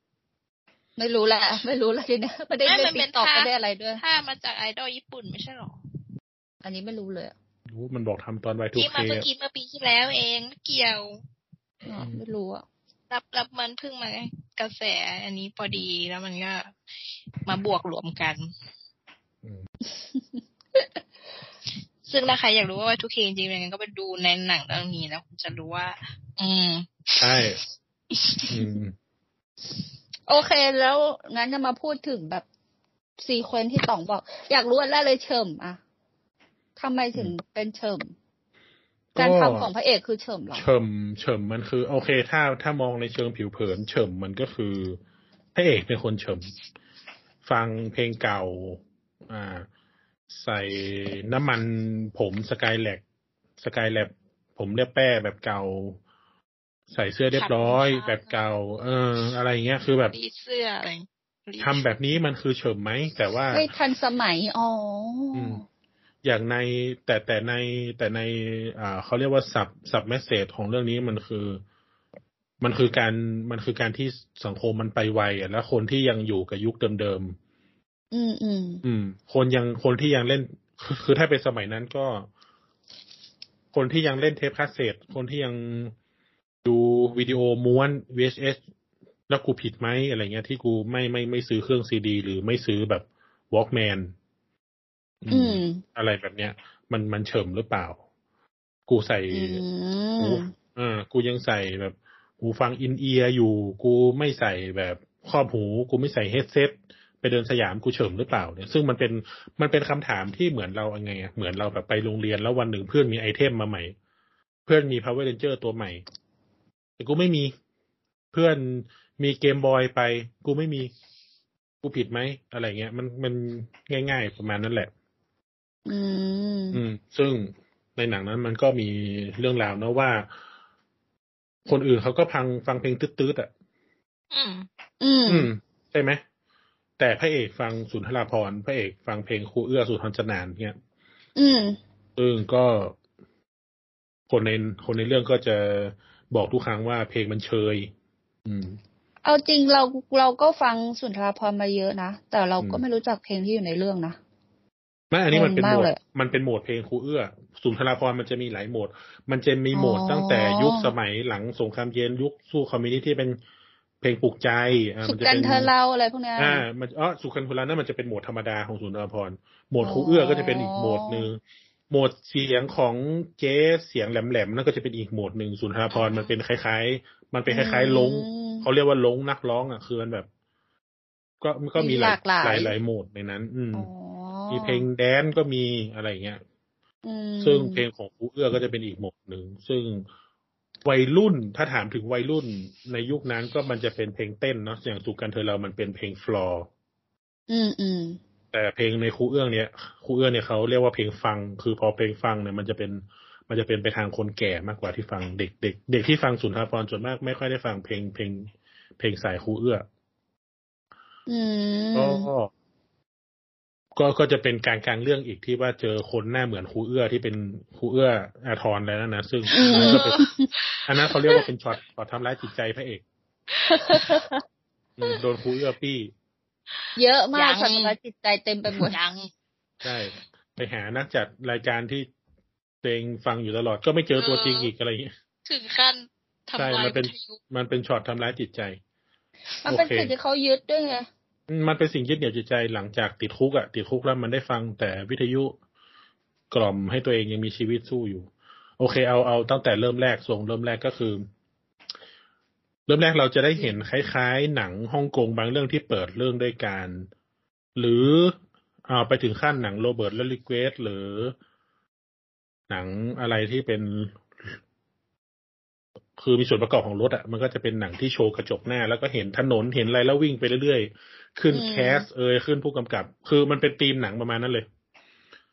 Speaker 1: ไม่รู้แหละ ไม่รู้แหละทีเนี้ยไม่ได้
Speaker 4: ไม่มั
Speaker 1: เล่น
Speaker 4: นเป็
Speaker 1: ติ๊
Speaker 4: น
Speaker 1: กต็อก
Speaker 4: ท่า
Speaker 1: ไม่ได้อะไรด้วย
Speaker 4: ถ้ามาจากไอดอลญี่ปุ่นไม่ใช่หรอ
Speaker 1: อันนี้ไม่รู้เลยอะ
Speaker 3: รู้มันบอกทำตอน
Speaker 4: ที่
Speaker 3: Y2K
Speaker 4: มาเมื่อ
Speaker 3: อะ
Speaker 4: กี้เมื่อปีที่แล้วเองไม่เกี่ยว
Speaker 1: อ๋อไม่รู้อ่ะ
Speaker 4: รับรับมันเพิ่งมากระแสอันนี้พอดีแล้วมันก็มาบวกรวมกัน
Speaker 3: อืม
Speaker 4: ซึ่งถ้าใครอยากรู้ว่าทุกเคจริงๆยังไงก็ไปดูในหนังเรื่องนี้แล้วคุณจะรู้ว่า อืม
Speaker 3: ใช่อืม
Speaker 1: โอเคแล้วงั้นจะมาพูดถึงแบบซีเควนซ์ที่ต๋องบอก อยากรู้อันแรกเลยเฉิมอะทำไมถึงเป็นเฉิมการทำของพระเอกคือเฉิมเหรอ
Speaker 3: เฉิมเฉิมมันคือ โอเค ถ้าถ้ามองในเชิงผิวเผิน เฉิมมันก็คือพระเอกเป็นคนเฉิม ฟังเพลงเก่า อ่า ใส่น้ำมันผมสกายแลกสกายแลบผมเรียบแป้แบบเก่า ใส่เสื้อเรียบร้อย
Speaker 4: ขั
Speaker 3: แบบ
Speaker 4: ดรองเท้า
Speaker 3: เก่า เออ อะไรอย่างเงี้ยคือแบบ
Speaker 4: รีดเสื้ออะไรรีด
Speaker 3: ทำแบบนี้มันคือเฉิมไหมแต่ว่า
Speaker 1: ไม่ทันสมัยอ๋ออ
Speaker 3: อืมอย่างในแต่แต่ในแต่ในอ่าเขาเรียกว่าสับสับแมสเซจของเรื่องนี้มันคือ มันคือการมันคือการที่สังคมมันไปไวอะแล้วคนที่ยังอยู่กับยุคเดิม
Speaker 1: อืมอืม
Speaker 3: ๆอืม คนยังคนที่ยังเล่นคือคือถ้าเป็นสมัยนั้นก็ คนที่ยังเล่นเทปคาสเซ็ตคนที่ยังดูวิดีโอม้วน VHS แล้วกูผิดไหมอะไรเงี้ยที่กูไม่ไม่ไม่ซื้อเครื่องซีดี หรือไม่ซื้อแบบ Walkman อืม
Speaker 1: อืม
Speaker 3: อะไรแบบเนี้ย มันมันเฉิมหรือเปล่า กูใส่
Speaker 1: อื
Speaker 3: หู
Speaker 1: ม
Speaker 3: เออกูยังใส่แบบหูฟังอินเอียร์อยู่ กูไม่ใส่แบบครอบหู กูไม่ใส่เฮดเซ็ตไปเดินสยามกูเฉิมหรือเปล่าเนี่ยซึ่งมันเป็นมันเป็นคำถามที่เหมือนเราไงอะเหมือนเราแบบไปโรงเรียนแล้ววันหนึ่งเพื่อนมีไอเทมมาใหม่ เพื่อนมี power ranger ตัวใหม่ แต่กูไม่มี เพื่อนมีเกมบอยไป กูไม่มี กูผิดไหมอะไรเงี้ย มันมันง่าย ๆ ประมาณนั้นแหละ
Speaker 1: อืม
Speaker 3: อืม ซึ่งในหนังนั้นมันก็มีเรื่องราวนะว่า คนอื่นเขาก็พังฟังเพลงตืดๆอ่ะ
Speaker 4: อืม
Speaker 1: อืม
Speaker 3: อืมใช่ไหมแต่พระเอกฟังสุนทราภรณ์พระเอกฟังเพลงครูเอื้อสุนทรจนานเนี่ย
Speaker 1: อืม
Speaker 3: ซึ่งก็คนในคนในเรื่องก็จะบอกทุกครั้งว่าเพลงมันเชย อืม
Speaker 1: เอาจริงเราเราก็ฟังสุนทรภรณ์มาเยอะนะ แต่เราก็
Speaker 3: อืม
Speaker 1: ไม่รู้จักเพลงที่อยู่ในเรื่องนะ
Speaker 3: ไม่อันนี้มันเป็นโหม
Speaker 1: มาก
Speaker 3: ด
Speaker 1: เลย
Speaker 3: มันเป็นโหมดเพลงครูเอื้อ สุนทราภรณ์มันจะมีหลายโหมด มันจะมีโหมด
Speaker 1: อ๋อ
Speaker 3: ตั้งแต่ยุคสมัยหลังสงครามเย็นยุคสู้คอมมิวนิสต์ที่เป็นเพลงปลุกใจอ่า
Speaker 1: สุ
Speaker 3: มัน
Speaker 1: ด
Speaker 3: จะ
Speaker 1: กัน
Speaker 3: เป็น
Speaker 1: เธอเล่าอะไรพวกเนี้ย
Speaker 3: อ่า มันอ๋อสุขันธุระนั่นมันจะเป็นโหมดธรรมดาของสุนทรภรณ์โหมด
Speaker 1: อ๋อ
Speaker 3: ครูเอื้อก็จะเป็นอีกโหมดหนึ่งโหมดเสียงของเจ๊เสียงแหลมๆนั่นก็จะเป็นอีกโหมดหนึ่งสุนทรภรณ์มันเป็นคล้ายๆ มันเป็นคล้ายๆลง
Speaker 1: อืม
Speaker 3: เขาเรียกว่าลงนักร้องอ่ะคือมันแบบ ก็ก็มีห
Speaker 1: มีห
Speaker 3: ลาย
Speaker 1: ลากหลาย
Speaker 3: หลายๆโหมดในนั้น อืม
Speaker 1: อ๋อ
Speaker 3: มีเพลงแดนซ์ก็มีอะไรอย่างเงี้ย
Speaker 1: อืม
Speaker 3: ซึ่งเพลงของครูเอื้อก็จะเป็นอีกหมวดหนึ่ง ซึ่งวัยรุ่นถ้าถามถึงวัยรุ่นในยุคนั้นก็มันจะเป็นเพลงเต้นเนาะอย่างสุกันเธอเรามันเป็นเพลงฟลอร์
Speaker 1: อืมอืม
Speaker 3: แต่เพลงในครูเอื้องเนี่ยครูเอื้องเนี่ยเขาเรียกว่าเพลงฟัง คือพอเพลงฟังเนี่ยมันจะเป็น มันจะเป็นไปทางคนแก่มากกว่าที่ฟังเด็กเด็กเด็กที่ฟังสุนทรภรณ์ส่วนมากไม่ค่อยได้ฟังเพลงเพลงเพลงสายครูเอื้อ
Speaker 1: อืม
Speaker 3: ก็ก็ก็จะเป็นการกลางเรื่องอีกที่ว่าเจอคนหน้าเหมือนครูเอื้อที่เป็นครูเอื้ออาทรแล้วนะนะซึ่ง
Speaker 1: อื
Speaker 3: อัน
Speaker 1: ม
Speaker 3: นั้นก็เป็นอันนั้นเขาเรียกว่าเป็นช็อตช็อตทำร้ายจิตใจพระเอกอืมโดนครูเอื้อปี้
Speaker 1: เยอะมาก
Speaker 4: ยัง
Speaker 1: สัตว์ประจิตใจเต็มไปหมด
Speaker 4: ยัง
Speaker 3: ใช่ไปหานักจัดรายการที่ตัวเองฟังอยู่ตลอดก็ไม่เจอตัวจริงอีกอะไรอย่างเงี้ย
Speaker 4: ถึงขั้นทำ
Speaker 3: ใช่
Speaker 4: ลาย
Speaker 3: มันเป็น
Speaker 4: วิทยุ
Speaker 3: มันเป็นช็อตทำร้ายจิตใจ
Speaker 1: มันเป็น
Speaker 3: โอเค
Speaker 1: สิ่งที่เขายึดด้วยไง
Speaker 3: อืมมันเป็นสิ่งยึดเหนี่ยวจิตใจหลังจากติดคุกอะติดคุกแล้วมันได้ฟังแต่วิทยุกล่อมให้ตัวเองยังมีชีวิตสู้อยู่ โอเค เอาเอาตั้งแต่เริ่มแรกส่งเริ่มแรกก็คือ เริ่มแรกเราจะได้เห็นคล้ายๆ หนังฮ่องกงบางเรื่องที่เปิดเรื่องด้วยการ หรือเอาไปถึงขั้นหนังโรเบิร์ตและลิเกสหรือ หนังอะไรที่เป็น คือมีส่วนประกอบของรถอะมันก็จะเป็นหนังที่โชว์กระจกหน้า แล้วก็เห็นถนนเห็นอะไรแล้ววิ่งไปเรื่อยๆ ขึ้นแคสเอยขึ้นผู้กำกับ คือมันเป็นธีมหนังประมาณนั้นเลย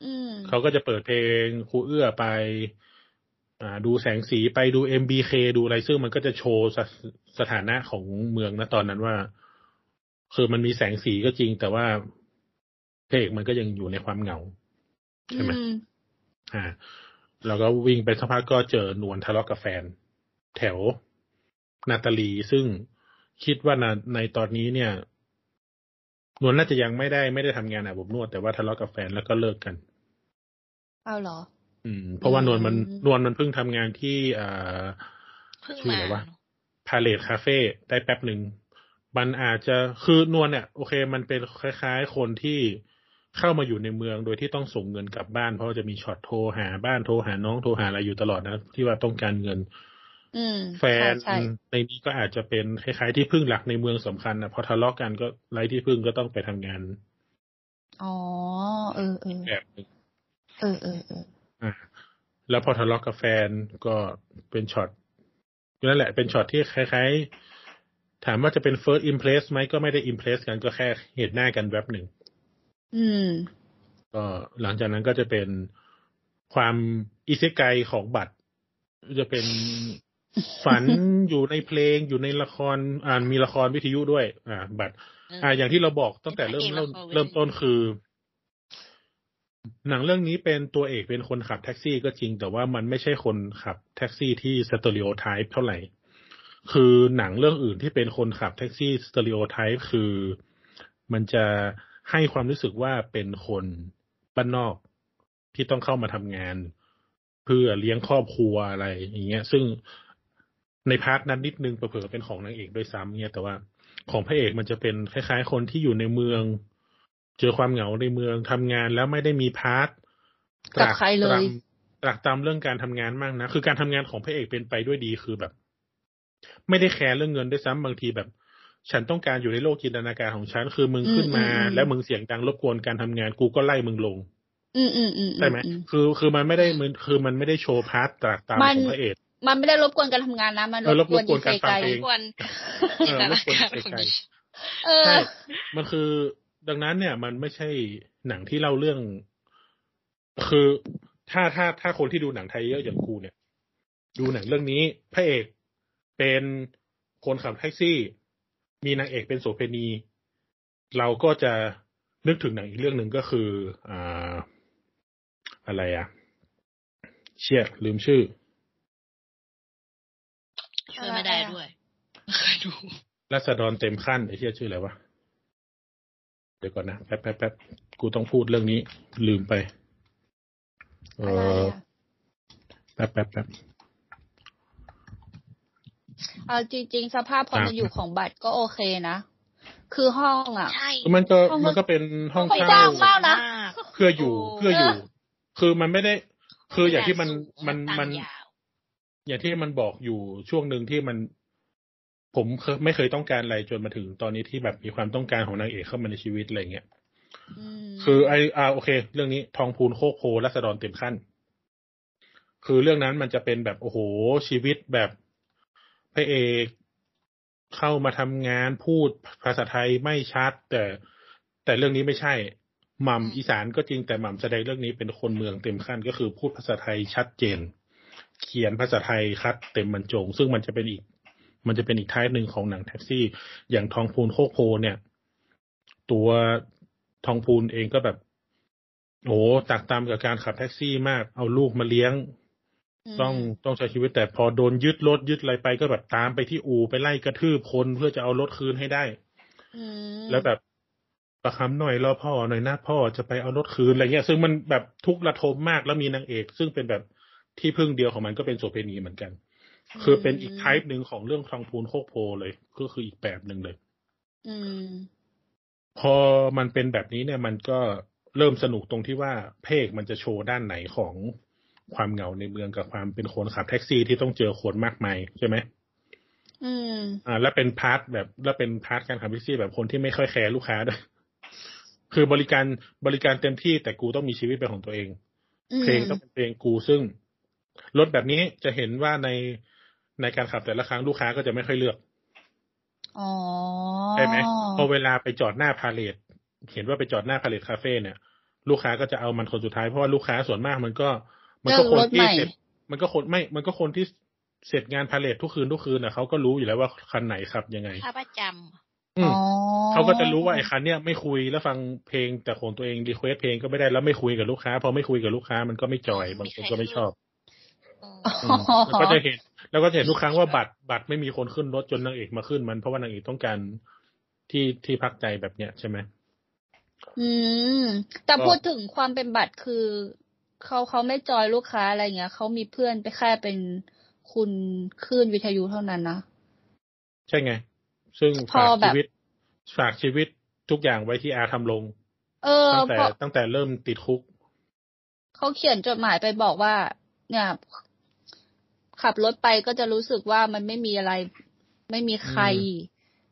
Speaker 1: อืม
Speaker 3: เขาก็จะเปิดเพลงครูเอื้อไป อ่า ดูแสงสีไปดู MBK ดูอะไรซึ่งมันก็จะโชว์สถสถานะของเมืองนะตอนนั้นว่า คือมันมีแสงสีก็จริง แต่ว่าเพลงมันก็ยังอยู่ในความเหงา ใช่ไหม
Speaker 1: อืม
Speaker 3: อ่า แล้วก็วิ่งไปสักพักก็เจอนวลทะเลาะกับแฟน แถวนาตาลีซึ่งคิดว่าในในตอนนี้เนี่ย นวลน่าจะยังไม่ได้ไม่ได้ทำงานอาบอบนวดแต่ว่าทะเลาะกับแฟนแล้วก็เลิกกัน
Speaker 1: เอาเหรอ
Speaker 3: อืม เพราะว่านวลมัน
Speaker 1: อืม
Speaker 3: นวลมันเพิ่งทำงานที่อ่า
Speaker 4: เพิ่ง
Speaker 3: ชื่อ
Speaker 4: มา
Speaker 3: อะไรวะ พาเลทคาเฟ่ได้แป๊บหนึ่ง มันอาจจะคือนวลเนี่ย โอเค มันเป็นคล้ายๆ คนที่เข้ามาอยู่ในเมืองโดยที่ต้องส่งเงินกลับบ้าน เพราะว่าจะมีช็อตโทรหาบ้านโทรหาน้องโทรหาอะไรอยู่ตลอดนะ ที่ว่าต้องการเงิน
Speaker 1: อืม
Speaker 3: แฟน
Speaker 1: ใช่ใช่
Speaker 3: ในนี้ก็อาจจะเป็นคล้ายๆ ที่พึ่งหลักในเมืองสำคัญนะพอทะเลาะกันก็ไร้ที่พึ่งก็ต้องไปทำงาน
Speaker 1: อ๋อเออเออ
Speaker 3: แบบหนึง
Speaker 1: เออเออเออ
Speaker 3: อ่ะแล้วพอทะเลาะกับแฟนก็เป็นช็อตนั่นแหละเป็นช็อตที่คล้ายๆ ถามว่าจะเป็น first impress ไหมก็ไม่ได้ impress กันก็แค่เห็นหน้ากันแวบหนึ่ง
Speaker 1: อืม
Speaker 3: ก็หลังจากนั้นก็จะเป็นความอิเซไกของบัตร จะเป็นฝัน อยู่ในเพลงอยู่ในละคร อ่านมีละครวิทยุด้วย อ่า บัตร
Speaker 4: เอออ
Speaker 3: อ่าอย่างที่เราบอกตั้งแต่เริ่มเริ่ม
Speaker 4: เป็นพระเอกละครเวที
Speaker 3: เริ่มต้นคือ หนังเรื่องนี้เป็นตัวเอกเป็นคนขับแท็กซี่ก็จริง แต่ว่ามันไม่ใช่คนขับแท็กซี่ที่สเตอริโอไทป์เท่าไหร่ คือหนังเรื่องอื่นที่เป็นคนขับแท็กซี่สเตอริโอไทป์คือมันจะให้ความรู้สึกว่าเป็นคนบ้านนอกที่ต้องเข้ามาทำงาน เพื่อเลี้ยงครอบครัวอะไรอย่างเงี้ย ซึ่งในพาร์ทนั้นนิดนึงเผลอๆเป็นของนางเอกด้วยซ้ำเงี้ยแต่ว่า ของพระเอกมันจะเป็นคล้ายๆ คนที่อยู่ในเมือง เจอความเหงาในเมืองทำงานแล้วไม่ได้มีพาร์ท
Speaker 1: กับใครเลย
Speaker 3: ตรากตามเรื่องการทำงานมากนะคือการทำงานของพระเอกเป็นไปด้วยดีคือแบบ ไม่ได้แคร์เรื่องเงินด้วยซ้ำบางทีแบบ ฉันต้องการอยู่ในโลกจินตนาการของฉันคือมึงขึ้นมา
Speaker 1: อืมอืมอืม
Speaker 3: แล้วมึงเสียงดังรบกวนการทำงานกูก็ไล่มึงลง
Speaker 1: อืมอืมอืมอื
Speaker 3: ใช่ไหม
Speaker 1: อื
Speaker 3: คือคือมันไม่ได้มันคือมันไม่ได้โชว์พาร์ทตรากตาม
Speaker 1: มัน
Speaker 3: ของพระเอก
Speaker 1: มันไม่ได้รบกวนการทำงานนะ มัน
Speaker 3: เออร
Speaker 1: ร
Speaker 3: บบ ก
Speaker 1: ก
Speaker 3: ว
Speaker 1: วน น
Speaker 3: กวนการฟัง
Speaker 1: ใจ
Speaker 3: เพลง
Speaker 4: ควร
Speaker 3: เออ
Speaker 4: จินต
Speaker 3: รบ
Speaker 4: นาก
Speaker 3: วน
Speaker 4: การ
Speaker 3: จิต
Speaker 4: ของ
Speaker 3: ใจ
Speaker 4: ดิฉัน
Speaker 1: เออ
Speaker 3: ใช่มันคือดังนั้นเนี่ย มันไม่ใช่หนังที่เล่าเรื่อง คือถ้าถ้าถ้าคนที่ดูหนังไทยเยอะอย่างกูเนี่ย ดูหนังเรื่องนี้พระเอกเป็นคนขับแท็กซี่ มีนางเอกเป็นโสเภณี เราก็จะนึกถึงหนังอีกเรื่องหนึ่งก็คือ อ่า อะไรอะเชี่ยลืมชื่อ
Speaker 4: ช่วยไม่ได้ด้วยเคยดู
Speaker 3: รัษฎรเต็มขั้นไอ้เชี่ยชื่ออะไรวะ เดี๋ยวก่อนนะ แป๊บแป๊บแป๊บกูต้องพูดเรื่องนี้ ลืมไป เอ
Speaker 1: อะไร
Speaker 3: อ
Speaker 1: อะ
Speaker 3: แป๊บแป๊บแป๊บ
Speaker 1: เอาจริง ๆ สภาพความเป็น
Speaker 3: อ่ะ
Speaker 1: อยู่ของบัตรก็โอเคนะ คือห้องอ่ะ
Speaker 4: ใช่
Speaker 3: มันก็
Speaker 1: ห้องมัน
Speaker 3: มันก็เป็นห้อง
Speaker 1: ห้องก
Speaker 3: เช่า
Speaker 1: ว้างมาก นะ
Speaker 3: เพื่ออยู่
Speaker 4: โอ้
Speaker 3: เพื่ออยู่ คือมันไม่ได้ คืออย่างที่มัน
Speaker 4: สูง
Speaker 3: มันมัน
Speaker 4: ต่างยาว
Speaker 3: อย่างที่มันบอกอยู่ช่วงหนึ่งที่มัน ผมเคยไม่เคยต้องการอะไรจนมาถึงตอนนี้ที่แบบมีความต้องการของนางเอกเข้ามาในชีวิตอะไรเงี้ย
Speaker 1: อืม
Speaker 3: คือไออ่าโอเค เรื่องนี้ทองพูนโคกโพรัศดรเต็มขั้น คือเรื่องนั้นมันจะเป็นแบบโอ้โหชีวิตแบบพระเอกเข้ามาทำงานพูดภาษาไทยไม่ชัด แต่แต่เรื่องนี้ไม่ใช่หม่ำอีสานก็จริงแต่หม่ำแสดงเรื่องนี้เป็นคนเมืองเต็มขั้น ก็คือพูดภาษาไทยชัดเจน เขียนภาษาไทยคัดเต็มบรรจง ซึ่งมันจะเป็นอีก มันจะเป็นอีกท้ายหนึ่งของหนังแท็กซี่ อย่างทองพูนโคกโพเนี่ย ตัวทองพูนเองก็แบบโอ้ตักตามกับการขับแท็กซี่มาก เอาลูกมาเลี้ยง
Speaker 1: ม
Speaker 3: ต้องต้องใช้ชีวิตแต่พอโดนยึดรถยึดอะไรไปก็แบบตามไปที่อู่ไปไล่กระทืบคนเพื่อจะเอารถคืนให้ได้
Speaker 1: อืม
Speaker 3: แล้วแบบประคำหน่อยรอพ่อหน่อยนะพ่อจะไปเอารถคืนอะไรเงี้ย ซึ่งมันแบบทุกข์ระทมมากแล้วมีนางเอก ซึ่งเป็นแบบที่พึ่งเดียวของมันก็เป็นโสเภณีเหมือนกัน คือเป็นอีก type หนึ่งของเรื่องทองพูนโคกโพเลย ก็คืออีกแบบหนึ่งเลย
Speaker 1: อืม
Speaker 3: พอมันเป็นแบบนี้เนี่ยมันก็เริ่มสนุกตรงที่ว่าเพกมันจะโชว์ด้านไหนของความเหงาในเมืองกับความเป็นคนขับแท็กซี่ที่ต้องเจอคนมากมายใช่ไหม
Speaker 1: อืม
Speaker 3: อ่า และเป็นพาร์ทแบบและเป็นพาร์ทการขับแท็กซี่แบบคนที่ไม่ค่อยแคร์ลูกค้าด้วย คือบริการบริการเต็มที่แต่กูต้องมีชีวิตเป็นของตัวเอง
Speaker 1: อืม
Speaker 3: เพลงต้องเป็นเพลงกูซึ่งรถแบบนี้จะเห็นว่าในในการขับแต่ละครั้งลูกค้าก็จะไม่ค่อยเลือก
Speaker 1: อ๋อ
Speaker 3: ใช่ไหมพอเวลาไปจอดหน้าพาเลทเห็นว่าไปจอดหน้าพาเลทคาเฟ่เนี่ย ลูกค้าก็จะเอามันคนสุดท้ายเพราะว่าลูกค้าส่วนมากมันก็ มัก็คนที่เสร็จมันก็คนไม่ มันก็คนที่เสร็จงานพาเลททุกคืนทุกคืนน่ะเขาก็รู้อยู่แล้วว่าคันไหนขับยังไง
Speaker 4: ค่าประจ
Speaker 3: อืม
Speaker 1: อ๋อ
Speaker 3: เขาก็จะรู้ว่าไอ้คันเนี่ยไม่คุยแล้วฟังเพลงแต่ของตัวเองรีเควสเพลงก็ไม่ได้แล้วไม่คุยกับลูกค้าพอไม่คุยกับลูกค้ามันก็ไม่จอยบางคนก็ไม่ชอบ
Speaker 4: ำเออ
Speaker 1: อ๋อ
Speaker 3: แล้วก็จะเห็น แล้วก็จะเห็นทุกครั้งว่าบัตรบัตรไม่มีคนขึ้นรถจนนางเอกมาขึ้นมันเพราะว่านางเอกต้องการที่ที่พักใจแบบเนี้ยใช่ไหม
Speaker 1: อืม แต่
Speaker 3: ก็
Speaker 1: พูดถึงความเป็นบัตรคือ เขาเขาไม่จอยลูกค้าอะไรเงี้ยเขามีเพื่อนไปแค่เป็นคุณคลื่นวิทยุเท่านั้นนะ
Speaker 3: ใช่ไง ซึ่ง
Speaker 1: พอ
Speaker 3: ฝาก
Speaker 1: แบบ
Speaker 3: ชีวิตฝากชีวิตทุกอย่างไว้ที่อาทำลง
Speaker 1: เออ
Speaker 3: ตั้งแต่
Speaker 1: เพราะ
Speaker 3: ตั้งแต่เริ่มติดคุก
Speaker 1: เขาเขียนจดหมายไปบอกว่า เนี่ย ขับรถไปก็จะรู้สึกว่ามันไม่มีอะไร ไม่มีใคร
Speaker 3: อื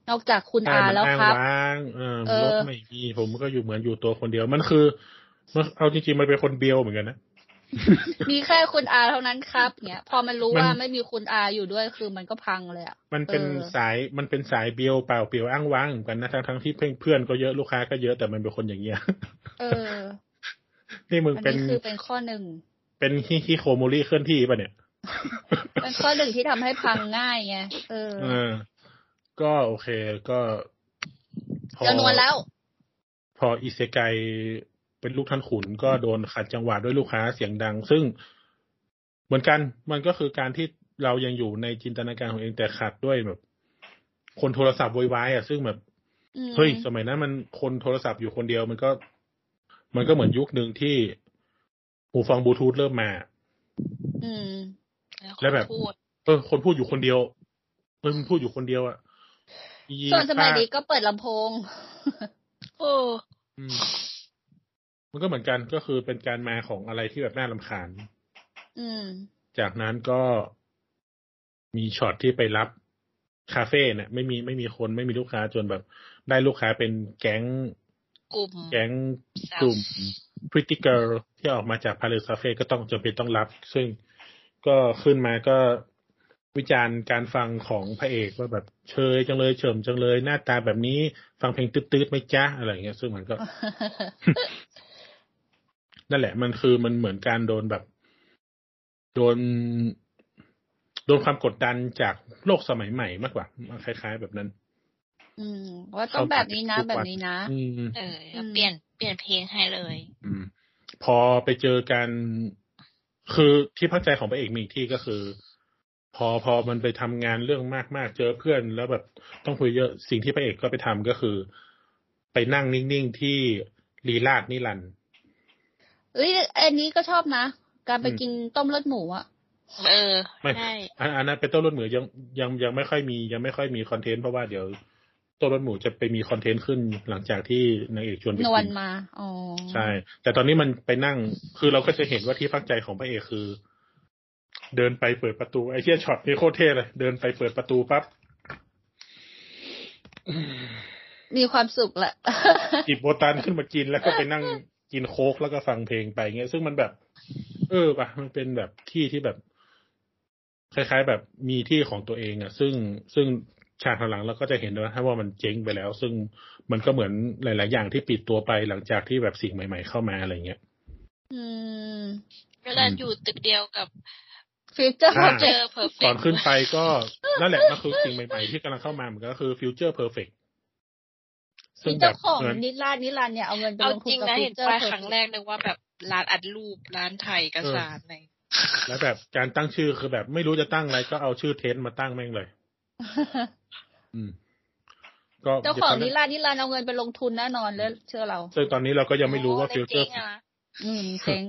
Speaker 3: ม
Speaker 1: นอกจากคุณ
Speaker 3: ใช่
Speaker 1: อา
Speaker 3: มัน
Speaker 1: แล้ว
Speaker 3: อ้าง
Speaker 1: ครับ
Speaker 3: ว้างเออ
Speaker 1: เออ
Speaker 3: รถไม่มีผมก็อยู่เหมือนอยู่ตัวคนเดียวมันคือมันเอาจริงๆมันเป็นคนเบียวเหมือนกันนะ
Speaker 1: มีแค่คุณอาเท่านั้นครับเนี่ยพอมันรู้
Speaker 3: มัน
Speaker 1: ว่าไม่มีคุณอาอยู่ด้วยคือมันก็พังเลยอ่ะ
Speaker 3: มันเป็น
Speaker 1: เออ
Speaker 3: สายมันเป็นสายเบียวเปล่าเปลี่ยวอ้างว้างเหมือนกันนะทั้งทั้งๆที่เพื่อนๆก็เยอะลูกค้าก็เยอะแต่มันเป็นคนอย่างเงี้ย
Speaker 1: เออ
Speaker 3: นี่มึง
Speaker 1: อัน
Speaker 3: เป็น
Speaker 1: นี้คือเป็นข้อหนึ่ง
Speaker 3: เป็นฮิฮิโคโมรี่เคลื่อนที่ป่ะเนี่ย
Speaker 1: เป็นข้อหนึ่งที่ทำให้พังง่ายไงเออ
Speaker 3: เออ ก็โอเคก็พอ
Speaker 1: จำนวนแล้ว
Speaker 3: พออิเซไกเป็นลูกท่านขุนก็โดนขัดจังหวะด้วยลูกค้าเสียงดัง ซึ่งเหมือนกันมันก็คือการที่เรายังอยู่ในจินตนาการของเองแต่ขัดด้วยแบบ คนโทรศัพท์โวยวายอ่ะซึ่งแบบ
Speaker 1: อืม
Speaker 3: เฮ้ยสมัยนั้นมันคนโทรศัพท์อยู่คนเดียวมันก็ มันก็เหมือนยุคหนึ่งที่หูฟังบลูทูธเริ่มมา
Speaker 1: อืม
Speaker 3: แล้วแบบ
Speaker 4: พูด
Speaker 3: เออคนพูดอยู่คนเดียวเออมันพูดอยู่คนเดียวอะอี
Speaker 1: ส่วนสมัยนี้
Speaker 3: ป้า
Speaker 1: ก็เปิดลำโพง
Speaker 4: เออ
Speaker 3: อืมมันก็เหมือนกันก็คือเป็นการมาของอะไรที่แบบน่าลำคาญ
Speaker 1: อืม
Speaker 3: จากนั้นก็มีช็อตที่ไปรับคาเฟ่เนี่ยไม่มีไม่มีคนไม่มีลูกค้าจนแบบ ได้ลูกค้าเป็นแก๊ง
Speaker 4: กลุ่ม
Speaker 3: แก๊งกลุ่ม Pretty Girl ที่ออกมาจากพาเล c คาเฟ่ก็ต้องจำเป็นต้องรับ ซึ่งก็ขึ้นมาก็ วิจารณ์การฟังของพระเอกว่าแบบเชยจังเลยเฉิมจังเลย หน้าตาแบบนี้ฟังเพลงตืดๆไหมจ๊ะอะไรอย่างเงี้ยซึ่งมันก็ นั่นแหละ มันคือมันเหมือนการโดนแบบ โดน โดนความกดดันจากโลกสมัยใหม่มากกว่ามันคล้าย ๆ แบบนั้น
Speaker 1: อืม ว่าต้องแบบนี้นะ
Speaker 3: เข้าไป
Speaker 1: แบบนี้นะ
Speaker 3: อืม
Speaker 4: เออ
Speaker 1: อืม
Speaker 4: เปลี่ยนเปลี่ยนเพลงให้เลย
Speaker 3: อืม พอไปเจอกัน คือที่พักใจของพระเอกมีอีกที่ก็คือ พอพอมันไปทำงานเรื่องมากๆ เจอเพื่อนแล้วแบบต้องคุยเยอะสิ่งที่พระเอกก็ไปทำก็คือ ไปนั่งนิ่งๆที่ลีลาดนิรันดร์
Speaker 1: เอ้ยอันนี้ก็ชอบนะ การไป
Speaker 3: อืม
Speaker 1: กินต้มเลือดหมูอ่ะ
Speaker 4: เออ
Speaker 3: ไม่
Speaker 4: ใช่
Speaker 3: อันอันนั้นเป็นโต้นรถหมูยังยังยังไม่ค่อยมียังไม่ค่อยมีคอนเทนต์เพราะว่าเดี๋ยวโต้นรถหมูจะไปมีคอนเทนต์ขึ้นหลังจากที่นางเอกชวนไป
Speaker 1: น
Speaker 3: กิ
Speaker 1: วลมา อ๋อ
Speaker 3: ใช่ แต่ตอนนี้มันไปนั่ง คือเราก็จะเห็นว่าที่พักใจของพระเอกคือ เดินไปเปิดประตู ไอ้เชี่ยช็อตนี่โคตรเท่เลย เดินไปเปิดประตูปั๊บ
Speaker 1: มีความสุขแหละ
Speaker 3: หยิบโบตันขึ้นมากิน แล้วก็ไปนั่งกินโค้กแล้วก็ฟังเพลงไปเงี้ย ซึ่งมันแบบ เออป่ะ มันเป็นแบบที่ที่แบบ คล้ายๆ แบบมีที่ของตัวเองอะซึ่งซึ่งฉากหลังๆเราก็จะเห็นว่าว่ามันเจ๊งไปแล้ว ซึ่งมันก็เหมือนหลาย ๆ อย่างที่ปิดตัวไปหลังจากที่แบบสิ่งใหม่ ๆ เข้ามาอะไรเงี้ย
Speaker 1: อืม
Speaker 4: เวลาอยู่ตึกเดียวกับ
Speaker 1: ฟิวเจอร์โป
Speaker 3: อ่า
Speaker 1: รเจ
Speaker 4: เจ
Speaker 1: ก
Speaker 4: อ
Speaker 1: ต์
Speaker 4: เพอร์เฟ
Speaker 3: ก่อนขึ้นไปก็นั่นแหละมันคือสิ่งใหม่ ๆ ที่กำลังเข้ามาเหมือนกันก็คือฟิวเจอร์เพอร์เฟกซึ่งแบ
Speaker 1: เจ้า
Speaker 3: บ
Speaker 1: ของ
Speaker 3: เหมือน
Speaker 1: นิราดนิรันดร์เนี่ยเอาเงินไป
Speaker 4: เอา
Speaker 1: ลงทุน
Speaker 4: จริง
Speaker 1: กับ
Speaker 4: นะ
Speaker 1: ฟิ
Speaker 4: เห็
Speaker 1: วน เจอร์
Speaker 4: ไป
Speaker 1: โปรเจกต์
Speaker 4: ครั้งแรกนึกว่าแบบร้านอัดรูปร้านไทยเอกสารอะไร
Speaker 3: แล้วแบบการตั้งชื่อคือแบบไม่รู้จะตั้งอะไรก็เอาชื่อเทนต์มาตั้งแม่งเลย อืม ก็
Speaker 1: เจ้าของนิราดนิรันดร์เอาเงินไปลงทุนแน่นอนเลยเชื่อเรา
Speaker 3: ซึ่งตอนนี้เราก็ยังไม่รู้ว่า
Speaker 4: โอ้
Speaker 3: ฟิวเจอร์
Speaker 4: ในงะนะ
Speaker 1: อืมเซ็ง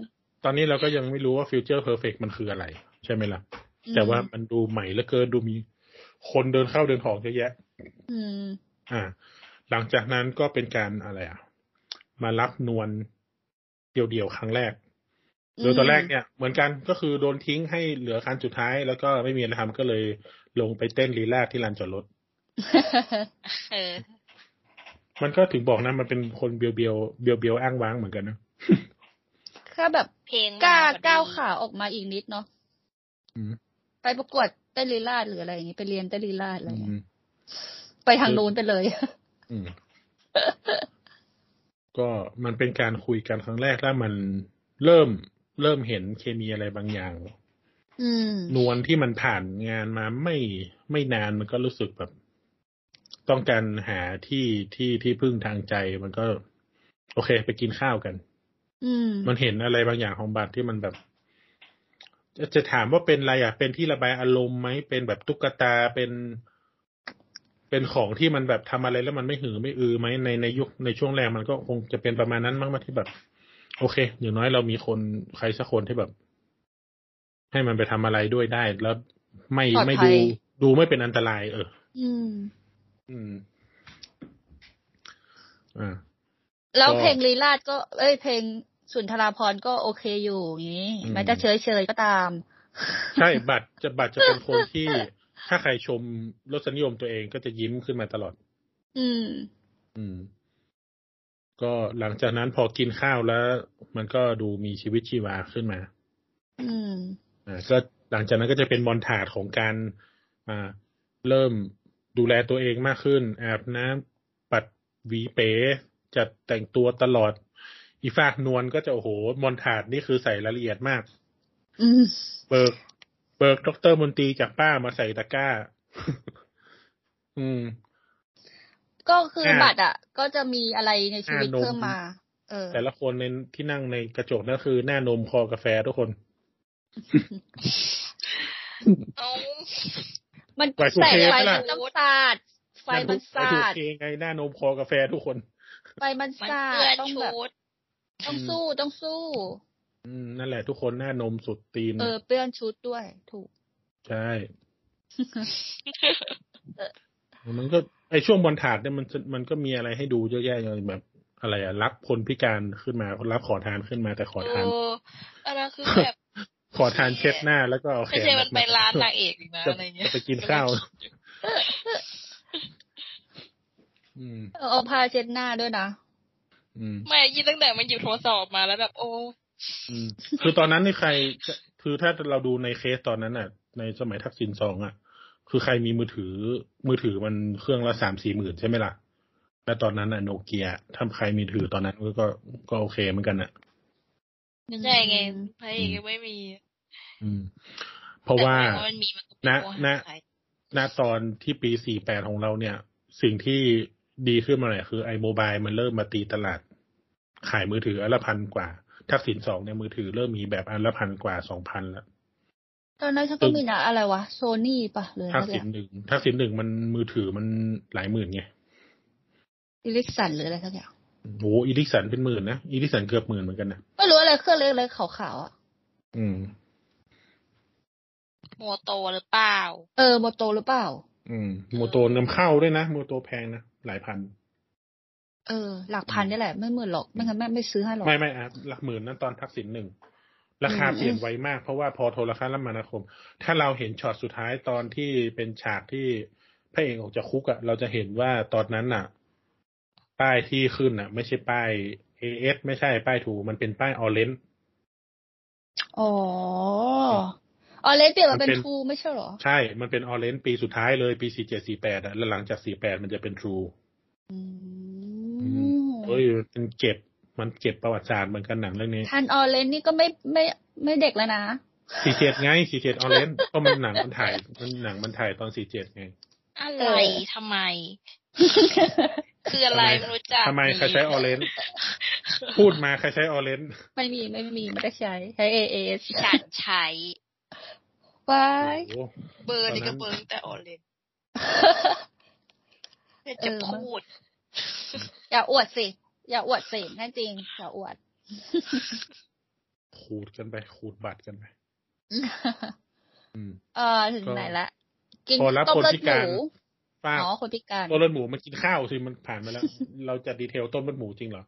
Speaker 3: ตอนนี้เราก็ยังไม่รู้ว่าฟิวเจอร์เพอร์เฟกมันคืออะไร ใช่ไหมล่ะ
Speaker 1: อืม
Speaker 3: แต่ว่ามันดูใหม่เหลือเกินดูมี คนเดินเข้าเดินออกเยอะแยะ
Speaker 1: อืม
Speaker 3: อ่า หลังจากนั้นก็เป็นการอะไรอ่ะ มารับนวลเดี่ยวๆครั้งแรก โดยตอนแรกเนี่ยเหมือนกันก็คือโดนทิ้งให้เหลือคันสุดท้าย แล้วก็ไม่มีอะไรทำก็เลยลงไปเต้นลีลาดที่ลานจอดรถ
Speaker 4: เออ
Speaker 3: มันก็ถึงบอกนะมันเป็นคนเบียวเบียวเบียวเบียวๆอ้างว้างเหมือนกันนะ
Speaker 1: แค่แบบ
Speaker 4: เพลงม
Speaker 1: กล้า
Speaker 4: พอดี
Speaker 1: ก้าวขาออกมาอีกนิดเนาะ
Speaker 3: อืม
Speaker 1: ไปประกวดเต้นลีลาดหรืออะไรอย่างงี้ไปเรียนเต้นลีลาดอะไรอ
Speaker 3: อื
Speaker 1: ย่างงี้
Speaker 3: ม
Speaker 1: ไปทางนู้นไปเลย
Speaker 3: อืมก็มันเป็นการคุยกันครั้งแรกแล้วมันเริ่มเริ่มเห็นเคมีอะไรบางอย่าง
Speaker 1: อืม
Speaker 3: นวลที่มันผ่านงานมาไม่ไม่นานมันก็รู้สึกแบบ ต้องการหาที่ที่ที่พึ่งทางใจ มันก็ โอเค ไปกินข้าวกัน
Speaker 1: อืม
Speaker 3: มันเห็นอะไรบางอย่างของบัตรที่มันแบบ จะจะถามว่าเป็นอะไรอ่ะ เป็นที่ระบายอารมณ์ไหมเป็นแบบตุ๊กตาเป็น เป็นของที่มันแบบทำอะไรแล้วมันไม่หือไม่อือไหมในในยุคในช่วงแรกมันก็คงจะเป็นประมาณนั้นมั้งมาที่แบบ โอเค อย่างน้อยเรามีคนใครสักคนที่แบบ ให้มันไปทำอะไรด้วยได้ แล้วไม่ไม่ดูดูไม่เป็นอันตราย เออ
Speaker 1: อืม
Speaker 3: อืม อ่า
Speaker 1: แล้ว
Speaker 3: ก็
Speaker 1: เพลงลีลาดก็ เอ้ยเพลงสุนทราพรณ์ก็โอเคอยู่อย่างนี้
Speaker 3: อืม
Speaker 1: แม้จะเฉยเฉยๆก็ตาม
Speaker 3: ใช่บัตรจะบัตรจะเป็นคนที่ ถ้าใครชมรสนิยมตัวเองก็จะยิ้มขึ้นมาตลอด
Speaker 1: อืม
Speaker 3: อืม ก็หลังจากนั้นพอกินข้าวแล้ว มันก็ดูมีชีวิตชีวาขึ้นมา
Speaker 1: อืม
Speaker 3: อ่าก็หลังจากนั้นก็จะเป็นมอนทาดของการอ่าเริ่มดูแลตัวเองมากขึ้นอาบน้ำปัดหวีเป๋จัดแต่งตัวตลอด อีฟากนวลก็จะโอ้โหมอนทาดนี่คือใส่รายละเอียดมาก
Speaker 1: อืม
Speaker 3: เบิกเบิกดอกเตอร์มนตรีจากป้ามาใส่ตะกร้า อืม
Speaker 1: ก็คือ
Speaker 3: อ่า
Speaker 1: บัตรอ่ะ ก็จะมีอะไรในชีวิต
Speaker 3: อ่านม
Speaker 1: เพิ่มมา เออ
Speaker 3: แต่ละคนในที่นั่งในกระจกนั่นคือหน้านมคอกาแฟทุกคน
Speaker 4: เอา
Speaker 1: มัน
Speaker 3: ไวทู
Speaker 1: แส
Speaker 3: เค
Speaker 1: งไฟ
Speaker 3: ไหมล่ะ
Speaker 1: มันต้องสาด ไฟมันสาด
Speaker 3: ถูกเองไงหน้านมคอกาแฟทุกคน
Speaker 1: ไฟมัน
Speaker 4: มัน
Speaker 1: สาด
Speaker 4: เพื่อน
Speaker 1: ต้อง
Speaker 4: ชุ
Speaker 1: แบบ
Speaker 4: ด
Speaker 1: ต้องสู้ต้องสู้
Speaker 3: อืมนั่นแหละทุกคนหน้านมสุดตีน
Speaker 1: เออเปื้อนชุดด้วย ถูก
Speaker 3: ใช่ มันก็ไอช่วงบอลถาดเนี่ยมันจะมันก็มีอะไรให้ดูเยอะแยะเลยแบบ อะไรอะรับคนพิการขึ้นมารับขอทานขึ้นมาแต่ขอ
Speaker 4: เอ
Speaker 3: ทาน
Speaker 4: ออันนั้นคือแบบ
Speaker 3: ขอทานเช็ดหน้าแล้วก็เอาแข
Speaker 4: ไม่
Speaker 3: น
Speaker 4: ใช่มันไปร้าน
Speaker 3: จะ
Speaker 4: นางเอกอีกนะอะไรเงี้ย
Speaker 3: จะไปกินข้าว อืม
Speaker 1: เออเอาพาเช็ดหน้าด้วยนะ
Speaker 3: อืม
Speaker 4: ไม่ยิ่งตั้งแต่มันหยิบโทรศัพท์ออกมาแล้วแบบโอ้
Speaker 3: อืมคือตอนนั้นนี่ใครคือถ้าเราดูในเคสตอนนั้นน่ะ ในสมัยทักษิณสองอ่ะ คือใครมีมือถือ มือถือมันเครื่องละสามสี่หมื่นใช่ไหมล่ะแต่ตอนนั้นอะโนเกียถ้าใครมีถือตอนนั้นก็ก็ก็โอเคเหมือนกันอ่ะ
Speaker 4: ไม่ใช่ไงพระเอกยังไม่มี
Speaker 3: อืม เพราะว่า
Speaker 4: แต่พอมันมีมันก็
Speaker 3: ณ
Speaker 4: ไม่กลัว
Speaker 3: ณ
Speaker 4: หายไป
Speaker 3: ณตอนที่ปี 48 ของเราเนี่ย สิ่งที่ดีขึ้นมาหน่อยคือไอโมบายมันเริ่มมาตีตลาด ขายมือถืออันละพันกว่า ทักษิณสองเนี่ยมือถือเริ่มมีแบบอันละพันกว่าสองพันละ
Speaker 1: ตอนนั้นฉันก็มีนะอะไรวะโซนี่ปะเลย
Speaker 3: ทัก
Speaker 1: อะไร
Speaker 3: ษิณหนึ่งทักษิณหนึ่งมันมือถือมันหลายหมื่นไง
Speaker 1: อิลิกสันหรืออะไรสักอย่าง
Speaker 3: โอ้อีลิสันเป็นหมื่นนะอีลิสันเกือบหมื่นเหมือนกันนะ
Speaker 1: ไม่รู้อะไรเครื่องเล็กๆขาวๆอ่ะ
Speaker 3: อืม
Speaker 4: โมโตหรือเปล่า
Speaker 1: เออโมโตหรือเปล่า
Speaker 3: อืมโมโตนำเข้าด้วยนะโมโตแพงนะหลายพัน
Speaker 1: เออ หลักพันนี่แหละ ไม่หมื่นหรอกไม่งั้นแม่ไม่ซื้อให้หรอก
Speaker 3: ไม่ไม่อะหลักหมื่นนั่นตอนทักษิณหนึ่งราคา
Speaker 1: อืม
Speaker 3: เปลี่ยนไวมากเพราะว่าพอโทรคมนาคม ถ้าเราเห็นช็อตสุดท้ายตอนที่เป็นฉากที่พระเอกออกจากคุกอะเราจะเห็นว่าตอนนั้นน่ะ ป้ายที่ขึ้นน่ะ ไม่ใช่ป้ายเอสไม่ใช่ป้ายถูมันเป็นป้ายออเรน
Speaker 1: อ๋ออ๋อเลนเปลี่ยนมาเป็น
Speaker 3: มันเป็น
Speaker 1: ทูไม่ใช่หรอ
Speaker 3: ใช่ มันเป็นออเรนปีสุดท้ายเลยปีสี่เจ็ดสี่แปดอะแล้วหลังจากสี่แปดมันจะเป็นทรู
Speaker 1: อืม
Speaker 3: เฮ้ยมันเก็บมันเก็บประวัติศาสตร์เหมือนกันหนังเรื่องนี้
Speaker 1: ทันออเลนนี่ก็ไม่ไม่ไม่เด็กแล้วนะ
Speaker 3: สี่เจ็ดไงสี่เจ็ดออเรนก็มันหนังมันถ่ายมันหนังมันถ่ายตอนสี่เจ็ดไง
Speaker 4: อะไรทำไม คืออะไร
Speaker 3: ทำไม
Speaker 4: ไม่รู้จัก
Speaker 3: ทำไมใครใช้ออเรน พูดมาใครใช้ออเรนจ์
Speaker 1: ไม่มีไม่มีไม่ได้ใช้ใช้เอเอส
Speaker 4: ฉันใช้
Speaker 1: ไว้
Speaker 3: โอ้โห
Speaker 4: เบอร์นี่ก็
Speaker 3: ต
Speaker 4: เบ
Speaker 3: อ
Speaker 4: อน
Speaker 3: นั้น
Speaker 4: ร์แต่ออเรนจ์เนี่ยจะพูด
Speaker 1: อย่าอวดสิ อย่าอวดสิแน่จริง อย่าอวด
Speaker 3: ขูดกันไป ขูดบัตรกันไป อืม
Speaker 1: เออถึงไหนละกิน
Speaker 3: พอรับ
Speaker 1: ต้ม
Speaker 3: คน
Speaker 1: เลือด
Speaker 3: พิ
Speaker 1: ห
Speaker 3: การ
Speaker 1: มู
Speaker 3: ป้า
Speaker 1: อ๋อคนพิการ
Speaker 3: ต้นเลือดหมูมันกินข้าวสิมันผ่านมาแล้ว เราจะดีเทลต้นเลือดหมูจริงเหรอ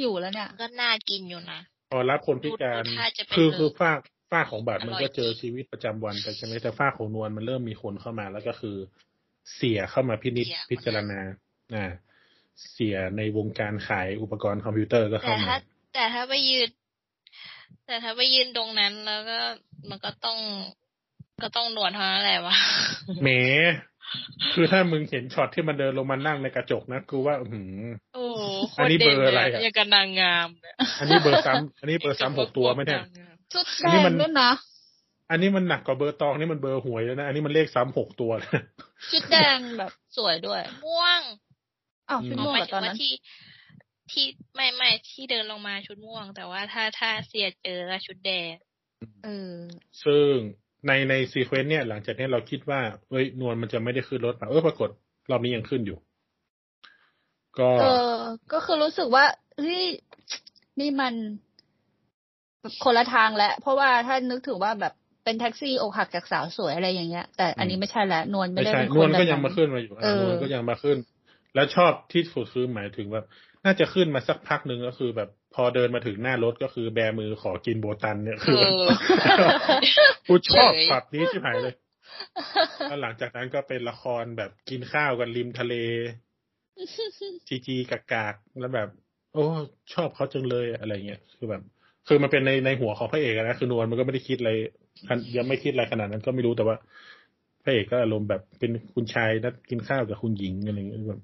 Speaker 1: อยู่แล้วเนี่ย
Speaker 4: ก็น่ากินอยู่นะ
Speaker 3: พอรับคนพิการ
Speaker 4: ดูท่าจะเป็น
Speaker 3: คือ
Speaker 4: เลิก
Speaker 3: คือฝ้าฝ้าของบัตรมัน
Speaker 4: อร่อย
Speaker 3: ก็เจอชีวิตประจำวันไปใช่ไหมแต่ฝ้าของนวลมันเริ่มมีคนเข้ามาแล้วก็คือ เสียเข้ามาพินิจพิจารณาอ่าเสียในวงการขายอุปกรณ์คอมพิวเตอร์ก็
Speaker 4: แต่
Speaker 3: เข้ามา
Speaker 4: ถ้า แต่ถ้าไปยืน แต่ถ้าไปยืนตรงนั้นแล้วก็มันก็ต้อง ก็ต้องหนวดเท่านั้นแหละ วะ
Speaker 3: แหม คือถ้ามึงเห็นช็อตที่มันเดินลงมานั่งในกระจกนะกูว่าอื้อหือ
Speaker 4: โอ้โห
Speaker 3: อันนี้เบอร์อะไรอะ
Speaker 4: ยังกับนางงามเลย
Speaker 3: อันนี้เบอร์ซ้ำอันนี้เบอร์ซ้ำหกตัวไหมเนี่ย
Speaker 1: ชุด
Speaker 3: อั
Speaker 1: แด
Speaker 3: นนี้มั
Speaker 1: ง
Speaker 3: น
Speaker 1: ด้วยนะ
Speaker 3: อันนี้มันหนักกว่าเบอร์ตองนี่มันเบอร์หวยแล้วนะ อันนี้มันเลขซ้ำหกตัวนะ
Speaker 1: ชุดแดงแบบสวยด้วย
Speaker 4: ม่วง
Speaker 1: อ้าว
Speaker 3: อืม
Speaker 1: ชุด
Speaker 4: เอา
Speaker 1: ม่วง
Speaker 4: หมาย
Speaker 1: เหรอ
Speaker 4: ถึ
Speaker 1: ตอน
Speaker 4: งว่า
Speaker 1: นั้น
Speaker 4: ที่ ที่ไม่ไม่ที่เดินลงมาชุดม่วง แต่ว่าถ้าถ้าเสียเจอก็ชุดแดง
Speaker 1: เออ
Speaker 3: ซึ่งในในซีเควนต์เนี่ย หลังจากนี้เราคิดว่าเฮ้ยนวลมันจะไม่ได้ขึ้นรถมาเออปรากฏรอบนี้ยังขึ้นอยู่ ก็
Speaker 1: เออ ก็คือรู้สึกว่าเฮ้ยนี่มันคนละทางแล้วเพราะว่าถ้านึกถึงว่าแบบเป็นแท็กซี่อกหักจากสาวสวยอะไรอย่างเงี้ย แต่อันนี้ไม่ใช่แล้วนวลไม่
Speaker 3: ไม่
Speaker 1: ได้
Speaker 3: ใช่
Speaker 1: เป็นคน
Speaker 3: นวลก็
Speaker 1: แบบ
Speaker 3: ยังมาขึ้นมาอยู่
Speaker 1: เออ
Speaker 3: อ่ะนวลก็ยังมาขึ้น แล้วชอบที่สุดคือหมายถึงแบบน่าจะขึ้นมาสักพักหนึ่งก็คือ แบบพอเดินมาถึงหน้ารถก็คือแบมือขอกินโบตันเนี่ยคือแบบ กูชอบ
Speaker 4: เฉย
Speaker 3: ช็อตนี้ชิบหายเลย แล้วหลังจากนั้นก็เป็นละครแบบกินข้าวกันริมทะเล จีจีกากากๆแล้วแบบ โอ้ชอบเขาจังเลยอะไรเงี้ยคือแบบ คือมันเป็นในในหัวของพระเอกอะนะคือนวลมันก็ไม่ได้คิดอะไรคันยังไม่คิดอะไรขนาดนั้นก็ไม่รู้แต่ว่าพระเอกก็อารมณ์แบบเป็นคุณชายนัดกินข้าวกับคุณหญิงอะไรเงี้ยแบบ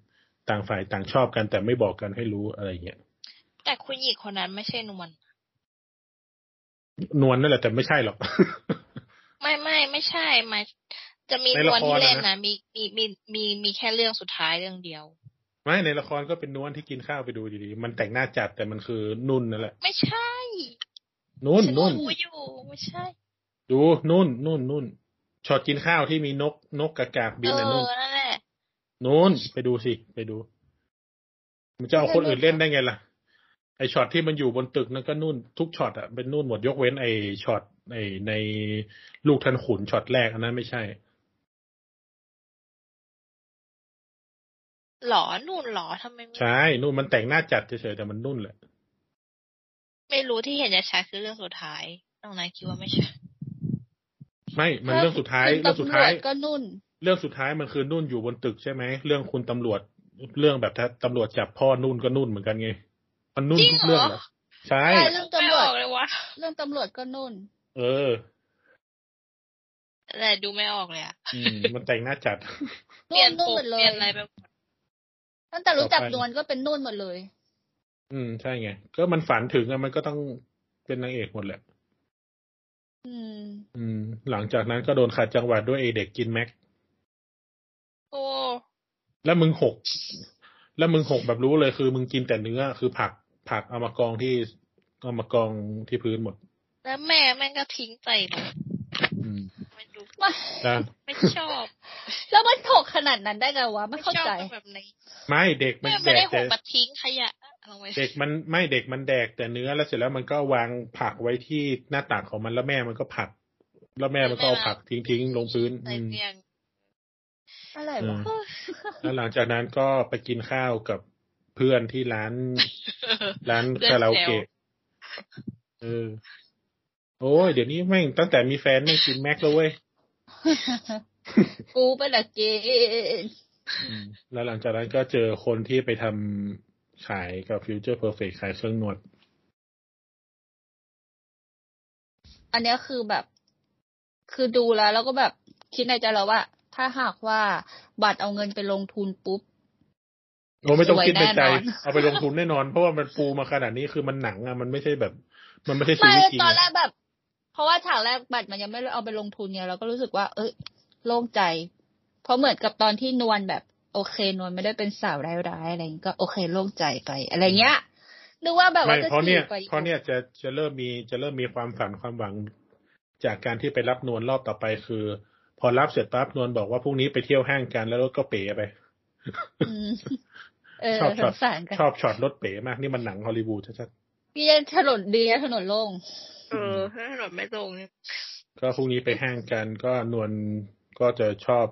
Speaker 3: ต่างฝ่ายต่างชอบกันแต่ไม่บอกกันให้รู้อะไรเงี้ย
Speaker 4: แต่คุณหญิงคนนั้นไม่ใช่นวล
Speaker 3: นวลนั่นแหละแต่ไม่ใช่หรอก
Speaker 4: ไม่ไม่ไม่ใช่หมายจะมี
Speaker 3: ใน
Speaker 4: น
Speaker 3: ละ
Speaker 4: วล
Speaker 3: คร
Speaker 4: ที่เล่น
Speaker 3: อะนะ
Speaker 4: นะมีมีมีมีมีแค่เรื่องสุดท้ายเรื่องเดียว
Speaker 3: ไม่ในละครก็เป็นนวลที่กินข้าวไปดูดีๆมันแต่งหน้าจัดแต่มันคือนุ่นนั่นแหละ
Speaker 4: ไม่ใช่
Speaker 3: นุ่น
Speaker 4: ฉัน
Speaker 3: นุ่น
Speaker 4: รู้อยู่ไม่ใช่
Speaker 3: ดูนุ่นนุ่นนุ่นช็อตกินข้าวที่มีนกนกกากากบิ
Speaker 4: เอ
Speaker 3: อ่ะ
Speaker 4: น
Speaker 3: นุ่น
Speaker 4: อนั่นแหละ
Speaker 3: นุ่นไปดูสิ ไปดู มันจะเอาคนอื่นเล่นได้ไงล่ะ ไอช็อตที่มันอยู่บนตึกนั่นก็นุ่นทุกช็อตอ่ะเป็นนุ่นหมดยกเว้นไอช็อตไอในลูกทันขุนช็อตแรกอันนั้นไม่ใช่
Speaker 4: หลอนู่นหลอทำไมไม่
Speaker 3: ใช่นุ่นมันแต่งหน้าจัดเฉยๆแต่มันนุ่นแหละ
Speaker 4: ไม่รู้ที่เห็นจะชัดคือเรื่องสุดท้ายตรงนั้นคิดว่าไม่ใช่
Speaker 3: ไม่มันเรื่องสุดท้าย
Speaker 1: คุณ
Speaker 3: เรื่องสุดท้าย
Speaker 1: ตำวจก็นุ่น
Speaker 3: เรื่องสุดท้ายมันคือนุ่นอยู่บนตึกใช่ไหมเรื่องคุณตำรวจเรื่องแบบถ้าตำรวจจับพ่อนุ่นก็นุ่นเหมือนกันไง มันนุ่นทุกเรื่องเหรอใช่
Speaker 1: ใช่เรื่อง
Speaker 4: ไม่
Speaker 1: ตำรว
Speaker 4: อ
Speaker 1: จ
Speaker 4: อกเลยวะ
Speaker 1: เรื่องตำรวจก็นุ่น
Speaker 3: เออ
Speaker 4: แต่ดูไม่ออกเลยอะ
Speaker 3: อืมมันแต่งหน้าจัด
Speaker 4: เป
Speaker 1: นุ่
Speaker 4: ลี่ย
Speaker 1: น
Speaker 4: น
Speaker 1: นุ่น
Speaker 4: ปุ๊
Speaker 1: หม
Speaker 4: บ
Speaker 1: ดเล
Speaker 4: เป
Speaker 1: ย
Speaker 4: ลี่ยนอะไรไปหมด
Speaker 1: ตั้งแต่รู้จัก
Speaker 3: ต่อไป
Speaker 1: นวลก็เป็นนุ่นหมดเลย
Speaker 3: อืมใช่ไง ก็มันฝันถึงอะมันก็ต้องเป็นนางเอกหมดแหละ
Speaker 1: อืม
Speaker 3: อืม หลังจากนั้นก็โดนขัดจังหวะด้วยไอเด็กกินแม็ก
Speaker 4: โอ้
Speaker 3: แล้วมึงหก แล้วมึงหกแบบรู้เลยคือ มึงกินแต่เนื้อ คือผักผักเอามากองที่เอามากองที่พื้นหมด
Speaker 4: แล้วแม่แม่งก็ทิ้งใจแบบ
Speaker 3: อืม
Speaker 4: ไม่ดู
Speaker 3: แล้ว
Speaker 4: ไม่ชอบ
Speaker 1: แล้วมันถกขนาดนั้นได้ไงวะไม่
Speaker 4: ไม่
Speaker 1: เข้า
Speaker 4: ชอบ
Speaker 1: ใจ
Speaker 4: แบบไหน
Speaker 3: ไม่เด็กมัน
Speaker 4: แม่
Speaker 3: แด
Speaker 4: ไม่ได้
Speaker 3: ก
Speaker 4: ห
Speaker 3: แต่
Speaker 4: กมาทิ้งขยะลงไป
Speaker 3: เด็กมันไม่เด็กมันแดกแต่เนื้อแล้วเสร็จแล้วมันก็วางผักไว้ที่หน้าต่างของมันแล้วแม่มันก็ผัด แล้วแม่มันก็เอาผักทิ้งๆลงพื้น
Speaker 4: ใส่
Speaker 3: อืม
Speaker 4: เตียง
Speaker 1: อะไร
Speaker 3: เอ
Speaker 1: วะ
Speaker 3: อ แล้วหลังจากนั้นก็ไปกินข้าวกับเพื่อนที่ร้าน ร้านคาราโอเกะ เออ โอ้ย เดี๋ยวนี้แม่งตั้งแต่มีแฟนไม่งกินแม็กแล้วเว้ย
Speaker 1: กูเป็นละเกน
Speaker 3: แล้วหลังจากนั้นก็เจอคนที่ไปทำขายกับ Future Perfect ขายเครื่องนวด
Speaker 1: อันเนี้ยคือแบบ คือดูแล้วแล้วก็แบบคิดในใจแล้วว่า ถ้าหากว่าบัตรเอาเงินไปลงทุนปุ๊บ
Speaker 3: โอ้ไม่ต้องคิดใน
Speaker 1: สวย
Speaker 3: ใจ
Speaker 1: แน่นอน
Speaker 3: เอาไปลงทุนแน่นอน เพราะว่ามันปูมาขนาดนี้คือมันหนังอะมันไม่ใช่แบบ มันไม่ใช่ซี
Speaker 1: ไม่
Speaker 3: รีส์จริง
Speaker 1: ตอนแร
Speaker 3: อะ
Speaker 1: กแบบ เพราะว่าฉากแรกบัตรมันยังไม่ได้เอาไปลงทุนไงเราก็รู้สึกว่า เอ้ยโล่งใจ เพราะเหมือนกับตอนที่นวลแบบ โอเคนวลไม่ได้เป็นสาวร้ายๆอะไรอย่างงี้ก็โอเคโล่งใจไป อะไรเงี้ยนึกว่าแบบ
Speaker 3: ไม่
Speaker 1: ว่าจะ
Speaker 3: เพราะเนี่ย
Speaker 1: ฉีกไปอีก
Speaker 3: เพราะเนี่ยจะจะเริ่มมีจะเริ่มมีความฝันความหวัง จากการที่ไปรับนวลรอบต่อไปคือ พอรับเสร็จปั๊บนวลบอกว่าพรุ่งนี้ไปเที่ยวห้างกันแล้วรถก็เป๋ไป
Speaker 1: อืมเออ
Speaker 3: ชอบ
Speaker 1: ส
Speaker 3: ช็อง ต
Speaker 1: สารกัน
Speaker 3: ชอบช็อตรถเป๋มากนี่มันหนังฮอลลีวูดชัด
Speaker 1: พี่ถนนดีนะถนนโล่ง
Speaker 4: เออถ้าถนนไม่ตรงเนี่ย
Speaker 3: ๆก็พรุ่งนี้ไปห้างกัน ก็นวลก็จะชอบ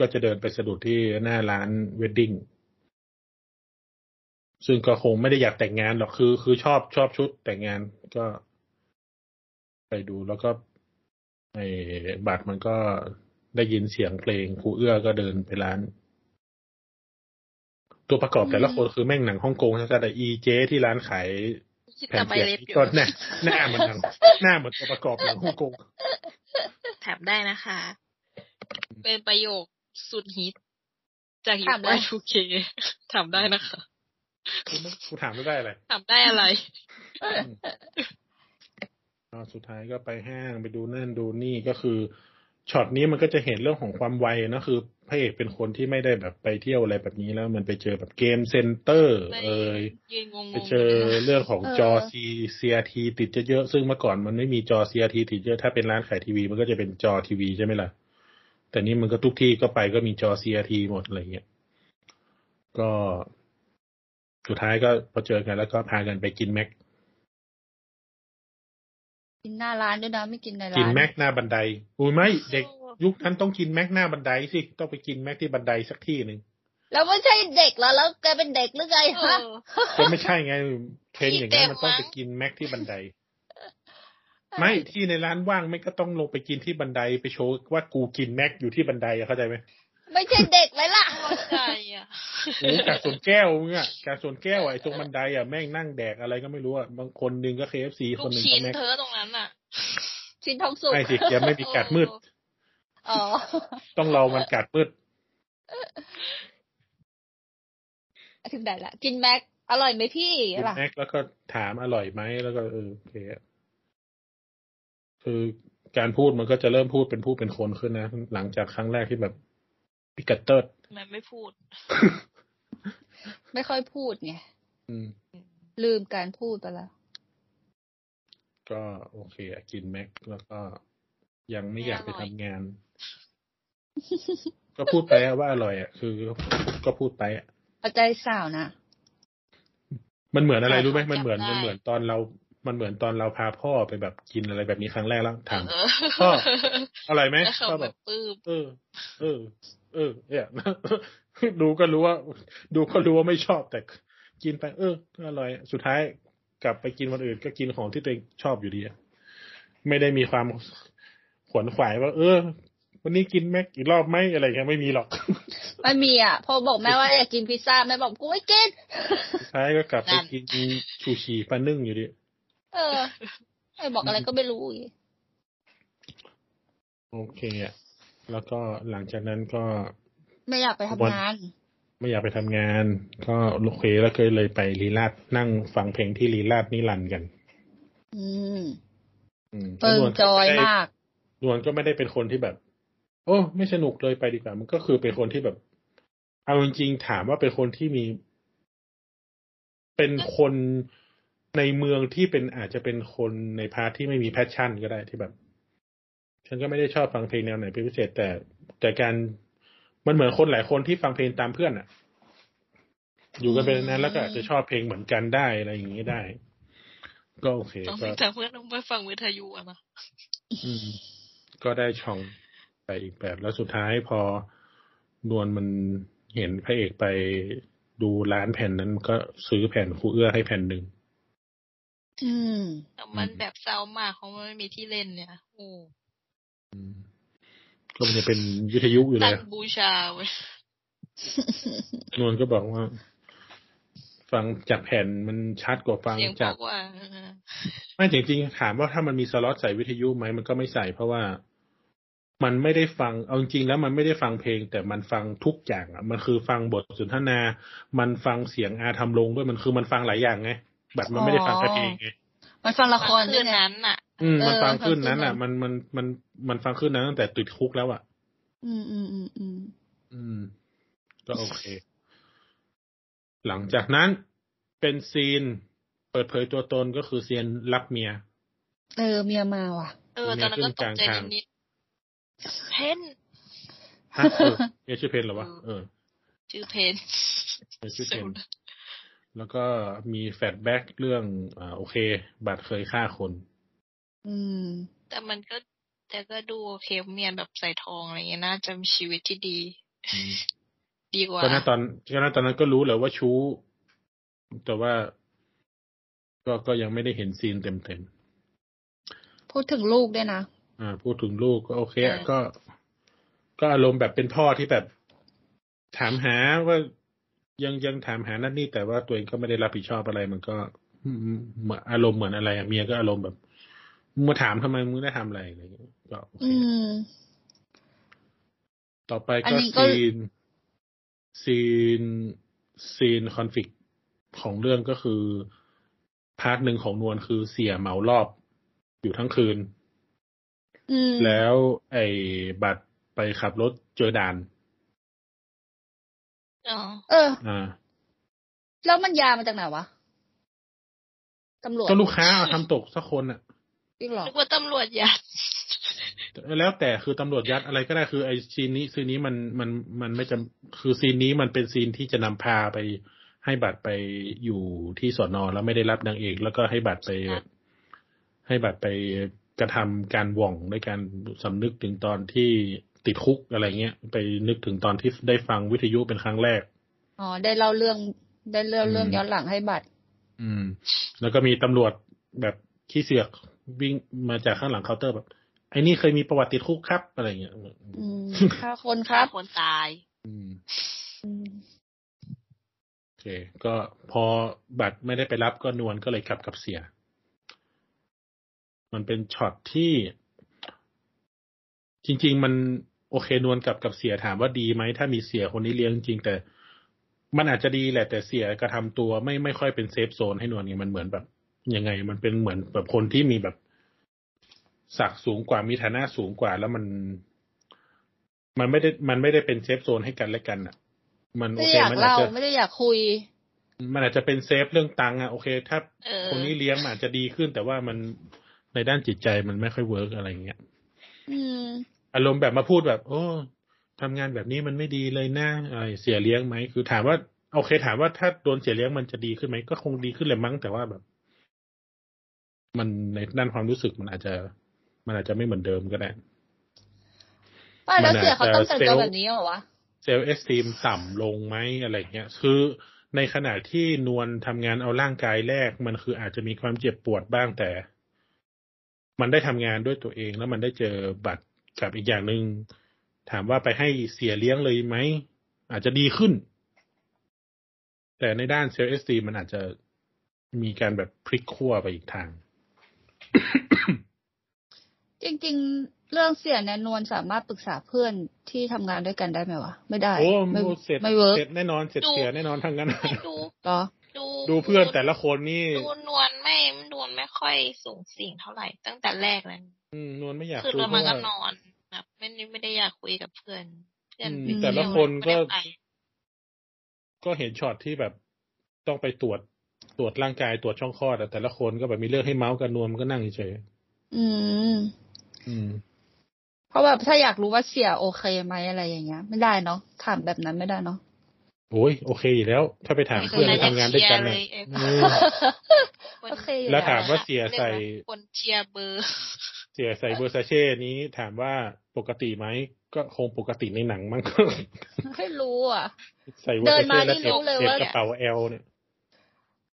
Speaker 3: ก็จะเดินไปสะดุดที่หน้าร้านเวดดิ้งซึ่งก็คงไม่ได้อยากแต่งงานหรอกคือ คือชอบชอบชุดแต่งงานก็ ไปดูแล้วก็ไอ้บัตรมันก็ได้ยินเสียงเพลงครูเอื้อก็เดินไปร้าน ตัวประกอบแต่ละคนคือแม่งหนังฮ่องกงชัดๆแต่อีเจที่ร้านขาย
Speaker 4: คิด
Speaker 3: แผ่
Speaker 4: จะ
Speaker 3: น
Speaker 4: ไป
Speaker 3: เสียง
Speaker 4: เล็บอ
Speaker 3: ที่
Speaker 4: ยู่
Speaker 3: ก็หน้าหน้าเหมือนหนังหน้าเหมือนตัวประกอบหนังฮ่องกง
Speaker 4: แถมได้นะคะ เป็นประโยคสุดฮิต จากยุ
Speaker 1: ถา
Speaker 4: ค
Speaker 1: มได้
Speaker 4: ไวทูเคถามได้นะคะ
Speaker 3: กูไม่กูถามไม่ได้อะไร
Speaker 4: ถามได้อะไร
Speaker 3: อ่าสุดท้ายก็ไปห้างไปดูนั่นดูนี่ก็คือช็อตนี้มันก็จะเห็นเรื่องของความไวนะคือพระเอกเป็นคนที่ไม่ได้แบบไปเที่ยวอะไรแบบนี้แล้ว มันไปเจอแบบเกมเซ็นเตอร์ เอ่ย
Speaker 4: ยืนงง
Speaker 3: ไป
Speaker 4: ง
Speaker 3: เจอเรื่องของจอซีซีอาทีติดเยอะๆซึ่งเมื่อก่อนมันไม่มีจอซีอาทีติดเยอะถ้าเป็นร้านขายทีวีมันก็จะเป็นจอทีวีใช่ไหมล่ะ แต่นี่มันก็ทุกที่ก็ไปก็มีจอ CRT หมดอะไรเงี้ย ก็สุดท้ายก็พอเจอกันแล้วก็พากันไปกินแม็ก
Speaker 1: กินหน้าร้านด้วยนะไม่กินในร้าน
Speaker 3: กินแม็กหน้าบันได อุ้ยไม่เด็ก ยุคนั้นต้องกินแม็กหน้าบันไดสิต้องไปกินแม็กที่บันไดสักที่หนึ่ง
Speaker 1: แล้วไม่ใช่เด็กแล้วแล้วแกเป็นเด็กหรือไงฮะ
Speaker 4: เออ
Speaker 3: ก็ไม่ใช่ไงเทรนด์อย่างนั้นมันต้องไปกินแม็กที่บันได ไม่ที่ในร้านว่างไม่ก็ต้องลงไปกินที่บันไดไปโชว์ว่ากูกินแม็กอยู่ที่บันไดอะเข้าใจไหม
Speaker 1: ไม่ใช่เด็กไหมล่ะ
Speaker 4: เข้าใจอ่ะ
Speaker 3: โอ้การสวนแก้วเงี้ยการสวนแก้วอะไอ้ตรงบันไดอะแม่งนั่งแดกอะไรก็ไม่รู้อะบางคนหนึงก็เคฟซีค
Speaker 4: ลู
Speaker 3: น
Speaker 4: ก
Speaker 3: หนึ่ง
Speaker 4: ชิ้
Speaker 3: ก็
Speaker 4: น
Speaker 3: แม็ก
Speaker 4: เธอตรงนั้นอ่ะ
Speaker 1: ชินทองสุก
Speaker 3: ไม่สิยังไม่มีกัดมืด
Speaker 1: อ๋ อ
Speaker 3: ต้องรอมันกัดมืด
Speaker 1: ถึงได้ละ กินแม็ก อร่อยไหมพี่
Speaker 3: กิน
Speaker 1: ล่ะ
Speaker 3: แม็กแล้วก็ถามอร่อยไหมแล้วก็เออโอเคคือการพูดมันก็จะเริ่มพูดเป็นผู้เป็นคนขึ้นนะ หลังจากครั้งแรกที่แบบพิกัดเติร์ด
Speaker 4: มันไม่พูด
Speaker 1: ไม่ค่อยพูดไง
Speaker 3: อืม
Speaker 1: ลืมการพูดไปแล้ว
Speaker 3: ก็โอเคอะกินแม็กแล้วก็ยังไม่อยากไปทำงาน ก็พูดไปอะว่าอร่อยอ่ะคือก็พูดไปอะ
Speaker 1: เอาใจสาวนะ
Speaker 3: มันเหมือนอะไรรู้ไหม
Speaker 4: จำได้
Speaker 3: มันเหมือนมันเหมือนตอนเรา มันเหมือนตอนเราพาพ่อไปแบบกินอะไรแบบนี้ครั้งแรกแล้วถาม
Speaker 4: เออ
Speaker 3: ก็ อร่อยไหม
Speaker 4: แล้วเขา
Speaker 3: ก็แบ
Speaker 4: แบบ บปลื้ม
Speaker 3: เออ เออ เออ เนี่ย ดูก็รู้ว่า ดูก็รู้ว่าไม่ชอบแต่ กินไป เออก็อร่อยสุดท้ายกลับไปกินวันอื่น ก็กินของที่ตัวเองชอบอยู่ดีอะไม่ได้มีความขวนขวายว่า เออ วันนี้กินแม็กอีกรอบไหมอะไรเงี้ยไม่มีหรอก
Speaker 1: ไม่มีอ่ะ พอบอกแม่ว่าอยากกินพิซซ่าแม่บอกกูไม่กิน
Speaker 3: สุดท้ายก็กลับไปกินชูชีปลานึ่งอยู่ดี
Speaker 1: เออไอ้บอกอะไรก็ไม่รู้อีก
Speaker 3: โอเคอ่ะแล้วก็หลังจากนั้นก็
Speaker 1: ไม่อยากไปทำงาน
Speaker 3: ไม่อยากไปทำงาน ก็โอเคแล้วเคยเลยไปลีลาดนั่งฟังเพลงที่ลีลาดนิรันดร์กัน
Speaker 1: อืม
Speaker 3: อืม
Speaker 1: เปิงจอยมาก
Speaker 3: นวลก็ไม่ได้เป็นคนที่แบบ โอ้ ไม่สนุกเลยไปดีกว่า มันก็คือเป็นคนที่แบบ เอาจริงๆถามว่าเป็นคนที่มี เป็นคนในเมืองที่เป็นอาจจะเป็นคนในพาร์ทที่ไม่มีแพชชั่นก็ได้ที่แบบ ฉันก็ไม่ได้ชอบฟังเพลงแนวไหนเป็นพิเศษ แต่แต่การมันเหมือนคนหลายคนที่ฟังเพลงตามเพื่อนอะอยู่กันเป็นนานแล้วก็อาจจะชอบเพลงเหมือนกันได้อะไรอย่างนี้ได้ ก็โอเค
Speaker 4: ต้อง
Speaker 3: ก็
Speaker 4: ศึกษาเพื่อนต้องไปฟังวิทยุอะนะ
Speaker 3: อืมก็ได้ช่องไปอีกแบบแล้วสุดท้ายพอดวนมันเห็นพระเอกไปดูร้านแผ่นนั้นก็ซื้อแผ่นครูเอื้อให้แผ่นหนึ่ง
Speaker 1: อืม
Speaker 4: แต่มัน
Speaker 3: อืม
Speaker 4: แบบเศร้ามากเพราะมันไม่มีที่เล่นเนี่ยโอ้
Speaker 3: อืมก็มันจะเป็นวิทยุอยู่
Speaker 4: ตั้
Speaker 3: แล้
Speaker 4: ง
Speaker 3: ว
Speaker 4: บูชาเว้ย
Speaker 3: นวลก็บอกว่า ฟังจากแผ่นมันชัดกว่าฟัง
Speaker 4: เสียงบ
Speaker 3: จา
Speaker 4: อก กว่าเออ
Speaker 3: ไม่จริงๆถามว่าถ้ามันมีสล็อตใส่วิทยุไหมมันก็ไม่ใส่เพราะว่ามันไม่ได้ฟังเอาจริงๆแล้วมันไม่ได้ฟังเพลง แต่มันฟังทุกอย่างอ่ะ มันคือฟังบทสนทนา มันฟังเสียงอาทำลงด้วยมันคือมันฟังหลายอย่างไงแบบมันไม่ได้ฟังแค่เพลงไง
Speaker 1: มันฟังละคร
Speaker 4: คื
Speaker 1: ด้วย
Speaker 4: น
Speaker 1: ไง
Speaker 4: นั้นน่ะ
Speaker 3: อืม
Speaker 1: เออ
Speaker 3: มันฟังขึ้นนั้น
Speaker 1: ฟั
Speaker 3: อ่ะ
Speaker 1: งขึ้
Speaker 3: มัน
Speaker 1: น
Speaker 3: มันมันมันฟังขึ้นนั้นตั้งแต่ติดคุกแล้วอ่ะ
Speaker 1: อืมอืมอืมอืม
Speaker 3: อืม ก็โอเค หลังจากนั้นเป็นซีน เปิดเผยตัวตนก็คือเซียนรักเมีย
Speaker 1: เออเมียมาว่ะ
Speaker 4: เออตอนนั้นก็ตกใจนิดๆเพน
Speaker 3: ฮะเออเมียชื่อเพนเหรอวะเออ
Speaker 4: ชื่อเพน
Speaker 3: เออชื่อเพน แล้วก็มีแฟลชแบ็กเรื่องอาโอเค บัตรเคยฆ่าคน
Speaker 1: อืม
Speaker 4: แต่มันก็ แต่ก็ดูโอเคเมียนแบบใส่ทองอะไรเงี้ยน่าจะมีชีวิตที่ดี ดีกว่า
Speaker 3: ก็น่าตอนก็น่าตอนนั้นก็รู้แหละว่าชู้ แต่ว่า ก็ก็ยังไม่ได้เห็นซีนเต็ม
Speaker 1: พูดถึงลูกด้วยนะ
Speaker 3: ๆอ่า พูดถึงลูกก็โอเคอะ
Speaker 4: เออ
Speaker 3: ก็ ก็อารมณ์แบบเป็นพ่อที่แบบ ถามหาว่ายังยังถามหานั่นนี่ แต่ว่าตัวเองก็ไม่ได้รับผิดชอบอะไร มันก็อืมเหมือนอารมณ์เหมือนอะไรอะเมียก็อารมณ์แบบมึงมาถามทำไมมึงได้ทำอะไรอะไรอย่างเงี้ยก็โอเค
Speaker 1: อืม
Speaker 3: ต่อไป
Speaker 1: อัน
Speaker 3: ก็
Speaker 1: นี้ก็
Speaker 3: ซีน ซีน ซีนคอนฟ lict ของเรื่องก็คือ พาร์ทหนึ่งของนวลคือเสียเหมารอบอยู่ทั้งคืน
Speaker 1: อืม
Speaker 3: แล้วไอ้บัตรไปขับรถเจอด่าน
Speaker 4: อ๋อ
Speaker 1: เออ
Speaker 3: อ่า
Speaker 1: แล้วมันยามาจากไหนวะตำรวจ
Speaker 3: ก็ลูกค้าเอาทำตกสักคนอ่ะ
Speaker 1: จริงเหรอ
Speaker 4: นึกว่าตำรวจยัด
Speaker 3: แล้วแต่คือตำรวจยัดอะไรก็ได้คือไอ้ซีนนี้ซีนนี้มันมันมันไม่จำคือซีนนี้มันเป็นซีนที่จะนำพาไปให้บัตรไปอยู่ที่สอนอแล้วไม่ได้รับนางเอก แล้วก็ให้บัตรไป ให้บัตรไปกระทำการหว่องด้วยการสำนึกถึงตอนที่ติดคุกอะไรเงี้ย ไปนึกถึงตอนที่ได้ฟังวิทยุเป็นครั้งแรก
Speaker 1: อ๋อได้เล่าเรื่องได้เล่าเรื่อง
Speaker 3: อืม
Speaker 1: ย้อนหลังให้บัตร
Speaker 3: อืม แล้วก็มีตำรวจแบบขี้เสือกวิ่งมาจากข้างหลังเคาน์เตอร์แบบไอ้นี่เคยมีประวัติติดคุกครับอะไรเงี้ย
Speaker 1: อืม ค่าคนครับ
Speaker 4: คนตาย
Speaker 3: อืม
Speaker 1: อืม
Speaker 3: โอเค ก็พอบัตรไม่ได้ไปรับก็นวลก็เลยกลับกับเสีย มันเป็นช็อตที่ จริง ๆ มันโอเคนวลกลับกับเสียถามว่าดีไหมถ้ามีเสียคนนี้เลี้ยงจริงแต่ มันอาจจะดีแหละ แต่เสียกระทำตัวไม่ไม่ค่อยเป็นเซฟโซนให้นวลไงมันเหมือนแบบยังไง มันเป็นเหมือนแบบคนที่มีแบบศักดิ์สูงกว่ามีฐานะสูงกว่า แล้วมัน มันไม่ได้มันไม่ได้เป็นเซฟโซนให้กันและกันอ่ะ มันโอ
Speaker 1: ไม่ได้อยาก
Speaker 3: เคมันอาจ
Speaker 1: เล่า
Speaker 3: จะ
Speaker 1: ไม่ได้อยากคุย
Speaker 3: มันอาจจะเป็นเซฟเรื่องตังค์อะโอเค ถ้า
Speaker 4: เออ
Speaker 3: คนนี้เลี้ยงมันอาจจะดีขึ้น แต่ว่ามันในด้านจิตใจมันไม่ค่อยเวิร์กอะไรเงี้ย
Speaker 1: อืม
Speaker 3: อารมณ์แบบมาพูดแบบ โอ้ทำงานแบบนี้มันไม่ดีเลยนะอะไรเสียเลี้ยงไหมคือถามว่าโอเค ถามว่าถ้าโดนเสียเลี้ยงมันจะดีขึ้นไหมก็คงดีขึ้นเลยมั้งแต่ว่าแบบ มันในด้านความรู้สึกมันอาจจะ มันอาจจะไม่เหมือนเดิมก็ได้
Speaker 1: ว่าแล้ว
Speaker 3: มันอาจ
Speaker 1: เสียเขาต้อง
Speaker 3: จะ
Speaker 1: แต่ง
Speaker 3: เซล
Speaker 1: ตัว
Speaker 3: ล์
Speaker 1: แบบนี้เหรอวะ
Speaker 3: เซลล์เอสตีมต่ำลงไหมอะไรเงี้ย คือในขณะที่นวลทำงานเอาร่างกายแรก มันคืออาจจะมีความเจ็บปวดบ้างแต่ มันได้ทำงานด้วยตัวเอง แล้วมันได้เจอบัตรกับอีกอย่างหนึง่งถามว่าไปให้เสียเลี้ยงเลยไหม อาจจะดีขึ้น แต่ในด้านเซลล์เอสตีมันอาจจะมีการแบบพลิกขั้วไปอีกทาง
Speaker 1: จริง ๆ เรื่องเสียแนนวลสามารถปรึกษาเพื่อนที่ทำงานด้วยกันได้ไหมวะ ไม่ได้
Speaker 3: โอ้
Speaker 1: ไม่
Speaker 3: เสร็จ
Speaker 1: ไม่เวิร์ก
Speaker 3: เสร็จแน่นอนเสร็จเสียแน่นอนทั้งนั้น
Speaker 4: ไม่ดู
Speaker 1: เหรอ
Speaker 4: ดู
Speaker 3: ดูเพื่อนแต่ละคนนี่
Speaker 4: ดูนวลไม่นวลไม่ค่อยสูงสิงเท่าไหร่ตั้งแต่แรกแล้ว
Speaker 3: อืมนวลไม่อยาก
Speaker 4: คือ
Speaker 3: คุย
Speaker 4: เรา
Speaker 3: เพ
Speaker 4: มา
Speaker 3: ราะ
Speaker 4: ก็
Speaker 3: ว่า
Speaker 4: นอนแบบไม่ได้ไม่ได้อยากคุยกับเพื่อน เพื่อน
Speaker 3: อืม
Speaker 4: ไปเที่ยว
Speaker 3: แต่ละคนก็
Speaker 4: ไม่ได้ไป
Speaker 3: ก็เห็นช็อตที่แบบต้องไปตรวจตรวจร่างกายตรวจช่องคลอดอะแต่ละคนก็แบบมีเรื่องให้เมาส์กันนวลมันก็นั่งเฉย
Speaker 1: อืม
Speaker 3: ๆอืม
Speaker 1: เพราะแบบถ้าอยากรู้ว่าเสียโอเคไหมอะไรอย่างเงี้ย ไม่ได้เนาะถามแบบนั้นไม่ได้เนาะ
Speaker 3: โอ้ยโอเคอยู่แล้ว ถ้าไปถาม
Speaker 4: ไม่
Speaker 3: เพื่อน
Speaker 4: ค
Speaker 3: ที่ทำงานด้วยกัน
Speaker 4: เล
Speaker 3: น่ะ
Speaker 4: ยไอ้
Speaker 3: อืม
Speaker 4: คน
Speaker 1: โอเคอยู่
Speaker 3: แล้วถามว่าเสียใส่
Speaker 4: คนเชียร์เบอร์
Speaker 3: เสียใส่เบอร์ซาเช่นี้ถามว่าปกติไหมก็คงปกติในหนังมั้ง
Speaker 1: ไม่รู้อ่ะ
Speaker 3: ใส่เบอร์ซาเช่แล้วเก็บ
Speaker 1: เดินมานี่รู้เลยว่า
Speaker 3: เก็บกระเป๋าแอลเนี่ย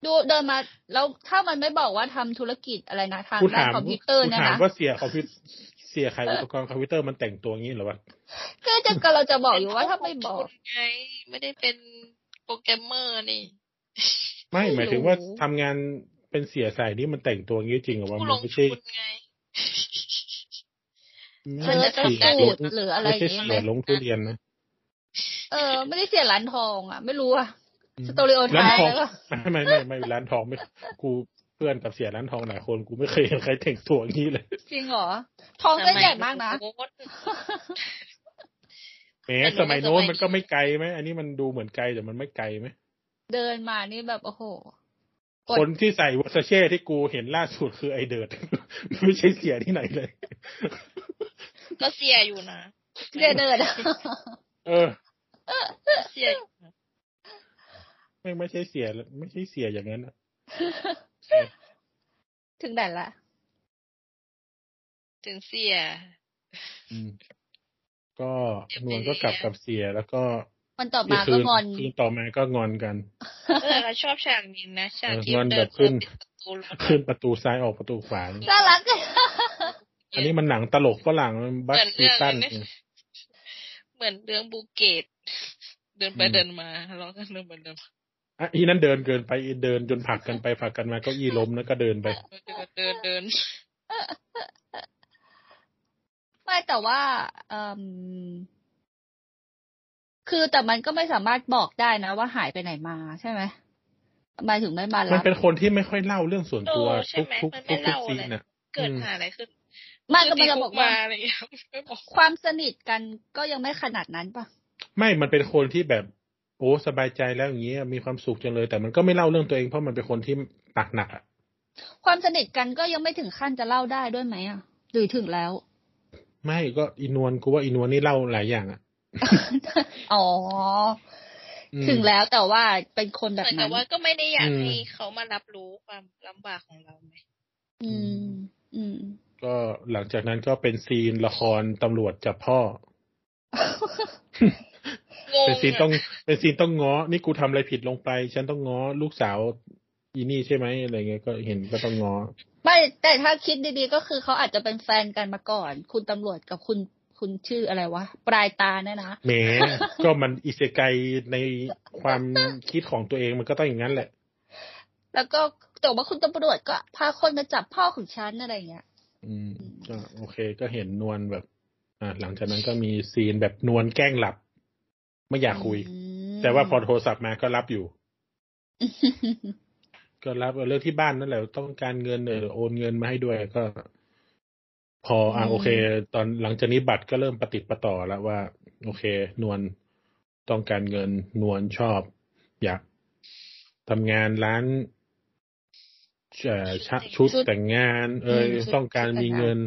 Speaker 1: ดูเดินมาแล้วถ้ามันไม่บอกว่าทำธุรกิจอะไรนะทาง
Speaker 3: กู
Speaker 1: ด้าน
Speaker 3: ถาม
Speaker 1: คอมพิวเตอร์
Speaker 3: กู
Speaker 1: เนี่ย
Speaker 3: ถาม
Speaker 1: นะ
Speaker 3: ว่าเสียคอมพิวเสียขายอุปกรณ์คอมพิวเตอร์มันแต่งตัวงี้เหรอวะ
Speaker 1: ก็จะกำลังจะบอกอยู่ว่าถ้าไม่บอก
Speaker 4: เป็นคนไงไม่ได้เป็นโปรแกรมเมอร์นี่
Speaker 3: ไม่
Speaker 1: ไม่รู้
Speaker 3: หมายถึงว่าทำงานเป็นเสียใส่นี่มันแต่งตัวงี้จริงเหรอวะ
Speaker 4: ผู้ล
Speaker 3: มัน
Speaker 4: ง
Speaker 3: ไม่ใช่
Speaker 4: ทุนไง
Speaker 1: เสื้อจะ
Speaker 3: สี่
Speaker 1: สูตรหรืออะไร
Speaker 3: ไม่
Speaker 1: อย่าง
Speaker 3: ใช่
Speaker 1: เงี้ย
Speaker 3: เสี
Speaker 1: ไหม
Speaker 3: ยลงทุเรียนนะ
Speaker 1: เออไม่ได้เสียร้านทองอ่ะ ไม่รู้อ่ะสโตริโอไท
Speaker 3: ร้าน
Speaker 1: ย
Speaker 3: ทอง
Speaker 1: แล้วก็
Speaker 3: ไม่ไม่ไม่ร้านทองไม่กูเพื่อนกับเสียร้านทองหลายคนกูไม่เคยเห็นใครแต่งตัวงี้เลย
Speaker 1: จริงเหรอทองเส้นใหญ่มากนะ
Speaker 4: สยโน้ต
Speaker 3: แหมสมัยโน้นมันก็ไม่ไกลไหมอันนี้มันดูเหมือนไกลแต่มันไม่ไกลไหม
Speaker 1: เดินมานี่แบบโอ้โห กด
Speaker 3: คนที่ใส่วอซาเช่ที่กูเห็นล่าสุดคือไอเดิร์ด ไม่ใช่เสียที่ไหนเลย
Speaker 4: ก็เสียอยู่นะ
Speaker 1: เดินเดินอะ
Speaker 3: เออ
Speaker 4: เสียอยู่นะ
Speaker 3: ไม่ไม่ใช่เสีย ไม่ใช่เสียอย่างนั้นอะ
Speaker 1: ถึงไหนละ
Speaker 4: ถึงเสีย
Speaker 3: ก็นวลก็กลับกับเสียแล้วก็
Speaker 1: มันต่อมาก็งอน
Speaker 3: คืนต่อมาก็งอนกัน
Speaker 4: เออเราชอบฉากนี้นะฉากที่
Speaker 3: เอองอนแบบขึ้น
Speaker 4: เดิเข้าไปประตูรถ
Speaker 3: ขึ้นประตูซ้ายออกประตูขวา
Speaker 1: น่ารัก
Speaker 3: อันนี้มันหนังตลกฝรั่งมันบัสซีตัน
Speaker 4: เหมือนเรื่องบูเกต เดินไป
Speaker 3: อืม
Speaker 4: เดินมาร้องกันเดินไปเดินมา
Speaker 3: อ่ะอีนั่นเดินเกินไปอีเดินจนผลักกันไปผลักกันมาเก็อี้ล้มแล้วก็เดินไป
Speaker 4: เดินเดินเดิน
Speaker 1: ไม่แต่ว่าเอมคือแต่มันก็ไม่สามารถบอกได้นะ ว่าหายไปไหนมาใช่ไหมหมายถึงไม่มา
Speaker 3: มั
Speaker 1: รั
Speaker 3: น
Speaker 1: บ
Speaker 3: เป็นคนที่ไม่ค่อยเล่าเรื่องส่วน
Speaker 4: โอ้
Speaker 3: ตัว
Speaker 4: ใช่
Speaker 3: ทุก
Speaker 4: ไหม
Speaker 3: ทุกทุกทุก
Speaker 4: มันไม่เล่า
Speaker 3: ซี
Speaker 4: เล
Speaker 3: น
Speaker 4: ย
Speaker 3: อ่ะ
Speaker 4: เกิด
Speaker 3: อืม
Speaker 4: หาอะไรขึ้น
Speaker 1: ไมันก็มันจะบอกว่า
Speaker 4: เอะไรอย่างเงี้ยไม่บอก
Speaker 1: ความสนิทกันก็ยังไม่ขนาดนั้นปะ
Speaker 3: ไม่มันเป็นคนที่แบบ โอ้สบายใจแล้วอย่างเงี้ยมีความสุขจังเลย แต่มันก็ไม่เล่าเรื่องตัวเองเพราะมันเป็นคนที่ปากหนักอะ
Speaker 1: ความสนิทกันก็ยังไม่ถึงขั้นจะเล่าได้ด้วยไหมอ่ะหรือถึง แล้ว
Speaker 3: ไม่ก็อีนวลกูว่าอีนวลนี่เล่าหลายอย่างอ่ะ
Speaker 1: อ๋อ
Speaker 3: อื
Speaker 1: อ
Speaker 3: ม
Speaker 1: ถึงแล้วแต่ว่าเป็นคนแบบ
Speaker 4: เหมือนกั
Speaker 1: นั้
Speaker 4: บ
Speaker 1: น
Speaker 4: ว่าก็ไม่ได้อยาก
Speaker 3: อืม
Speaker 4: ให้เขามารับรู้ความลำบากของเราไหม
Speaker 1: อืม อืม
Speaker 3: ก็หลังจากนั้นก็เป็นซีนละครตำรวจจับพ่อ
Speaker 4: งง
Speaker 3: เป็นซีนต้อง
Speaker 4: อะ
Speaker 3: เป็นซีนต้องง้อ นี่กูทำอะไรผิดลงไป ฉันต้องง้อลูกสาวอีนี่ใช่ไหมอะไรเงี้ยก็เห็นก็ต้องง้อ
Speaker 1: ไม่แต่ถ้าคิดดีๆก็คือเขาอาจจะเป็นแฟนกันมาก่อน คุณตำรวจกับคุณคุณชื่ออะไรวะ ปลายตาเนี่ยนะ
Speaker 3: แหม ก็มันอิเซไกในความคิดของตัวเองมันก็ต้องอย่างนั้นแหละ
Speaker 1: แล้วก็แต่ว่าคุณตำรวจก็พาคนมาจับพ่อของฉันอะไรอย่างเงี้ย
Speaker 3: อืม ก็โอเคก็เห็นนวลแบบ อ่าหลังจากนั้นก็มีซีนแบบนวลแกล้งหลับ ไม่อยากคุย
Speaker 1: อืม
Speaker 3: แต่ว่าพอโทรศัพท์มาก็รับอยู่ ก็รับเรื่องที่บ้านนั่นแหละต้องการเงินเออโอนเงินมาให้ด้วยก็ พออ่ะ
Speaker 1: อืม
Speaker 3: โอเค ตอนหลังจากนี้บัตรก็เริ่มประติดประต่อแล้วว่า โอเค นวลต้องการเงินนวลชอบ อยากทำงานร้านเอ่อชะชุดแต่งงาน เออ
Speaker 1: อืมชุด
Speaker 3: ต้องการ
Speaker 1: ชุดแต่ง
Speaker 3: มี
Speaker 1: งาน
Speaker 3: เงิน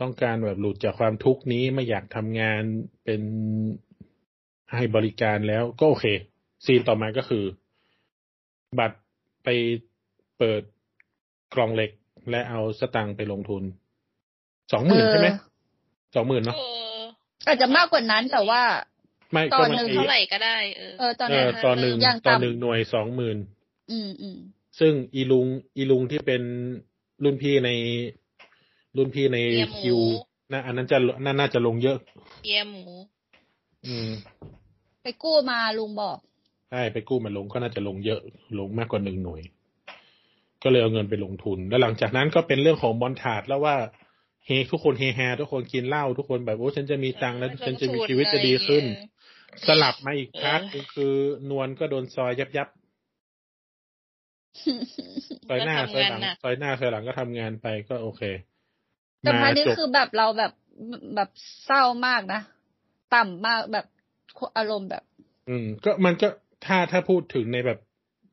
Speaker 3: ต้องการแบบหลุดจากความทุกข์นี้ไม่อยากทำงานเป็นให้บริการแล้วก็โอเค ซีนต่อมาก็คือ บัตรไปเปิดกล่องเหล็ก และเอาสตังค์ไปลงทุนสองหมื่นใช่ไหมสองหมื่นเนาะ
Speaker 4: เออ
Speaker 1: อาจจะมากกว่านั้นแต่ว่า
Speaker 3: ไม่
Speaker 1: ต
Speaker 3: ก็
Speaker 1: อน
Speaker 3: มัน
Speaker 1: หนึ่ง
Speaker 3: ไอ้
Speaker 4: เท่าไหร่ก็ได้ เออ
Speaker 1: เออตอน
Speaker 3: เอ
Speaker 1: นั้น
Speaker 3: อตอนหนึ่ง
Speaker 1: อย่าง
Speaker 3: ต
Speaker 1: ต่ำ
Speaker 3: อนหนึ่งหน่วยสองหมื่น
Speaker 1: อืมอืม
Speaker 3: ซึ่งอีลุงอีลุงที่เป็นรุ่นพี่ในรุ่นพี่ใน
Speaker 4: เบียร์ห
Speaker 3: คิ
Speaker 4: มู
Speaker 3: วนะอันนั้นจะน่าน่าจะลงเยอะ
Speaker 4: เบียร์หมู
Speaker 3: อืม
Speaker 1: ไปกู้มาลุงบอก
Speaker 3: ใช่ไปกู้มาลงก็น่าจะลงเยอะลงมากกว่าหนึ่งหน่วย ก็เลยเอาเงินไปลงทุน แล้วหลังจากนั้นก็เป็นเรื่องของบอลถาดแล้วว่า เฮทุกคนเฮฮาทุกคนกินเหล้าทุกคนแบบโอ้ฉันจะมีตังค์แล้วฉันจะมีชีวิตจะดีขึ้น สลับมาอีกพาร์ทหนึ่งคือนวลก็โดนซอยยับยับซอยหน้า
Speaker 4: ก็
Speaker 3: ซอยห
Speaker 4: ทำงา
Speaker 3: ลั
Speaker 4: น
Speaker 3: ง
Speaker 4: หนัก
Speaker 3: ซอยหน้าซอยหลังก็ทำงานไปก็โอเค
Speaker 1: แต่พาร์ทนี้
Speaker 3: จบ
Speaker 1: คือแบบเราแบบแบบเศร้ามากนะ ต่ำมากแบบอารมณ์แบบ
Speaker 3: อืม ก็มันก็ถ้าถ้าพูดถึงในแบบ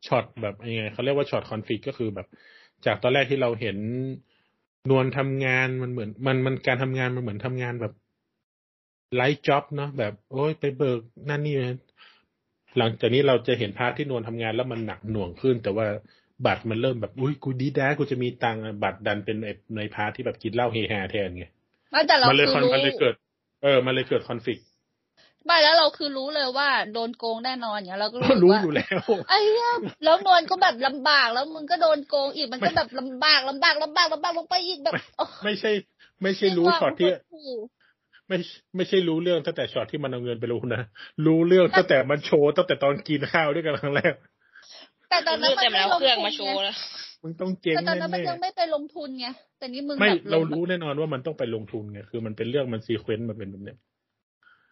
Speaker 3: ช็อตแบบยังไงเขาเรียกว่าช็อตคอนฟ lict ก็คือแบบ จากตอนแรกที่เราเห็นนวลทำงานมันเหมือน มันมันการทำงานมันเหมือนทำงานแบบไลฟ์จ็อบเนาะแบบโอ้ยไปเบิกนั่นนี่นะหลังจากนี้เราจะเห็นพาร์ทที่นวลทำงานแล้วมันหนักหน่วงขึ้น แต่ว่าบัตรมันเริ่มแบบอุ้ยกูดีด้ากูจะมีตังค์อะบัตรดันเป็นในในพาร์ทที่แบบกินเหล้าเฮฮาแทนไง
Speaker 1: ไม่แต่เรา
Speaker 3: มัน
Speaker 1: ม
Speaker 3: เลย
Speaker 1: คือ
Speaker 3: คอน
Speaker 1: รู้
Speaker 3: มันเลยเกิด เออ มันเลยเกิดคอนฟ lict
Speaker 1: ไม่แล้วเราคือรู้เลยว่าโดนโกงแน่นอนอย่างเงี้ยเราก็รู้สึก
Speaker 3: รู้
Speaker 1: ว่า
Speaker 3: อยู่แล้ว
Speaker 1: ไอ้เหี้ยแล้วนวลก็แบบลำบากแล้วมึงก็โดนโกงอีกมันก็แบบลำบากลำบากลำบากลำบากลงไปอีกแบบโอ้
Speaker 3: ไม่ใช่ ไม่ใช่รู้ช็อตที่
Speaker 1: ว่ากู
Speaker 3: ไม่ไม่ใช่รู้เรื่องตั้งแต่ช็อตที่มันเอาเงินไปลงนะ รู้เรื่องตั้งแต่มันโชว์ตั้งแต่ตอนกินข้าวด้วยกันครั้งแรก
Speaker 1: แต่ตอนนั้น
Speaker 4: เลือก
Speaker 1: มัน
Speaker 4: แต่
Speaker 1: ไม่
Speaker 4: แล้ว
Speaker 1: ล
Speaker 4: เครื่องมาโช
Speaker 1: ทุน
Speaker 4: ว์
Speaker 1: ไง
Speaker 4: แล้ว
Speaker 3: มึงต้องเจ๊ง
Speaker 1: แต่ตอน
Speaker 3: แน่
Speaker 1: นั้นมันยังไม่ไปลงทุนไงแต่นี่มึง
Speaker 3: ๆไม่
Speaker 1: แบบ
Speaker 3: เรารู้แน่นอนว่ามันต้องไปลงทุนไงคือมันเป็นเรื่องมันซีเควนต์มันเป็นแบบเนี้ย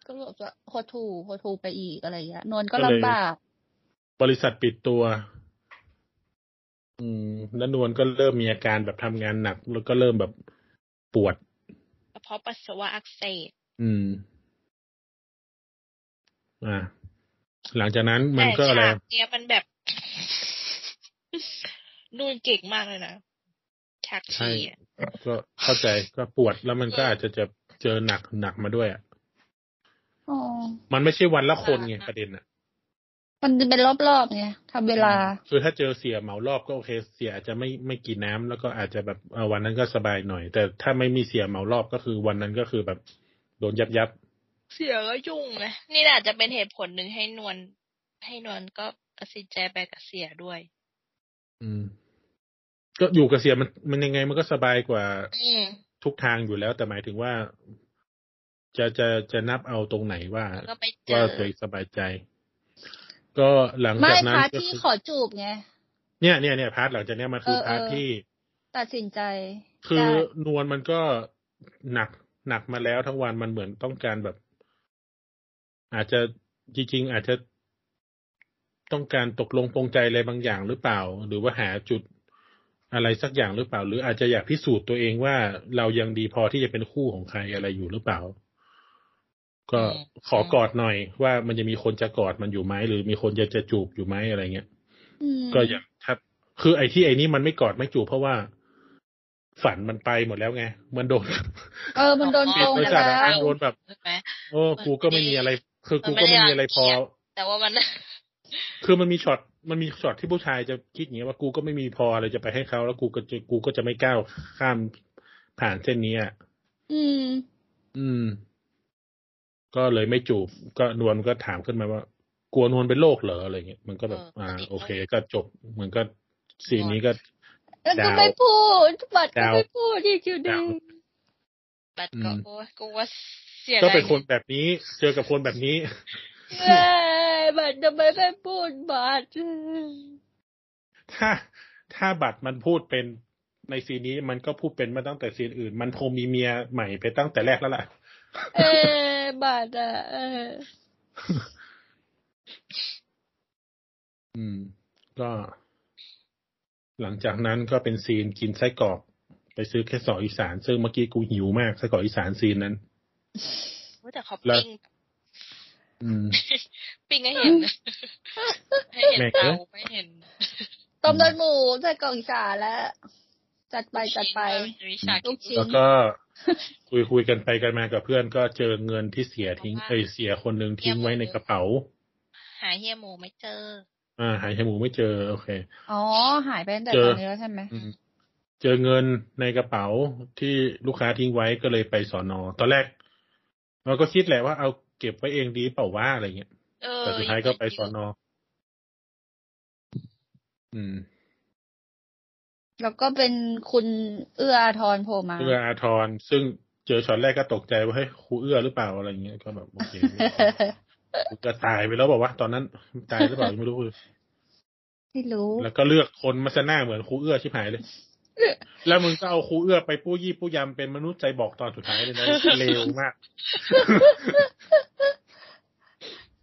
Speaker 1: ก็แบบว่าโคตรถูกโคตรถูกไปอีกอะไรอย่างเงี้ยนวลก็
Speaker 3: ก็เลย
Speaker 1: ลำบาก
Speaker 3: บริษัทปิดตัว อืมแล้วนวลก็เริ่มมีอาการแบบทำงานหนัก แล้วก็เริ่มแบบปวด
Speaker 4: กระเพาะปัสสาวะอักเสบ
Speaker 3: อืม อ่า หลังจากนั้นมัน
Speaker 4: แต่
Speaker 3: ก็อะไร
Speaker 4: ฉากเนี้ยมันแบบ นูนเก่งมากเลยนะฉาก
Speaker 3: ใช่
Speaker 4: ฉี่อะ
Speaker 3: ก็เข้าใจก็ปวดแล้วมันก็อาจจะจะเจอหนักหนักมาด้วยอะ
Speaker 1: อ๋อ
Speaker 3: มันไม่ใช่วันละคนไงประเด็นอ่ะ
Speaker 1: มันเป็นรอบๆไงทำเวลา
Speaker 3: คือถ้าเจอเสียเหมารอบก็โอเค เสียอาจจะไม่ไม่กินน้ำแล้วก็อาจจะแบบเอ่อวันนั้นก็สบายหน่อย แต่ถ้าไม่มีเสียเหมารอบก็คือวันนั้นก็คือแบบโดนยับยับ
Speaker 4: เสียก็ยุ่งนะนี่แหละอาจจะเป็นเหตุผลหนึ่งให้นวลให้นวลก็ตัดสินใจไปกับเสียด้วย
Speaker 3: อืม ก็อยู่กับเสียมันมันยังไงมันก็สบายกว่า
Speaker 4: อืม
Speaker 3: ทุกทางอยู่แล้ว แต่หมายถึงว่า จะจะจะนับเอาตรงไหนว่า
Speaker 4: แล้วก็ไปเจ
Speaker 3: ว่า
Speaker 4: อ
Speaker 3: ตัวเองสบายใจ ก็หลัง
Speaker 1: ไม่
Speaker 3: จากนั้น
Speaker 1: พาร์ท
Speaker 3: ก็
Speaker 1: ที่
Speaker 3: คือ
Speaker 1: ขอจูบไง
Speaker 3: เนี่ยเนี่ยเนี่ยพาร์ทหลังจากเนี้ยมันคือ
Speaker 1: เออ
Speaker 3: พาร์ท
Speaker 1: เออ
Speaker 3: ที่
Speaker 1: ตัดสินใจ
Speaker 3: คือ
Speaker 1: ได้
Speaker 3: นวลมันก็หนักหนักมาแล้วทั้งวันมันเหมือนต้องการแบบ อาจจะจริงๆอาจจะต้องการตกลงปรงใจอะไรบางอย่างหรือเปล่า หรือว่าหาจุดอะไรสักอย่างหรือเปล่า หรืออาจจะอยากพิสูจน์ตัวเองว่าเรายังดีพอที่จะเป็นคู่ของใครอะไรอยู่หรือเปล่า ก็ขอกอดหน่อย ว่ามันจะมีคนจะกอดมันอยู่ไหมหรือมีคนจะจะจูบอยู่ไหมอะไรเงี้ย
Speaker 1: ม
Speaker 3: ก็อย่างถ้าคือไอ้ที่ไอ้นี่มันไม่กอดไม่จูบเพราะว่าฝันมันไปหมดแล้วไง มันโดน
Speaker 1: เออมันโดนโกง
Speaker 3: บริ
Speaker 1: แล้
Speaker 3: ษัท
Speaker 1: ว
Speaker 3: อะมันโดนแบบ
Speaker 4: ใช่ไหม
Speaker 3: โอ้กูก็ไม่มีอะไร คือกูก็ไม่มีอะไรพอ
Speaker 4: แต่ว่ามัน
Speaker 3: คือมันมีช็อตมันมีช็อตที่ผู้ชายจะคิดอย่างเงี้ยว่ากูก็ไม่มีพออะไรจะไปให้เขาแล้วกูก็จะกูก็จะไม่ก้าวข้ามผ่านเส้นนี้อ่ะ
Speaker 1: อืม
Speaker 3: อืม ก็เลยไม่จูบ ก็นวลก็ถามขึ้นมาว่า กลัวนวลเป็นโรคเหรออะไรเงี้ยมันก็แบบ
Speaker 4: เอออ่
Speaker 3: อ่า
Speaker 4: ติด
Speaker 3: โอเค ก็จบมันก็ซีนนี้ก็
Speaker 1: แล้วก็
Speaker 3: ดาว
Speaker 1: ไม่พูดบัตรก็
Speaker 3: ดาว
Speaker 1: ไม่พูดอีกอยู่ดี
Speaker 3: ดาว
Speaker 4: บัตรก็
Speaker 3: อืม
Speaker 4: โอ้ยกูว่าเสีย
Speaker 3: ก็
Speaker 4: ดาย
Speaker 3: เป็นคนแบบนี้ เจอกับคนแบบนี้
Speaker 1: เอ้ยบัตรทำไมไม่พูดบัตร
Speaker 3: ถ้าถ้าบัตรมันพูดเป็นในซีนนี้มันก็พูดเป็นมาตั้งแต่ซีนอื่น มันคงมีเมียใหม่ไปตั้งแต่แรกแล้วล่ะ
Speaker 1: เอ้ยบัตรอ่ะเออ
Speaker 3: อืม ก็ หลังจากนั้นก็เป็นซีนกินไส้กรอกไปซื้อแค่สออีสาน ซึ่งเมื่อกี้กูหิวมากไส้กรอกอีสานซีนนั้น
Speaker 4: โอ้ยแต่เขา
Speaker 3: แล้ว
Speaker 4: ปิ้ง
Speaker 3: อืม
Speaker 4: ปิ้งให้เห็น ให้เห็น
Speaker 3: แม่งเอ้
Speaker 4: เตาย ให้เห็น
Speaker 1: ต้มเลือดหมูใส่กล่องอีสานแล้วจัดไปจัดไป
Speaker 4: เออจะมีฉาก
Speaker 1: ลูกชิ้น
Speaker 3: แล้วก็คุยคุยกันไปกันมากับเพื่อน ก็เจอเงินที่เสียทิ้งเอยเสียคนหนึ่งทิ้งไว้ในกระเป๋า
Speaker 4: หาเฮียหมูไม่เจอ
Speaker 3: อ่า หายหมูไม่เจอโอเค
Speaker 1: อ๋อ หายไปตั้งแต่
Speaker 3: เจอ
Speaker 1: ตอนนี้แล้วใช่ไหม
Speaker 3: อืมเจอเงินในกระเป๋าที่ลูกค้าทิ้งไว้ก็เลยไปสอนอตอนแรกเราก็คิดแหละว่าเอาเก็บไว้เองดีเปล่าว่าอะไรเงี้ย
Speaker 4: เออ
Speaker 3: แต่สุดท้ายก็ไปสอนออืม
Speaker 1: แล้วก็เป็นคุณเอื้ออาทรโผล่มา
Speaker 3: เอื้ออาทรซึ่งเจอช็อตแรกก็ตกใจว่าเฮ้ยครูเอื้อหรือเปล่าอะไรเงี้ยก็แบบโอเค กูจะตายไปแล้วบอกว่าตอนนั้นตายหรือเปล่ายังไม่รู้เลย
Speaker 1: ไม่รู้
Speaker 3: แล้วก็เลือกคนมาซะหน้าเหมือนครูเอื้อชิบหายเลย แล้วมึงก็เอาครูเอื้อไปปู้ยี่ปู้ยำเป็นมนุษย์ใจบอกตอนสุดท้ายเลยนะเลวมาก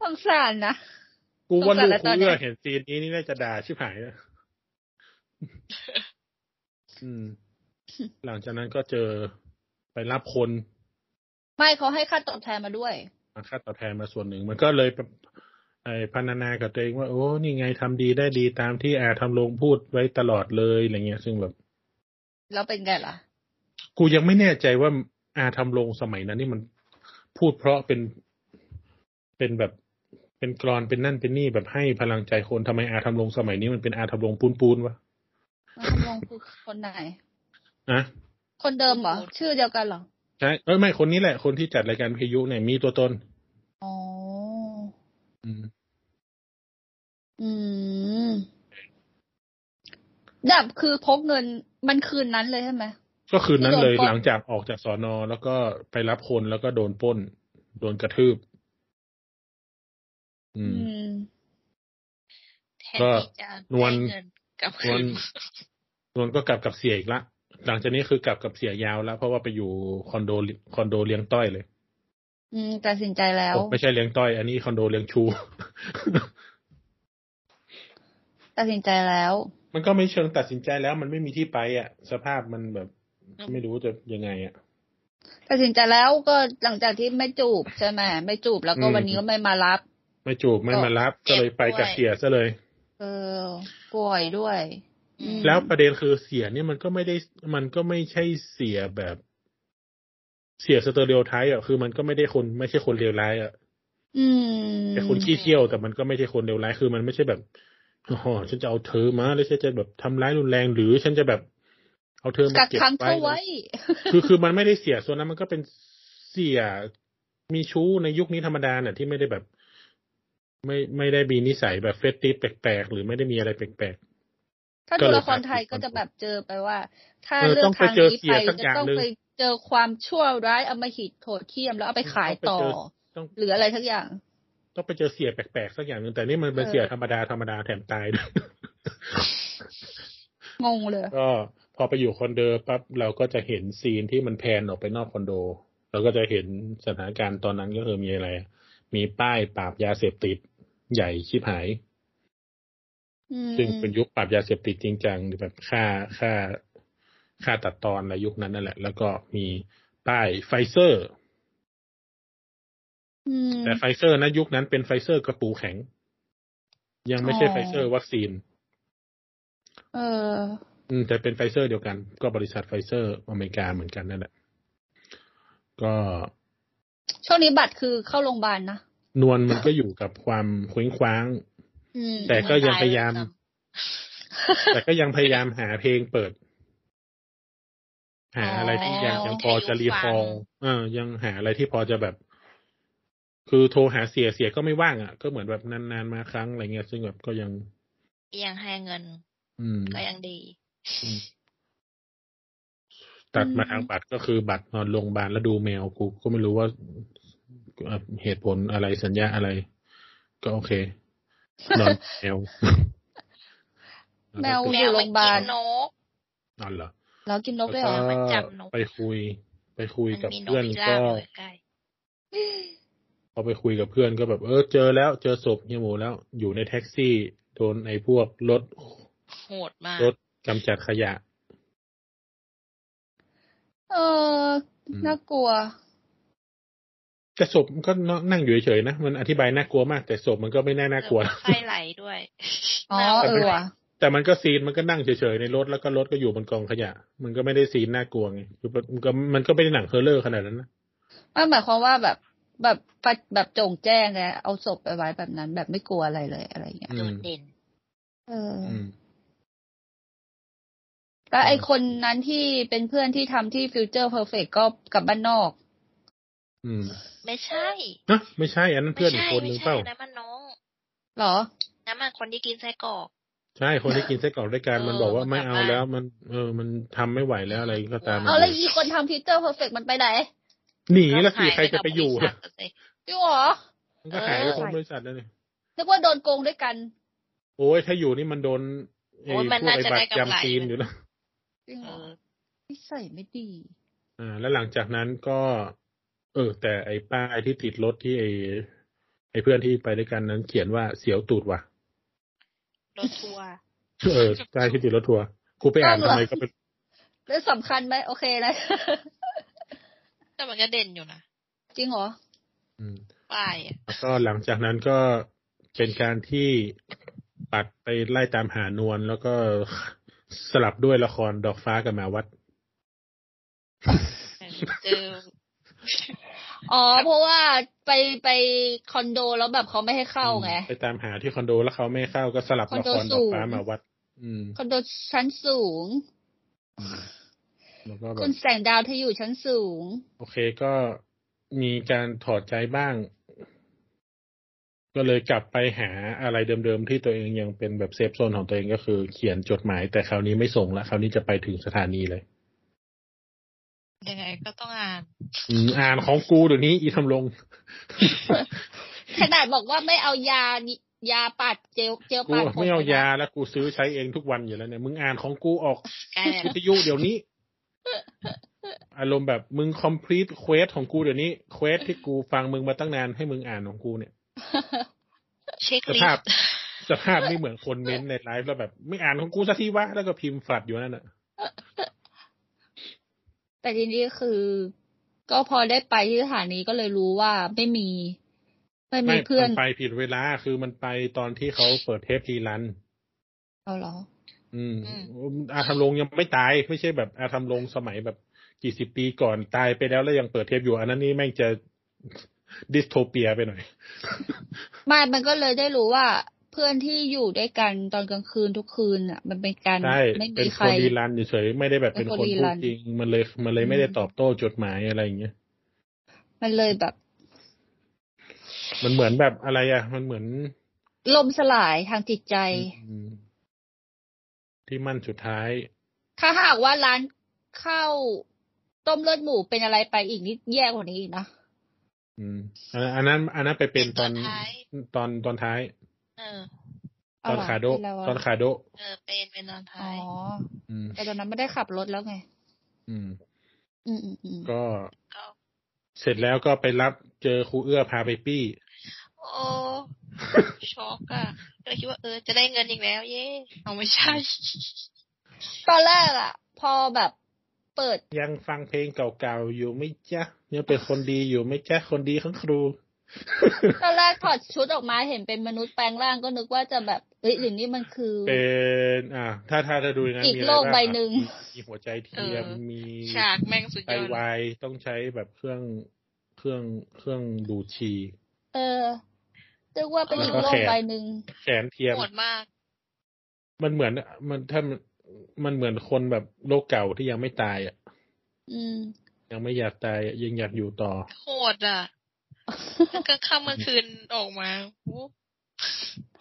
Speaker 1: สงสารนะ
Speaker 3: กูว่าลูกครูเอื้อเห็นซีนนี้นี่น่าจะด่าชิบหาย นะอืม หลังจากนั้นก็เจอไปรับคน
Speaker 1: ไม่เขาให้ค่าตอบแทนมาด้วย
Speaker 3: มาค่าตอบแทนมาส่วนหนึ่ง มันก็เลยไปไอ้พันนากับตัวเองว่า โอ้นี่ไงทำดีได้ดีตามที่อาทำลงพูดไว้ตลอดเลยอะไรเงี้ย ซึ่งแบบ
Speaker 1: แล้วเป็นไงล่ะ
Speaker 3: กูยังไม่แน่ใจว่าอาทำลงสมัยนั้นนี่มันพูดเพราะเป็นเป็นแบบเป็นกรอนเป็นนั่นเป็นนี่แบบให้พลังใจคนทำไมอาทำลงสมัยนี้มันเป็นอาทำลงปูนปูนๆวะ
Speaker 1: มันทำลงคือคนไหน
Speaker 3: นะ
Speaker 1: คนเดิมเหรอ ชื่อเดียวกันเหรอ
Speaker 3: ใช่เอ้ยไม่คนนี้แหละ คนที่จัดรายการพิทยุเนี่ยมีตัวตน
Speaker 1: อ๋อ
Speaker 3: อืม
Speaker 1: อืม ดับคือพกเงินมันคืนนั้นเลยใช่ไหม
Speaker 3: ก็คืนนั้นเลย
Speaker 1: ที่โดนปล้น
Speaker 3: หลังจากออกจากสอนอแล้วก็ไปรับคนแล้วก็โดนปล้น โดนกระทืบ อืม
Speaker 1: ม
Speaker 4: แทนที่จะ
Speaker 3: นวล
Speaker 4: ได้เงินกลับ
Speaker 3: นว
Speaker 4: คื
Speaker 3: ล
Speaker 4: น
Speaker 3: นวลก็กลับกับเสียอีกละ หลังจากนี้คือกลับกับเสียยาวแล้ว เพราะว่าไปอยู่คอนโดคอนโดเลี้ยงต้อยเลย
Speaker 1: อืมตัดสินใจแล้ว
Speaker 3: โอ้ไม่ใช่เลี้ยงต้อย อันนี้คอนโดเลี้ยงชู
Speaker 1: ตัดสินใจแล้ว
Speaker 3: มันก็ไม่เชิงตัดสินใจแล้ว มันไม่มีที่ไปอ่ะ สภาพมันแบบไม่รู้จะยังไงอ่ะ
Speaker 1: ตัดสินใจแล้วก็หลังจากที่ไม่จูบใช่ไหมไม่จูบแล้วก็
Speaker 3: อืม
Speaker 1: วันนี้ก็ไม่มารับ
Speaker 3: ไม่จูบไม่มารับก็เลยไปกับเสียซะเลย
Speaker 1: เออป่วยด้วย
Speaker 4: อืม
Speaker 3: แล้วประเด็นคือเสียเนี่ยมันก็ไม่ได้มันก็ไม่ใช่เสียแบบ เสียสเตอริโอไทป์อ่ะคือมันก็ไม่ได้คนไม่ใช่คนเลวร้ายอ่ะ
Speaker 1: อืม
Speaker 3: แต่คนขี้เที่ยวแต่มันก็ไม่ใช่คนเลวร้ายคือมันไม่ใช่แบบอ๋อฉันจะเอาเธอมาแล้วฉันจะแบบทำร้ายรุนแรงหรือฉันจะแบบ เอาเธอมา
Speaker 1: กัก
Speaker 3: เก็บ
Speaker 1: ขังเธอ
Speaker 3: ไว้
Speaker 1: ไว้
Speaker 3: คือคือมันไม่ได้เสียส่วนนั้นมันก็เป็นเสียมีชู้ในยุคนี้ธรรมดาเนี่ยที่ไม่ได้แบบ ไม่ไม่ได้มีนิสัยแบบเฟสติฟแปลกๆหรือไม่ได้มีอะไรแปลก
Speaker 1: ถ้า
Speaker 3: ก็
Speaker 1: ดู
Speaker 3: เลย
Speaker 1: ละครไทย
Speaker 3: พาไป
Speaker 1: ก็จะแบบเจอไปว่า ถ้า
Speaker 3: เออ
Speaker 1: เลือ
Speaker 3: ต้
Speaker 1: ก
Speaker 3: องไป
Speaker 1: ทาง
Speaker 3: เจอ
Speaker 1: นี้
Speaker 3: เสี
Speaker 1: ไป
Speaker 3: ยสักอ
Speaker 1: จะ
Speaker 3: ย่าง
Speaker 1: ต้อง
Speaker 3: หนึ่ง
Speaker 1: ไปเจอความชั่วร้ายอำมหิตโหดเขี้ยมแล้วเอาไปขายต่อ
Speaker 3: ๆต้อง
Speaker 1: หรืออะไรทักอย่าง
Speaker 3: ต้องไปเจอเสียแปลกๆสักอย่างหนึ่งแต่นี่มันเป็น
Speaker 1: เออ
Speaker 3: เสียธรรมดาธรรมดาแถมตาย ด้วย
Speaker 1: งงเลย
Speaker 3: ก็พอไปอยู่คอนโดปั๊บเราก็จะเห็นซีนที่มันแพนออกไปนอกคอนโด เราก็จะเห็นสถานการณ์ตอนนั้นก็คือมีอะไร มีป้ายปราบยาเสพติดใหญ่ชิบหาย
Speaker 1: อืม
Speaker 3: ซึ่งเป็นยุคปราบยาเสพติดจริงจังหรือแบบค่าค่าค่าตัดตอนอะไรยุคนั้นนั่นแหละ แล้วก็มีป้ายไฟเซอร์
Speaker 1: อืม
Speaker 3: แต่ไฟเซอร์นะยุคนั้นเป็นไฟเซอร์กระปูแข็ง ยังไม่ใช่
Speaker 1: อ๋อ
Speaker 3: ไฟเซอร์วัคซีน
Speaker 1: เออ
Speaker 3: อืมแต่เป็นไฟเซอร์เดียวกัน ก็บริษัทไฟเซอร์อเมริกาเหมือนกันนั่นแหละ ก็
Speaker 1: ช่วงนี้บัตรคือเข้าโรงพยาบาลนะ
Speaker 3: นวลมันก็อยู่กับความเคว้งคว้าง
Speaker 1: อืม
Speaker 3: แต่ก็ยังพยายาม แต่ก็ยังพยายามหาเพลงเปิด หาอะไรที่ยังยังพอจะรีฟองเออ ยังหาอะไรที่พอจะแบบ คือโทรหาเสียเสียก็ไม่ว่างอ่ะ ก็เหมือนแบบนานๆมาครั้งอะไรเงี้ยซึ่งแบบก็ยัง
Speaker 4: ยังให้เงิน
Speaker 3: อืม
Speaker 4: ก็ยังดี
Speaker 3: ตัดมาทางบัตรก็คือบัตรนอนโรงพยาบาลแล้วดูแมวกูก็ไม่รู้ว่าเอ่อเหตุผลอะไรสัญญาอะไร ก็โอเคนอนแมว
Speaker 1: แมว
Speaker 4: แม
Speaker 1: อยู่
Speaker 4: ว
Speaker 1: โร
Speaker 4: มัน
Speaker 1: งพยาบา
Speaker 4: กิ
Speaker 1: ล
Speaker 4: นนก
Speaker 3: นั่นเหรอ
Speaker 1: แล้วกินนกด้วย
Speaker 3: แล้
Speaker 1: เหร
Speaker 3: ว
Speaker 1: อ
Speaker 3: ก็
Speaker 4: มันจับนก
Speaker 3: ไปคุย ไปคุย
Speaker 4: มัน
Speaker 3: กับ
Speaker 4: มีนก
Speaker 3: เพื่อน
Speaker 4: พิรา
Speaker 3: ก็
Speaker 4: บอยู่ใกล้
Speaker 3: พอไปคุยกับเพื่อนก็แบบ เออเจอแล้วเจอศพเฮียหมูแล้วอยู่ในแท็กซี่โดนไอ้พวกรถ
Speaker 4: โหดมาก
Speaker 3: รถกำจัดขยะ
Speaker 1: เออน่ากลัว
Speaker 3: แต่ศพมันก็นั่งอยู่เฉยๆนะมันอธิบายน่ากลัวมาก แต่ศพมันก็ไม่น่าน่ากลัว
Speaker 4: ไส้ไหลด้วย
Speaker 1: อ๋อเออว่ะ
Speaker 3: แต่มันก็ซีนมันก็นั่งเฉยๆในรถแล้วก็รถก็อยู่บนกองขยะ มันก็ไม่ได้ซีนน่ากลัวไงคือมันก็มันก็ไม่ได้หนังเฮอร์เลอร์ขนาดนั้นนะ
Speaker 1: มันหมายความว่าแบบแบบฟัดแบบโจงแจ้งไงเอาศพไปไว้แบบนั้น แบบไม่กลัวอะไรเลยอะไรอย่างเงี้ย
Speaker 3: อื
Speaker 4: โด
Speaker 3: ม
Speaker 4: ดเด่น
Speaker 1: เอออ
Speaker 3: อืม
Speaker 1: แล้วไอคนนั้นที่เป็นเพื่อนที่ทำที่ฟิวเจอร์เพอร์เฟกก็กลับบ้านนอก
Speaker 3: อืม
Speaker 4: ไม่ใช่
Speaker 3: ฮะไม่ใช่อันนั้น
Speaker 4: ไม่
Speaker 3: เพื่อนอี
Speaker 4: ใช่
Speaker 3: กคนห
Speaker 4: ไม่
Speaker 3: นึ่ง
Speaker 4: ใช่
Speaker 3: เปล่า
Speaker 4: น้ำมันน้อง
Speaker 1: เหรอ
Speaker 4: น้ำมันคนที่กินไส้กรอก
Speaker 3: ใช่ คนที่กินไส้กรอกด้วยกัน
Speaker 4: เออ
Speaker 3: มันบอกว่าไม่เอา
Speaker 4: มันกลับบ้าน
Speaker 3: แล้ว มันเออ มันทำไม่ไหวแล้วอะไรก็ตามมัน
Speaker 1: เอาแล้วอีคนทำฟิวเจอร์เพอร์เฟกมันไปไหน
Speaker 3: หนีแล้วสิใครจะไปอยู่
Speaker 4: ก็หา
Speaker 3: ล่ะ
Speaker 4: กับ
Speaker 1: อ
Speaker 4: ริษัท
Speaker 1: ยู่เหรอ
Speaker 3: มันก็หายไป
Speaker 4: เออ
Speaker 3: ทั้งบริษัทแล้วเนี่ย
Speaker 1: นึกว่าโดนโกงด้วยกัน
Speaker 3: โอ้ยถ้าอยู่นี่มันโดนไอ้
Speaker 4: โอ้ยมัน
Speaker 3: พวก
Speaker 4: น่า
Speaker 3: ไอ้บัตร
Speaker 4: จะได้กำไร
Speaker 3: ยำจีนอยู่แล้ว
Speaker 1: ริงเห
Speaker 4: เอ
Speaker 1: รอ
Speaker 4: อ
Speaker 1: นิสัยไม่ดี
Speaker 3: อ่าแล้วหลังจากนั้นก็ เออ แต่ไอ้ป้ายที่ติดรถที่ไอ้ไอ้เพื่อนที่ไปด้วยกันนั้นเขียนว่าเสียวตูดว่ะ
Speaker 4: รถทัวร์
Speaker 3: เออป้ายที่ติดรถทัวร์กูไปอ่านทำไมก็เป็น
Speaker 1: แล้วสำคัญไหมโอเคนะ
Speaker 4: แต่มันก็เด่นอยู่นะ
Speaker 1: จริงเหรอ
Speaker 3: อืม
Speaker 4: ป้ายอะ
Speaker 3: แล้วก็หลังจากนั้นก็เป็นการที่ปัดไปไล่ตามหานวลแล้วก็สลับด้วยละครดอกฟ้ากับหมาวัด
Speaker 4: เจอ
Speaker 1: อ๋อเพราะว่าไปไปคอนโดแล้วแบบเขาไม่ให้เข้าไง
Speaker 3: ไปตามหาที่คอนโดแล้วเขาไม่เข้าก็สลับละค
Speaker 1: ค
Speaker 3: ร
Speaker 1: อนโดสู
Speaker 3: ดอก
Speaker 1: ง
Speaker 3: ฟ้าหมาวัด อืม
Speaker 1: คอนโดชั้นสูง
Speaker 3: แล้วก็แบ
Speaker 1: คุ
Speaker 3: บ
Speaker 1: ณแสงดาวเธออยู่ชั้นสู ง
Speaker 3: โอเคก็มีการถอดใจบ้าง ก็เลยกลับไปหาอะไรเดิมๆที่ตัวเองยังเป็นแบบเซฟโซนของตัวเองก็คือ เขียนจดหมาย แต่คราวนี้ไม่ส่งละคราวนี้จะไปถึงสถานีเลย
Speaker 4: ยังไงก็ต้องอ่าน
Speaker 3: อืมอ่านของกูเดี๋ยวนี้อีทำลง
Speaker 1: ขนาดบอกว่าไม่เอายานี่ยาปัดเจลเจล
Speaker 3: กู
Speaker 1: ปัดผ
Speaker 3: ไม่เอา
Speaker 1: ลนะ
Speaker 3: ยาแล้วกูซื้อใช้เองทุกวันอยู่แล้วเนี่ยมึงอ่านของกูออก
Speaker 4: ใกล้แล้ว
Speaker 3: วิทยุเดี๋ยวนี้ อารมณ์แบบมึง complete quest ของกูเดี๋ยวนี้ quest ที่กูฟังมึงมาตั้งนานให้มึงอ่านของกูเนี่ย
Speaker 4: เช็ค
Speaker 3: ส
Speaker 4: ลิส
Speaker 3: ภาพ
Speaker 4: ต์
Speaker 3: สภาพไม่เหมือนคนเม้นต์ในไลฟ์แล้วแบบ ไม่อ่านของกูสักทีวะแล้วก็พิมพ์ฝัดอยู่นั่นน่ะ
Speaker 1: แต่ทีนี้คือ ก็พอได้ไปที่สถานีก็เลยรู้ว่าไม่มี ไม่มีเพื่อน
Speaker 3: มัไปผิดเวลาคือมันไปตอนที่เขาเปิดเทปรีรัน
Speaker 1: เอาเหรอ
Speaker 3: อืมอาทำลงยังไม่ตาย ไม่ใช่แบบอาทำลงสมัยแบบกี่สิบปีก่อนตายไปแล้วแล้วยังเปิดเทปอยู่ อันนั้นนี่แม่งจะดิสโทเปียไปหน่อย
Speaker 1: ไม่มันก็เลยได้รู้ว่าเพื่อนที่อยู่ด้วยกันตอนกลางคืนทุกคืนอ่ะ มันเป็นการ
Speaker 3: ใช่
Speaker 1: ไม่
Speaker 3: เป็
Speaker 1: มี
Speaker 3: น
Speaker 1: ใค
Speaker 3: ค
Speaker 1: ร
Speaker 3: นดีรันเฉยๆไม่ได้แบบเป็นคน
Speaker 1: เป็นคนรี
Speaker 3: พู
Speaker 1: รั
Speaker 3: ด
Speaker 1: น
Speaker 3: จริง มันเลยมันเลยไม่ได้
Speaker 1: อืม
Speaker 3: ตอบโต้จดหมายอะไรอย่างเงี้ย
Speaker 1: มันเลยแบบ
Speaker 3: มันเหมือนแบบอะไรอ่ะ มันเหมือน
Speaker 1: ล่มสลายทางจิตใจ
Speaker 3: อืมที่มั่นสุดท้าย
Speaker 1: ถ้าหากว่าร้านข้าวต้มเลือดหมูเป็นอะไรไปอีกนิดแย่กว่านี้อีกนะ
Speaker 3: อืมอันอันนั้น อันนั้นไปเป็นตอน
Speaker 4: ท้าย
Speaker 3: ตอนตอนท้าย
Speaker 4: เออ
Speaker 3: ตอนขาโดะ
Speaker 1: เาล่ะ
Speaker 3: ตอนขาโดะ
Speaker 4: เออ เป็นเป็นตอน
Speaker 1: อ๋
Speaker 4: ท้า
Speaker 1: อ
Speaker 4: ย
Speaker 3: อืม
Speaker 1: แต่ตอนนั้นไม่ได้ขับรถแล้วไง
Speaker 3: อืม
Speaker 1: อืมอืมอืม
Speaker 3: ก็
Speaker 4: ก็
Speaker 3: เสร็จแล้วก็ไปรับเจอครูเอื้อพาไปปี้
Speaker 4: โอ้ ช็อกอะก็เลยคิดว่าเออ จะได้เงินอีกแล้ว เย้ เอาไม่ใช่
Speaker 1: ตอนแรกอ่ะ พอแบบเปิด
Speaker 3: ยังฟังเพลงเก่าๆอยู่ไหม่จ๊ะยังเป็นคนดีอยู่ไหม่จ๊ะคนดีของครู
Speaker 1: ตอนแรกถอดชุดออกมาเห็นเป็นมนุษย์แปลงร่างก็นึกว่าจะแบบเอ้ยหรือนี่มันคือ
Speaker 3: เป็นอ่า ถ้าถ้าจะดูนะ
Speaker 1: อีก
Speaker 3: มีะไร
Speaker 1: โลก
Speaker 3: าง
Speaker 1: ใบ
Speaker 3: อ่ะ
Speaker 1: หนึ่ง
Speaker 3: มีมีหัวใจเทียม
Speaker 4: เออ
Speaker 3: มี
Speaker 4: ฉากแม่งสุด
Speaker 3: ไต
Speaker 4: ยอดเล
Speaker 3: วาย ยต้องใช้แบบเครื่องเครื่องเครื่องดูดชี
Speaker 1: เออนึกว่าเป็นอีกโลกใบหนึ่ง
Speaker 3: แขนเทียม
Speaker 4: โหดมาก
Speaker 3: มันเหมือนมันถ้ามันมันเหมือนคนแบบโลกเก่าที่ยังไม่ตายอ่ะ
Speaker 1: อืม
Speaker 3: ยังไม่อยากตายอะยังอยากอยู่ต่อ
Speaker 4: โหดอ่ะแล้วก็ค่ำกลางคืนออกมาโอ้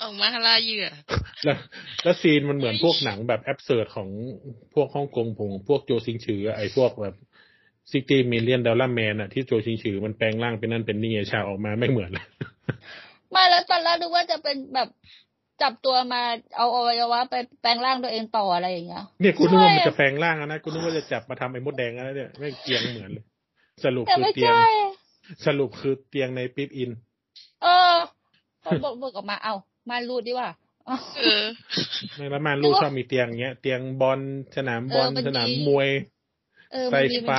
Speaker 4: ออกมาหาล่าเหยื่อ
Speaker 3: แล้วแล้วซีนมันเหมือนพวกหนังแบบแอบเสิร์ของพวกฮ่องกงผงพวกโจซิงฉืออะไอ้พวกแบบซิตี้มิเลียนดอลลาร์แมนอะที่โจซิงฉือมันแปลงร่างเป็นนั่นเป็นนี่ฉากออกมาไม่เหมือนเลย
Speaker 1: ไม่แล้วตอนแรกนึกว่าจะเป็นแบบจับตัวมาเอาอวัยวะไปแปลงร่างตัวเองต่ออะไรอย่างเงี้ย
Speaker 3: เนี่ยกูนึกว่ามันจะแปลงร่างอะนะกูนึกว่าจะจับมาทำไอ้มดแดงอะนะเนี่ยไม่งเตียงเหมือนเลย สรุป
Speaker 1: แต่
Speaker 3: คือ
Speaker 1: ไม่
Speaker 3: เตียง
Speaker 1: ใช่
Speaker 3: สรุปคือเตียงในปิ๊บอิน
Speaker 1: เอ อพอบอกบอกออกมา เอามารูดดีกว่า
Speaker 4: เออ
Speaker 3: ในละมานลูกชอบมีเตียงอย่างเงี้ย เตียงบอลสนามบอล
Speaker 1: เออมันดี
Speaker 3: สนามมวย
Speaker 1: เออ
Speaker 3: ไซ
Speaker 1: มันมี
Speaker 3: ไฟ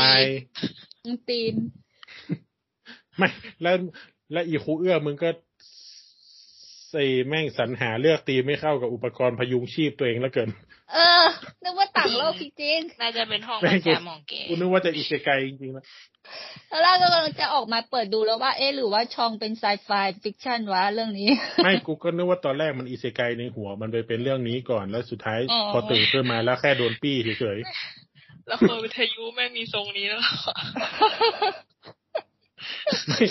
Speaker 1: มันมีมันตีน
Speaker 3: ไม่แล้วแล้วอีครูเอื้อมึงก็ใส่แม่งสรรหาเลือกตีไม่เข้ากับอุปกรณ์พยุงชีพตัวเองแล้วเกิน
Speaker 1: เออ นึกว่าต่างโลกจริง
Speaker 4: น่าจะเป็นห้อง
Speaker 3: แม่ง
Speaker 4: ประจำของแก
Speaker 3: กูนึกว่าจะอิเซไกจริงๆนะ
Speaker 1: ๆตอนแรกก็กำลังจะออกมาเปิดดูแล้วว่า เอ๊ะหรือว่าชองเป็นไซไฟฟิกชันวะเรื่องนี้
Speaker 3: ไม่กูก็นึกว่าตอนแรกมันอิเซไกในหัว มันไปเป็นเรื่องนี้ก่อนแล้วสุดท้าย
Speaker 1: อ๋อ
Speaker 3: พอตื่นขึ้นมาแล้วแค่โดนปี้เฉยๆ
Speaker 4: แล้วคนวิทยุแม่งมีทรงนี้แล้วเหรอ
Speaker 3: ไม่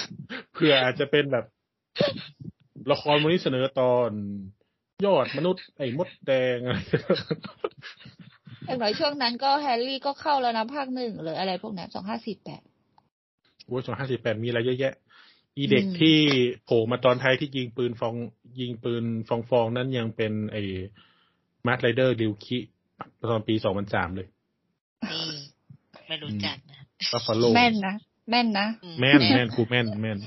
Speaker 3: เผื่ออาจจะเป็นแบบ ละครวันนี้เสนอตอน ยอดมนุษย์ ไอ้มดแดงอะไร
Speaker 1: อย่างน้อยช่วงนั้นก็แฮร์รี่ก็เข้าแล้วนะภาคหนึ่งหรืออะไรพวกเนี้สองห้าสี่แปด
Speaker 3: โอ้สองห้าสิบแปดมีอะไรเยอะแยะ อีเด็ก
Speaker 1: อืม
Speaker 3: ที่โผล่มาตอนไทายที่ยิงปืนฟอง ยิงปืนฟองฟองๆนั้นยังเป็นไอ้มาร์ไรเดอร์ริวคิตอนปีสองพันสามเลย
Speaker 4: ไม่รู้จักนะ
Speaker 3: บัฟฟาโล
Speaker 1: แม่นนะแม่น นะ
Speaker 4: อื
Speaker 3: แม่นแม่นครูแม่นแม่น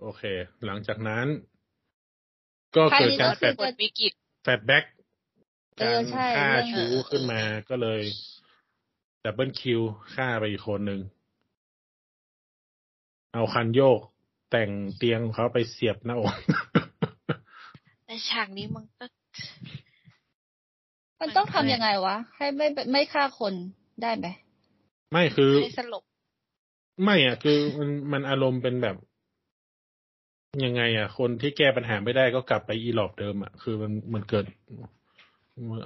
Speaker 3: โอเค หลังจากนั้น ก็เกิดการ
Speaker 1: ใครมีรถ
Speaker 3: แฟ
Speaker 1: ติ
Speaker 3: ด
Speaker 1: ด
Speaker 4: บทวิกฤต
Speaker 3: แฟดแบ็ก
Speaker 1: เอ
Speaker 3: การ
Speaker 1: อใช่
Speaker 3: ฆ่า
Speaker 1: เรื่อง
Speaker 3: ชู้ขึ้นมาก็เลยดับเบิลคิวฆ่าไปอีกคนหนึ่ง เอาคันโยก แต่งเตียงเขาไปเสียบหน้าอก
Speaker 4: แต่ฉากนี้มันก็
Speaker 1: มันต้องทำยังไงวะ ให้ไม่ไม่ฆ่าคนได้ไหม
Speaker 3: ไม่คือ
Speaker 4: ให้สลบ
Speaker 3: ไม่อ่ะ คือมันมันอารมณ์เป็นแบบ ยังไง อ่ะ คนที่แก้ปัญหาไม่ได้ก็กลับไปอีหลอบเดิมอ่ะ คือมันมันเกิด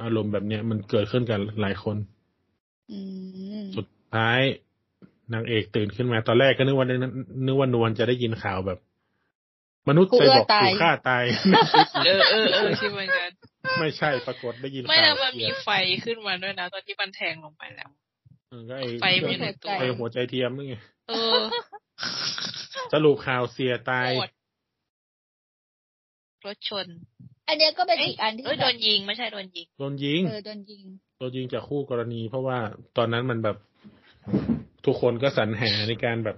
Speaker 3: อารมณ์แบบเนี้ย มันเกิดขึ้นกันหลายคน
Speaker 1: อืม
Speaker 3: สุดท้ายนางเอกตื่นขึ้นมาตอนแรกก็นึกว่านึกว่านวลจะได้ยินข่าวแบบ มนุษย์ใจบอกถูกฆ่าตาย
Speaker 4: เออเออเออคิดเหมือนกัน
Speaker 3: ไม่ใช่ปรากฏได้ยิน
Speaker 4: ไม่
Speaker 3: ข่า
Speaker 4: นะ
Speaker 3: ว
Speaker 4: มันมีไฟขึ้นมาด้วยนะ ตอนที่มันแทงลงไปแล้ว
Speaker 3: เออก็ไอ้
Speaker 4: ไฟไม่ในตัว
Speaker 3: ไอ้หัวใจเทียมนี่ไง
Speaker 4: เออ
Speaker 3: สรุปข่าวเสียตาย
Speaker 4: โหดรถชน
Speaker 1: อันเนี้ยก็เป็น
Speaker 4: เอ้ย
Speaker 1: อีกอันที่
Speaker 4: เอ้ย
Speaker 1: แบ
Speaker 4: โด
Speaker 1: บ
Speaker 4: นยิงไม่ใช่โดนยิง
Speaker 3: โดนยิง
Speaker 1: เออโดนยิง
Speaker 3: โดนยิงจากคู่กรณี เพราะว่าตอนนั้นมันแบบ ทุกคนก็สรรหาในการแบบ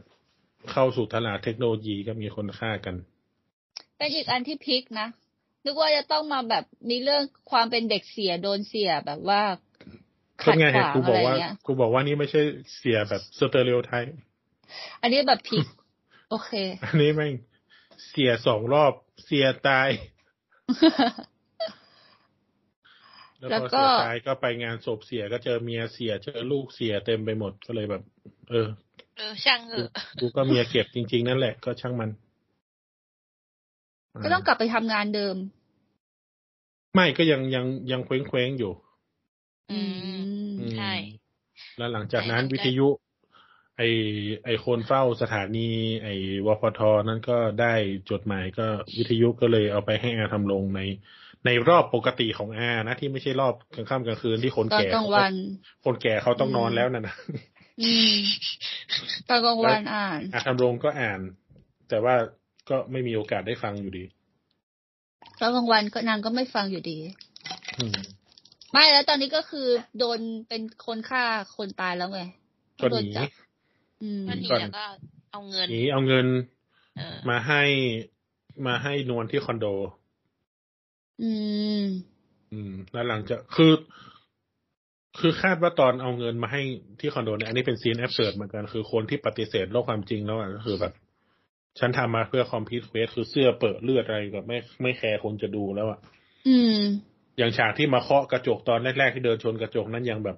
Speaker 3: เข้าสู่ตลาดเทคโนโลยีก็มีคนฆ่ากัน
Speaker 1: เป็นอีกอันที่พลิกนะ นึกว่าจะต้องมาแบบมีเรื่องความเป็นเด็กเสียโดนเสียแบบว่า
Speaker 3: ค
Speaker 1: ขั
Speaker 3: น
Speaker 1: ด
Speaker 3: ไง
Speaker 1: ข
Speaker 3: เห็น
Speaker 1: วาง
Speaker 3: กู
Speaker 1: อะ
Speaker 3: บอ
Speaker 1: ไร
Speaker 3: กว่า
Speaker 1: เงี้ย
Speaker 3: กูบอกว่านี่ไม่ใช่เสียแบบสเตอริโอไทป์
Speaker 1: อันนี้แบบ พลิก โอเค
Speaker 3: อันนี้แม่งเสียสองรอบ เสียตาย แล้ว
Speaker 1: แล้ว
Speaker 3: พอ
Speaker 1: ก็
Speaker 3: เสียตายก็ไปงานศพเสียก็เจอเมียเสียเจอลูกเสียเต็มไปหมดก็เลยแบบ เออ
Speaker 4: เออ ช่างเหอะ
Speaker 3: กูก็เมียเก็บจริง ๆ นั่นแหละก็ช่างมัน
Speaker 1: ก็ต้องกลับไปทำงานเดิม
Speaker 3: ไม่ก็ยังยังยังเคว้งเคว้งๆอยู่
Speaker 4: อืม
Speaker 3: อืม
Speaker 4: ใช่
Speaker 3: แล้วหลังจากนั้น
Speaker 4: ใช่
Speaker 3: วิทยุ ไอไอคนเฝ้าสถานี ไอวพทนั้นก็ได้จดหมายก็วิทยุก็เลยเอาไปให้อาทำลงใน ในรอบปกติของอานะที่ไม่ใช่รอบกลางค่ำกลางคืนที่คน
Speaker 1: ตอน
Speaker 3: แก่
Speaker 1: กลางวัน
Speaker 3: คนแก่เขาต้องนอน
Speaker 1: อืม
Speaker 3: แล้วน่ะนะ
Speaker 1: อืมตอนกลางวันอ่าน
Speaker 3: อาทำลงก็อ่าน แต่ว่าก็ไม่มีโอกาสได้ฟังอยู่ดี
Speaker 1: ตอนกลางวันก็นางก็ไม่ฟังอยู่ดี
Speaker 3: อืม
Speaker 1: ไม่แล้วตอนนี้ก็คือโดนเป็นคนฆ่าคนตายแล้วไง
Speaker 3: ก็หนี
Speaker 1: โดจับอืม
Speaker 4: ก็หนี
Speaker 3: ก่อน
Speaker 4: แล้วก็เอาเงิน
Speaker 3: หนีเอาเงิน
Speaker 4: เออ
Speaker 3: มาให้มาให้นวลที่คอนโด
Speaker 1: อืม
Speaker 3: อืมแล้วหลังจากคือ คือคาดว่าตอนเอาเงินมาให้ที่คอนโดเนี่ยอันนี้เป็นซีนแอบเสิร์ดเหมือนกันคือคนที่ปฏิเสธโลกความจริงแล้วอ่ะก็คือแบบ ฉันทำมาเพื่อคอมพิวเควสคือเสื้อเปิดเลือดอะไรก็ไม่ไม่แคร์คนจะดูแล้วอ่ะ
Speaker 1: อืม
Speaker 3: อย่างฉากที่มาเคาะกระจกตอนแรกๆที่เดินชนกระจกนั้นยังแบบ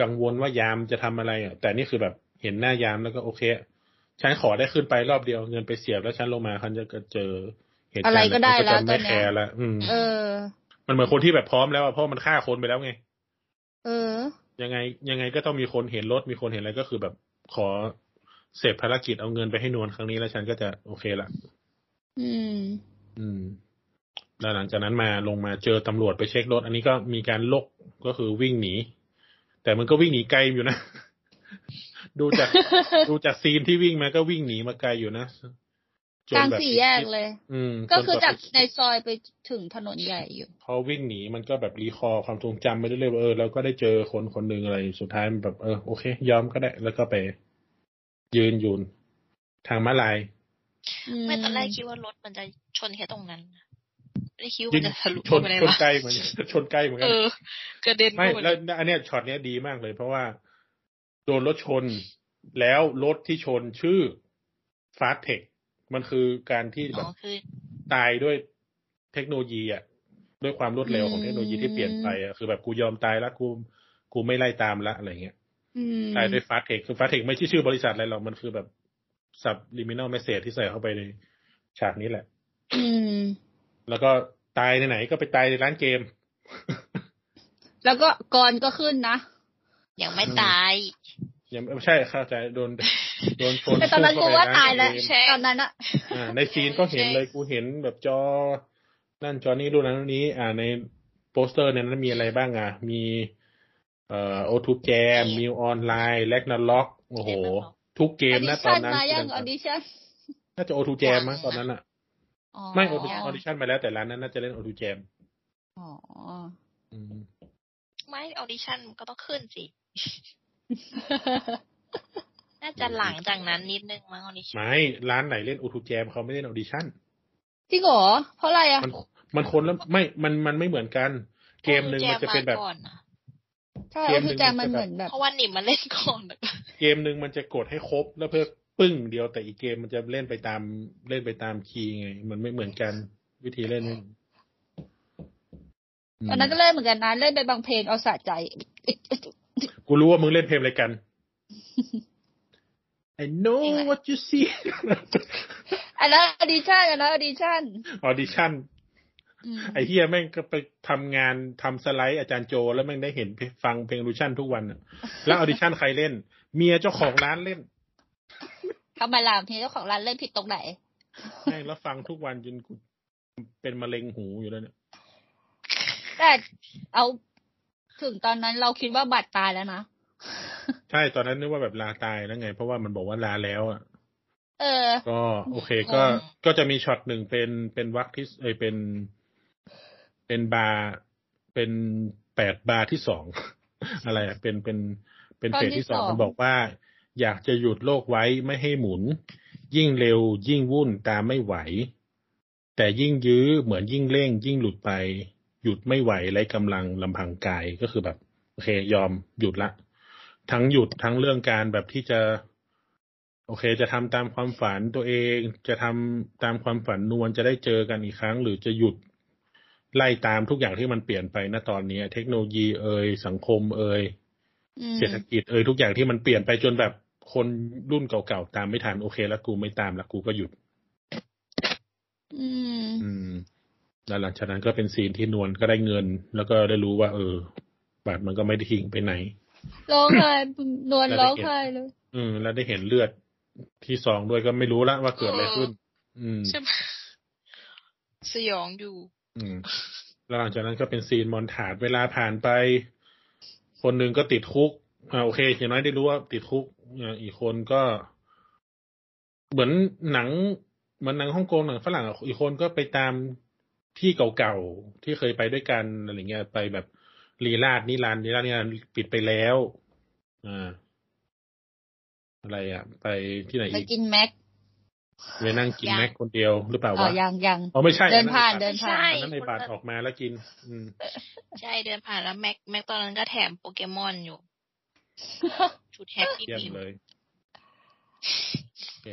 Speaker 3: กังวลว่ายามจะทำอะไรอ่ะ แต่นี่คือแบบเห็นหน้ายามแล้วก็โอเค ฉันขอได้ขึ้นไปรอบเดียวเงินไปเสียบแล้วฉันลงมาฉันจะเจอเหตุการ
Speaker 1: อะ
Speaker 3: ณ์
Speaker 1: ไรก็ได้
Speaker 3: ฉัน
Speaker 1: แล้ว
Speaker 3: จะ
Speaker 1: ตอ
Speaker 3: ไม่
Speaker 1: นเนี้ย
Speaker 3: แคร์ละอืม
Speaker 1: เออ
Speaker 3: มันเหมือนคนที่แบบพร้อมแล้วอ่ะเพราะมันฆ่าคนไปแล้วไง
Speaker 1: เออ
Speaker 3: ยังไงยังไงก็ต้องมีคนเห็นรถมีคนเห็นอะไรก็คือแบบขอเสร็จภารกิจเอาเงินไปให้นวลครั้งนี้แล้วฉันก็จะโอเคละ
Speaker 1: อืม
Speaker 3: อืม แล้วหลังจากนั้นมาลงมาเจอตำรวจไปเช็ครถ อันนี้ก็มีการลกก็คือวิ่งหนี แต่มันก็วิ่งหนีไกลอยู่นะ ดูจาก ดูจากซีนที่วิ่งมาก็วิ่งหนีมาไกลอยู่นะจ
Speaker 1: ก
Speaker 3: น
Speaker 1: ลาง
Speaker 3: บบ
Speaker 1: สี่แยกเลย
Speaker 3: อืม
Speaker 1: ก็คือ
Speaker 3: จนแบบ
Speaker 1: จากในซอยไปถึงถนนใหญ่อยู่
Speaker 3: พอวิ่งหนีมันก็แบบรีคอร์ความทรงจำไปเรื่อยๆว่าเออแล้วก็ได้เจอคนคนหนึ่งอะไรสุดท้ายมันแบบเออโอเค ยอมก็ได้ แล้วก็ไป ยืนอยู่ทางม้าลาย
Speaker 4: ไม่ตอนแรกคิดว่ารถมันจะชนแค่ตรงนั้นไม่ได้คิดว่า
Speaker 3: ยิง
Speaker 4: มันจะทะลุ
Speaker 3: ชน
Speaker 4: ไปใน
Speaker 3: ชน
Speaker 4: บ้าน
Speaker 3: ใกล้เหมือนชนใกล้เหมือนกั
Speaker 4: เอน อกระเด็น
Speaker 3: ไม่
Speaker 4: เข้าป
Speaker 3: แล้วอันเนี้ยช็อตเนี้ยดีมากเลย เพราะว่าโดนรถชนแล้วรถที่ชนชื่อฟาสเทคมันคือการที่แบ
Speaker 4: อ๋
Speaker 3: บ
Speaker 4: อคือ
Speaker 3: ตายด้วยเทคโนโลยีอ่ะด้วยความรวดเร็วของเทคโนโลยีที่เปลี่ยนไปอ่ะคือแบบกูยอมตายละกูกูไม่ไล่ตามละอะไรเงี้ย
Speaker 1: อืม
Speaker 3: ตายด้วยฟาสเทคคือฟาสเทคไม่ใช่ชื่อบริษัทอะไรหรอกมันคือแบบสับลิมินอลเมสเซจที่ใส่เข้าไปในฉากนี้แหละ
Speaker 1: อืม
Speaker 3: แล้วก็ตายในไหนก็ไปตายในร้านเกม
Speaker 1: แล้วก็กรก็ขึ้นนะ
Speaker 4: ยังไม่ตาย
Speaker 3: ยังไม่ใช่เข้าใจโดนโดนชน
Speaker 1: แต่ตอนนั้นกูว่าตายแล้ว
Speaker 3: ใน
Speaker 4: ใช่
Speaker 1: ตอนนั้นอะ
Speaker 3: อ่าในซีนก็เห็นเลยกูเห็นแบบจอ นั่นจอนี่รูปนั้นรูปนี้ อ่าในโปสเตอร์เนี่ยนั้นมีอะไรบ้างอ่ะ มีเอ่อโอทูแจมมิวออนไลน์แลกนาล็อกโอ้โห ทุกเก
Speaker 1: อ
Speaker 3: ม
Speaker 1: อดิ
Speaker 3: นะตอ
Speaker 1: ชั่
Speaker 3: น
Speaker 1: น
Speaker 3: นั้น
Speaker 1: มายังออดิชั่น
Speaker 3: น่าจะโอทูแจมมั้งตอนนั้นอ่ะ ไม่โอทูชั่นไปแล้วแต่ร้านนั้นน่าจะเล่นโอทูแจม
Speaker 1: อ๋อ
Speaker 4: ไหมออดิชั่นก็ต้องขึ้นสิ น่าจะหลังจากนั้นนิดนึงมั้งออดิชั่น
Speaker 3: ไม่ร้านไหนเล่นอุทูแจมเขาไม่เล่นออดิชั่น
Speaker 1: จริงเหรอเพราะอะไรอ่ะ
Speaker 3: มันมันคนละไม่ มันมันไม่เหมือนกัน เกมหนึ่งมันจะเป็นแบบ
Speaker 4: อาก่อนนะ
Speaker 1: ใช่
Speaker 3: เก
Speaker 1: โอ
Speaker 3: มหนึ่
Speaker 1: ทู
Speaker 3: ง
Speaker 1: แจม
Speaker 3: มั
Speaker 1: มัน น
Speaker 3: จะ
Speaker 1: เห
Speaker 3: แบบ
Speaker 1: มือนแบบ
Speaker 4: เพราะว่าหนิมมาเล่นก่อนนะ
Speaker 3: เกมหนึ่งมันจะกดให้ครบแล้วเพื่อปึ้งเดียวแต่อีกเกมมันจะเล่นไปตามเล่นไปตามคีย์ไง มันไม่เหมือนกันวิธีเล่นไม่
Speaker 1: ตอนนั้นก็เล่นเหมือนกันนะเล่นไปบางเพลงเอาสะใจ
Speaker 3: กูรู้ว่ามึงเล่นเพลงอะไร กัน I know what you see
Speaker 1: อันนั้นออดิชั่นอันนั้นออดิชั่น
Speaker 3: audition
Speaker 1: อืม
Speaker 3: ไอ้เฮียแม่งก็ไปทำงานทำสไลด์อาจารย์โจ แล้วแม่งได้เห็นเพลงฟังเพลงรูชั่นทุกวันอะแล้วออดิชั่นใครเล่น เมียเจ้าของร้านเล่น
Speaker 1: ทำไมล่ะทีเจ้าของร้านเล่นผิดตรงไหน
Speaker 3: แม่งแล้วฟังทุกวันจนกูเป็นมะเร็งหูอยู่แล้วเนี่ย
Speaker 1: แต่เอาถึงตอนนั้นเราคิดว่าบัตรตายแล้วนะ
Speaker 3: ใช่ตอนนั้นนึกว่าแบบลาตายแล้วไง เพราะว่ามันบอกว่าลาแล้วอ่ะ
Speaker 1: เออ
Speaker 3: ก็โอเคก็
Speaker 1: อืม
Speaker 3: ก็จะมีช็อตหนึ่งเป็นเป็นวักที่เอยเป็น เป็นบาร์เป็นแปดบาร์ที่สอง อะไรอะเป็นเป็นเป็นเฟสที่สอง
Speaker 1: ตอนที่สอง
Speaker 3: มันบอกว่า อยากจะหยุดโลกไว้ไม่ให้หมุน ยิ่งเร็ว ยิ่งวุ่นตามไม่ไหว แต่ยิ่งยื้อเหมือนยิ่งเร่ง ยิ่งหลุดไป หยุดไม่ไหวไร้กำลังลำพังกายก็คือแบบ โอเค ยอมหยุดละ ทั้งหยุดทั้งเรื่องการแบบที่จะ โอเค จะทำตามความฝันตัวเอง จะทำตามความฝันนวลจะได้เจอกันอีกครั้ง หรือจะหยุดไล่ตามทุกอย่างที่มันเปลี่ยนไปณตอนนี้ เทคโนโลยีเอ่ยสังคมเอ่ย
Speaker 1: อืม
Speaker 3: เศรษฐกิจเอ่ยทุกอย่างที่มันเปลี่ยนไปจนแบบคนรุ่นเก่าๆตามไม่ทันโอเค แล้วกูไม่ตามแล้วกูก็หยุด
Speaker 1: อืม
Speaker 3: อืมแล้วหลังจากนั้นก็เป็นซีนที่นวลก็ได้เงิน แล้วก็ได้รู้ว่า เออบัตรมันก็ไม่ได้ทิ้งไปไหน
Speaker 1: ร้องไห้นวลร้องไห้เลย
Speaker 3: อืม แล้วได้เห็นเลือดที่ซองด้วยก็ไม่รู้ละว่าเกิดอะไรขึ้น อืม
Speaker 4: ใช่ไหมสยองอยู่
Speaker 3: อืมแล้วหลังจากนั้นก็เป็นซีนมอนถาดเวลาผ่านไป คนหนึ่งก็ติดคุกอ่าโอเคอย่างน้อยได้รู้ว่าติดคุกอ่าอีกคนก็ เหมือนหนังเหมือนหนังฮ่องกงหนังฝรั่งอ่ะอีกคนก็ไปตามที่เก่าๆที่เคยไปด้วยกันอะไรเงี้ยไปแบบลีลาดนิรันดร์ลีลาดนิรันดร์ปิดไปแล้วอ่าอะไรอ่ะ ไปที่ไหน
Speaker 1: ไป
Speaker 3: อีก
Speaker 1: กินแม็ก
Speaker 3: ไปนั่งกิน
Speaker 4: ยัง
Speaker 3: แม็กคนเดียวหรือเปล่า
Speaker 1: อ๋อ
Speaker 3: วะ
Speaker 1: ยังยัง
Speaker 3: อ๋อไม่ใช่
Speaker 1: เดินผ่าน
Speaker 3: อั
Speaker 1: เดินผ่า
Speaker 4: ไม่
Speaker 1: น
Speaker 4: ใช่
Speaker 3: อันนั้นในบาทออกมาแล้วกิน อืม
Speaker 4: ใช่เดินผ่านแล้วแม็กแม็กตอนนั้นก็แถมโปเกมอนอยู่ชุดแฮปปี้
Speaker 3: เยี่ยม
Speaker 4: มิว
Speaker 3: เลยโอเค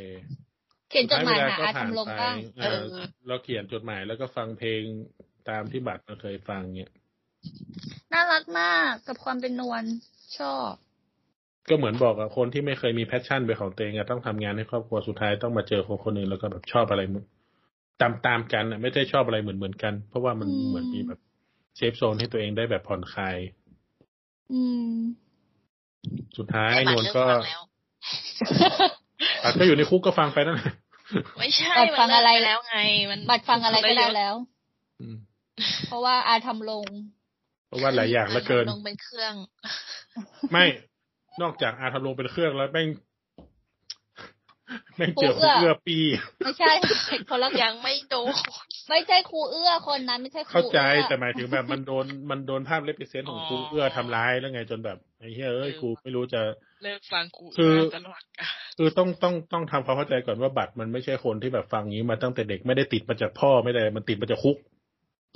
Speaker 1: เขียนจดหมาย
Speaker 3: สุ
Speaker 1: หา
Speaker 3: ท้
Speaker 1: อา
Speaker 3: เว
Speaker 1: ชมรมบ้าง
Speaker 3: เออ
Speaker 4: เออ
Speaker 3: เราเขียนจดหมายแล้วก็ฟังเพลงตามที่บัตรมันเคยฟังเนี่ย
Speaker 1: น่ารักมากกับความเป็นนวลชอบ
Speaker 3: ก็เหมือนบอกกับคนที่ไม่เคยมีแพชชั่นเป็นของตัวเองอะต้องทำงานให้ครอบครัวสุดท้ายต้องมาเจอคนคนหนึ่งแล้วก็แบบชอบอะไรมึงตามตามกันอะไม่ได้ชอบอะไรเหมือนเหมือนกัน เพราะว่ามันเหมือนมีแบบเซฟโซนให้ตัวเองได้แบบผ่อนคลาย
Speaker 1: อืม
Speaker 3: สุดท้าย
Speaker 4: แต่
Speaker 3: น
Speaker 4: บัต
Speaker 3: วล
Speaker 4: รเลิก
Speaker 3: ก็
Speaker 4: ฟังแล้ว
Speaker 3: บัตรก็อยู่ในคุกก็ฟังไปนั่นแหละ
Speaker 4: ไม่ใช่
Speaker 1: บัตรฟังอะไร
Speaker 4: มันเลิกปแล้วไง มัน
Speaker 1: บัตรฟังอะไรก็ได้แล้ว
Speaker 3: อืม
Speaker 1: เพราะว่าอาทำลง
Speaker 3: เพราะว่าหลายอย่างเหลือเกิน
Speaker 4: ลงเป็นเครื่อง
Speaker 3: ไม่ นอกจากอาทาโลเป็นเครื่องแล้วแม่งแม่ง
Speaker 1: ครู
Speaker 3: เจอ
Speaker 1: เอื้
Speaker 3: คุ
Speaker 1: อ
Speaker 3: กเอื้อปี
Speaker 1: ไม่ใช่ คนละ
Speaker 4: ยังไม่โดน
Speaker 1: ไม่ใช่ครูเอื้อคนนั้นไม่ใช่ครู
Speaker 3: เข้าใจ
Speaker 1: อื้อ
Speaker 3: แต่หมายถึงแบบมันโดนมันโดนภาพเลปิเซนต์ของครู
Speaker 4: อ๋อ
Speaker 3: เอื้อทำร้ายแล้วไงจนแบบไอ้เฮ้ยเอ้ยครูไม่รู้จะ
Speaker 4: เลิกฟังกู
Speaker 3: คือ
Speaker 4: ตลอด
Speaker 3: คือต้องต้องต้องทำความเข้าใจก่อนว่าบัตรมันไม่ใช่คนที่แบบฟังอย่างนี้มาตั้งแต่เด็กไม่ได้ติดมาจากพ่อไม่ได้มันติดมาจากคุก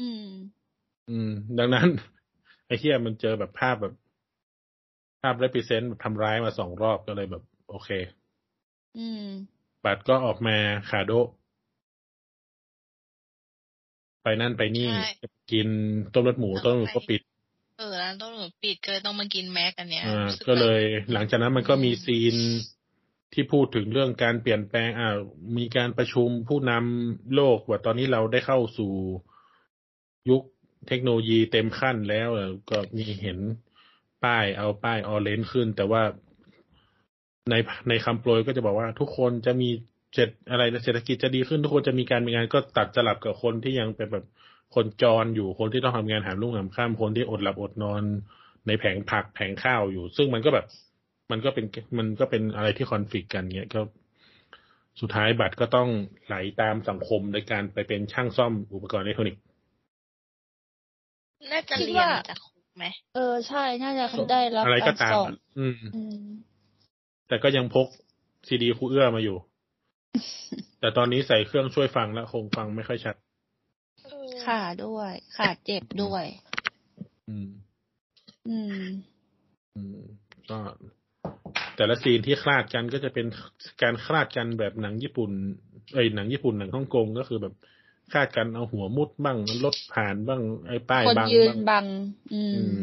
Speaker 1: อืม
Speaker 3: อืม ดังนั้น ไอ้เฮียมันเจอแบบภาพแบบ ภาพเลปิเซนต์ทำร้ายมาสองรอบก็เลยแบบ โอเค
Speaker 1: อืม
Speaker 3: บัตรก็ออกมาคาโดะไปนั่นไปนี่ กินต้มเลือดหมูต้มเลือดหมูก็ปิด
Speaker 4: เออร้านต้นหนูปิดก็เลยต้องมากินแม็กอันเนี้ย
Speaker 3: อ่า
Speaker 4: รู้สึ
Speaker 3: ก็เลย หลังจากนั้นมันก็มีซีนที่พูดถึงเรื่องการเปลี่ยนแปลงอ่ามีการประชุมผู้นำโลกว่าตอนนี้เราได้เข้าสู่ยุคเทคโนโลยีเต็มขั้นแล้วเออก็มีเห็นป้ายเอาป้ายออเรนจ์ขึ้น แต่ว่าในในคำโปรยก็จะบอกว่า ทุกคนจะมีเจ็ดอะไรนะเศรษฐกิจจะดีขึ้น ทุกคนจะมีการมีงานก็ตัดสลับกับคนที่ยังเป็นแบบคนจรอยู่คนที่ต้องทำงานหามรุ่งหามค่ำคนที่อดหลับอดนอน ในแผงผักแผงข้าวอยู่ ซึ่งมันก็แบบ มันก็เป็นมันก็เป็นอะไรที่คอนฟ lict กันเงี้ยก็สุดท้ายบัตรก็ต้องไหลตามสังคมในการไปเป็นช่างซ่อมอุปกรณ์อิเล็กทรอนิกส์
Speaker 4: น่าจะ
Speaker 1: คิด
Speaker 4: เรียน
Speaker 1: ว่า
Speaker 4: มาจากครู ไหม
Speaker 1: เออใช่น่าจะได้รับ
Speaker 3: อะไรก็
Speaker 1: การ
Speaker 3: ตาม
Speaker 1: สอบ
Speaker 3: อะอืม
Speaker 1: อืม
Speaker 3: แต่ก็ยังพกซีดีครูเอื้อ มาอยู่ แต่ตอนนี้ใส่เครื่องช่วยฟังแล้วคงฟังไม่ค่อยชัด
Speaker 1: ขาด้วย ขาเจ็บด้วย
Speaker 3: อืม
Speaker 1: อืม
Speaker 3: อืมก็แต่ละซีนที่คลาดกันก็จะเป็นการคลาดกันแบบหนังญี่ปุ่น เอ้ยหนังญี่ปุ่นหนังฮ่องกงก็คือแบบคลาดกันเอาหัวมุดบ้างรถผ่านบ้างไอ้ป้าย
Speaker 1: คน
Speaker 3: บัง
Speaker 1: ยืน
Speaker 3: บ้า
Speaker 1: บั
Speaker 3: ง
Speaker 1: ง อื
Speaker 3: อื
Speaker 1: ม
Speaker 3: ม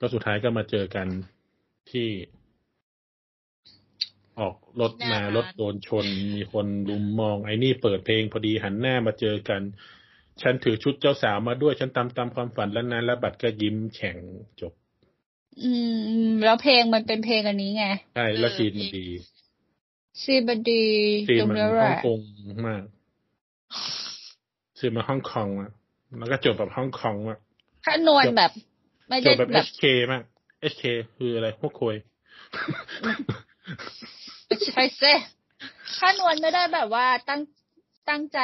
Speaker 3: ก็สุดท้ายก็มาเจอกันที่ ออกรถมารถโดนชน มีคนลุมมองไอ้นี่เปิดเพลงพอดีหันหน้ามาเจอกัน ฉันถือชุดเจ้าสาวมาด้วยฉันตามตามความฝันแล้วนะแล้วบัตรก็ยิ้มแฉ่งจบ
Speaker 1: อืมอืม แล้วเพลงมันเป็นเพลงอันนี้ไง
Speaker 3: ใช่แล้วซีนมันดี
Speaker 1: ซีบดี
Speaker 3: ซีน
Speaker 1: ตรง
Speaker 3: มัน
Speaker 1: นี้
Speaker 3: ฮ่
Speaker 1: แห
Speaker 3: อง
Speaker 1: ละ
Speaker 3: กงมากซีนมันฮ่องกงมากแล้วก็จบแบบฮ่องกงมาก
Speaker 1: ถ้านวลแบบ ไม่
Speaker 3: จ
Speaker 1: ได้
Speaker 3: บแบบ
Speaker 1: แบ
Speaker 3: เอบ ชเคมากเอชเคคืออะไรพวกโคย
Speaker 1: ใช่เซ่ถ้านวลไม่ได้แบบว่าตั้งตั้งใจ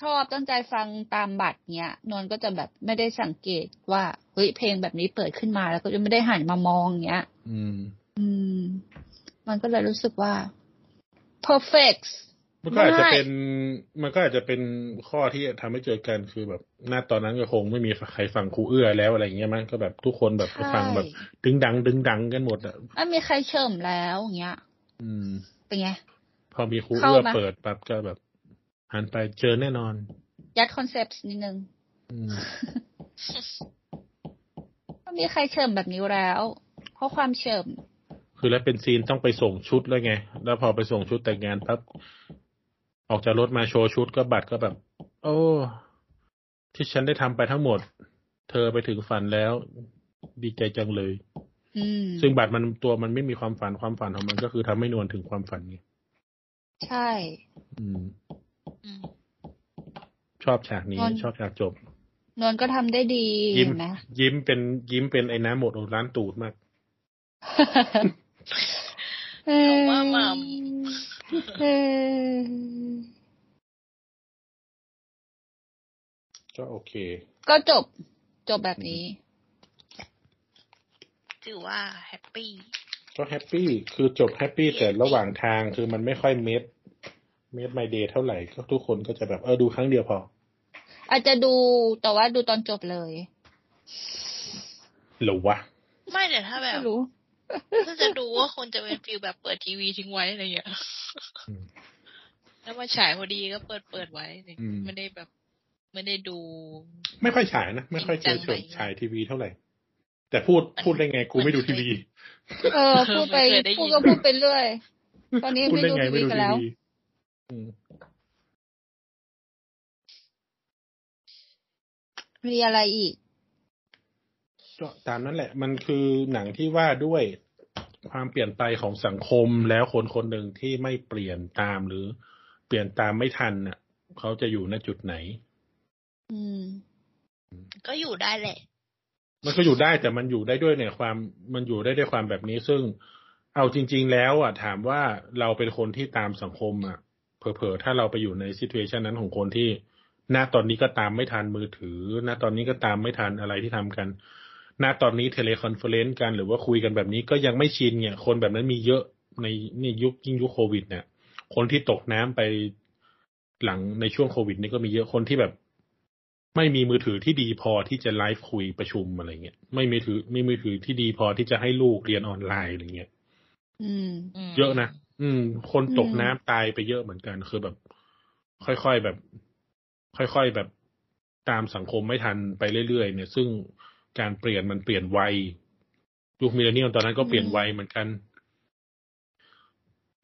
Speaker 1: ชอบตั้งใจฟังตามบัตรเนี้ย นวลก็จะแบบไม่ได้สังเกตว่าเฮ้ยเพลงแบบนี้เปิดขึ้นมาแล้วก็จะไม่ได้หันมามองเงี้ย
Speaker 3: อืม
Speaker 1: อืม มันก็เลยรู้สึกว่า perfect
Speaker 3: มันก็อาจจะ
Speaker 1: ไม่
Speaker 3: เป็น มันก็อาจจะเป็นข้อที่ทำให้เจอกันคือแบบหน้าตอนนั้นก็คงไม่มีใครฟังครูเอื้อแล้วอะไรอย่างเงี้ยมั้งก็แบบทุกคนแบบไปฟังแบบ
Speaker 1: ใช่
Speaker 3: ดึงดัง ดึงดังกันหมดอ่ะ
Speaker 1: ไม่มีใครเชิมแล้วอย่างเงี้ย
Speaker 3: อืม
Speaker 1: เป็นไง
Speaker 3: พอมีครูเอื้อ
Speaker 1: เข้ามา
Speaker 3: เปิดปั๊บก็แบบหันไปเจอแน่นอน
Speaker 1: ยัดคอนเซปต์นิดนึง
Speaker 3: อืม
Speaker 1: ไม่มีใครเชิมแบบนี้แล้ว เพราะความเชิม
Speaker 3: คือแล้วเป็นซีนต้องไปส่งชุดแล้วไง แล้วพอไปส่งชุดแต่งงานปั๊บออกจากรถมาโชว์ชุดก็บัตรก็แบบ โอ้ ที่ฉันได้ทำไปทั้งหมด เธอไปถึงฝันแล้ว ดีใจจังเลย
Speaker 1: อืม
Speaker 3: ซึ่งบัตรมันตัวมันไม่มีความฝันความฝันของมันก็คือทำให้นวลถึงความฝันไง
Speaker 1: ใช่
Speaker 3: อืม
Speaker 4: อืม
Speaker 3: ชอบฉากนี้ ชอบฉากจบ
Speaker 1: นนท์ก็ทำได้ดี
Speaker 3: ยิ้ม
Speaker 1: เห็น ไหม
Speaker 3: ยิ้มเป็นยิ้มเป็นไอ้น้ำหมดร้านตูดมาก
Speaker 1: เออ
Speaker 4: ว่ามัม
Speaker 1: เออ
Speaker 3: ก็โอเค
Speaker 1: ก็จบจบแบบนี้
Speaker 4: ถือว่าแฮปปี้
Speaker 3: ก็แฮปปี้คือจบแฮปปี้แต่ระหว่างทางคือมันไม่ค่อยเมดเมดไมเดย์เท่าไหร่ก็ทุกคนก็จะแบบเออดูครั้งเดียวพอ
Speaker 1: อาจจะดูแต่ว่าดูตอนจบเลย
Speaker 3: หรือวะ
Speaker 4: ไม่แต่ถ้าแบ
Speaker 1: ไม่
Speaker 4: บ
Speaker 1: รู้
Speaker 4: ถ้าจะดูว่าคนจะเป็นฟิลแบบเปิดทีวีทิ้งไว้อะไรอย่างเงี้ย
Speaker 3: อืม
Speaker 4: แล้วมาฉายพอดีก็เปิดเปิดไว้อะไรอย่างเงี้ย
Speaker 3: อืม
Speaker 4: ไม่ได้แบบ ไม่ได้ดู
Speaker 3: ไม่ค่อยฉายนะ ไม่ค่อยเจอ
Speaker 4: จริง
Speaker 3: ช
Speaker 4: จังไหม
Speaker 3: วนฉายทีวีเท่าไหร่ แต่พูดพูดได้ไงกูไม่ดูทีวี
Speaker 1: เออพูดไป
Speaker 4: ไม่เคยได้ยิน
Speaker 1: พูดก็พูดไปเรื่อย ตอนนี้
Speaker 3: พูด
Speaker 1: ไม่
Speaker 3: ได้
Speaker 1: ดูทีวี
Speaker 3: ไงไม่ดู
Speaker 1: กัน
Speaker 3: ที
Speaker 1: แล้ว
Speaker 3: วีอืม
Speaker 1: มีอะไรอีก
Speaker 3: ก็ตามนั้นแหละ มันคือหนังที่ว่าด้วยความเปลี่ยนไปของสังคมแล้วคนคนหนึ่งที่ไม่เปลี่ยนตามหรือ เปลี่ยนตามไม่ทันน่ะ เขาจะอยู่ณจุดไหน
Speaker 1: อืม
Speaker 4: ก็อยู่ได้แหละ
Speaker 3: มันก็อยู่ได้แต่มันอยู่ได้ด้วยเนี่ยความ มันอยู่ได้ด้วยความแบบนี้ซึ่งเอาจริง ๆ แล้วอ่ะ ถามว่าเราเป็นคนที่ตามสังคมอ่ะเผลอๆถ้าเราไปอยู่ในซิทูเอชันนั้นของคนที่ณตอนนี้ก็ตามไม่ทันมือถือณตอนนี้ก็ตามไม่ทันอะไรที่ทำกันณตอนนี้เทเลคอนเฟอเรนซ์กันหรือว่าคุยกันแบบนี้ก็ยังไม่ชินเนี่ย คนแบบนั้นมีเยอะในนี่ยุคยิ่งยุคโควิด เนี่ย คนที่ตกน้ำไปหลังในช่วงโควิด นี่ก็มีเยอะคนที่แบบ ไม่มีมือถือที่ดีพอที่จะไลฟ์คุยประชุมอะไรเงี้ยไม่มีถือไม่มีมือถือที่ดีพอที่จะให้ลูกเรียนออนไลน์อะไรเงี้ย
Speaker 1: อืม
Speaker 4: ม
Speaker 3: เยอะนะอืม คนตก
Speaker 1: อืม
Speaker 3: น้ำตายไปเยอะเหมือนกัน คือแบบ ค่อยๆแบบ ค่อยๆแบบตามสังคมไม่ทันไปเรื่อยๆเนี่ย ซึ่งการเปลี่ยนมันเปลี่ยนไวยุคมิลเลนเนียลตอนนั้นก็เปลี่ยนไวเหมือนกัน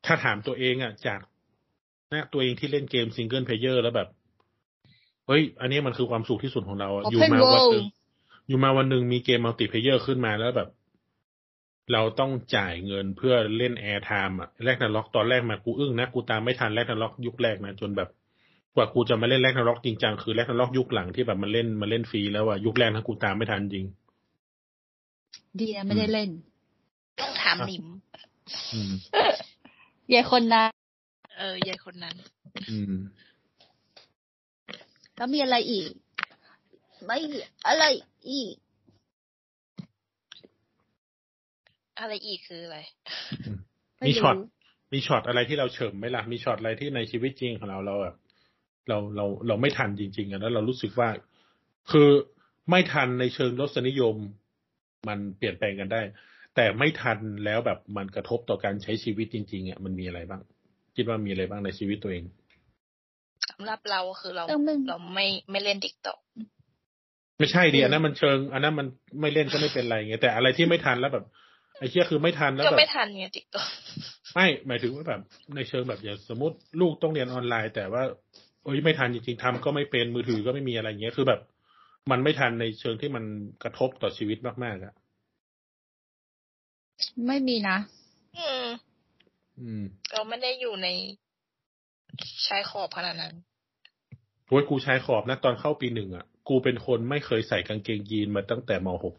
Speaker 3: ถ้าถามตัวเองอ่ะ จากหนะตัวเองที่เล่นเกมซิงเกิลเพลเยอร์แล้วแบบ เฮ้ย อันนี้มันคือความสุขที่สุดของเราอะอยู่
Speaker 1: Open
Speaker 3: มาวันหนึ่
Speaker 1: world
Speaker 3: งอยู่มาวันหนึ่งมีเกมมัลติเพลเยอร์ขึ้นมาแล้วแบบ เราต้องจ่ายเงินเพื่อเล่นแอร์ไทม์อะแรกนาล็อกตอนแรกมากูอึ้งนะ กูตามไม่ทันแรกนาล็อกยุคแรกนะ จนแบบ กว่ากูจะมาเล่นแรกนาล็อกจริงจังคือแรกนาล็อกยุคหลังที่แบบมันเล่นมันเล่นฟรีแล้วอะยุคแรกนะกูตามไม่ทันจริง
Speaker 1: ดีนะไม่ได้เล่น
Speaker 4: ต้องถามหนิม
Speaker 3: อืม
Speaker 1: ยายคนนะ
Speaker 4: เออยายคนนั้น
Speaker 3: อืม
Speaker 1: แล้วมีอะไรอีก ไม่มีอะไรอีก
Speaker 4: อะไรอีกคืออะไร
Speaker 1: ไม่
Speaker 3: มี
Speaker 1: รู้
Speaker 3: ช็อต มีช็อตอะไรที่เราเฉิมไหมล่ะ มีช็อตอะไรที่ในชีวิตจริงของเราเราแบบเราเราเราไม่ทันจริงๆอะแล้วเรารู้สึกว่า คือไม่ทันในเชิงรสนิยม มันเปลี่ยนแปลงกันได้ แต่ไม่ทันแล้วแบบมันกระทบต่อการใช้ชีวิตจริงๆอ่ะมันมีอะไรบ้าง คิดว่ามีอะไรบ้างในชีวิตตัวเอง
Speaker 4: สำหรับเราคือเรา
Speaker 1: เออมัน
Speaker 4: เราไม่ไม่เล่นติ๊กต็อก
Speaker 3: ไม่ใช่ดิอันนั้นมันเชิง อันนั้นมันไม่เล่นก็ไม่เป็นไรไงแต่อะไรที่ไม่ทันแล้วแบบไอ้เชี่ยคือไม่ทันแล้ว
Speaker 4: ก็
Speaker 3: แบบ
Speaker 4: ไม่ทันไงติ๊กต็อก
Speaker 3: ไม่หมายถึงว่าแบบในเชิงแบบอย่างสมมติลูกต้องเรียนออนไลน์ แต่ว่าเอ้ยไม่ทันจริงๆทำก็ไม่เป็นมือถือก็ไม่มีอะไรเงี้ยคือแบบ มันไม่ทันในเชิงที่มันกระทบต่อชีวิตมากๆอะ่ะ
Speaker 1: ไม่มีนะ
Speaker 3: อืม
Speaker 4: เราไม่ได้อยู่ในชายขอบขนาดนั้น
Speaker 3: โว้ยกูชายขอบนะตอนเข้าปีหนึ่งอะ่ะ กูเป็นคนไม่เคยใส่กางเกงยีนมาตั้งแต่มหก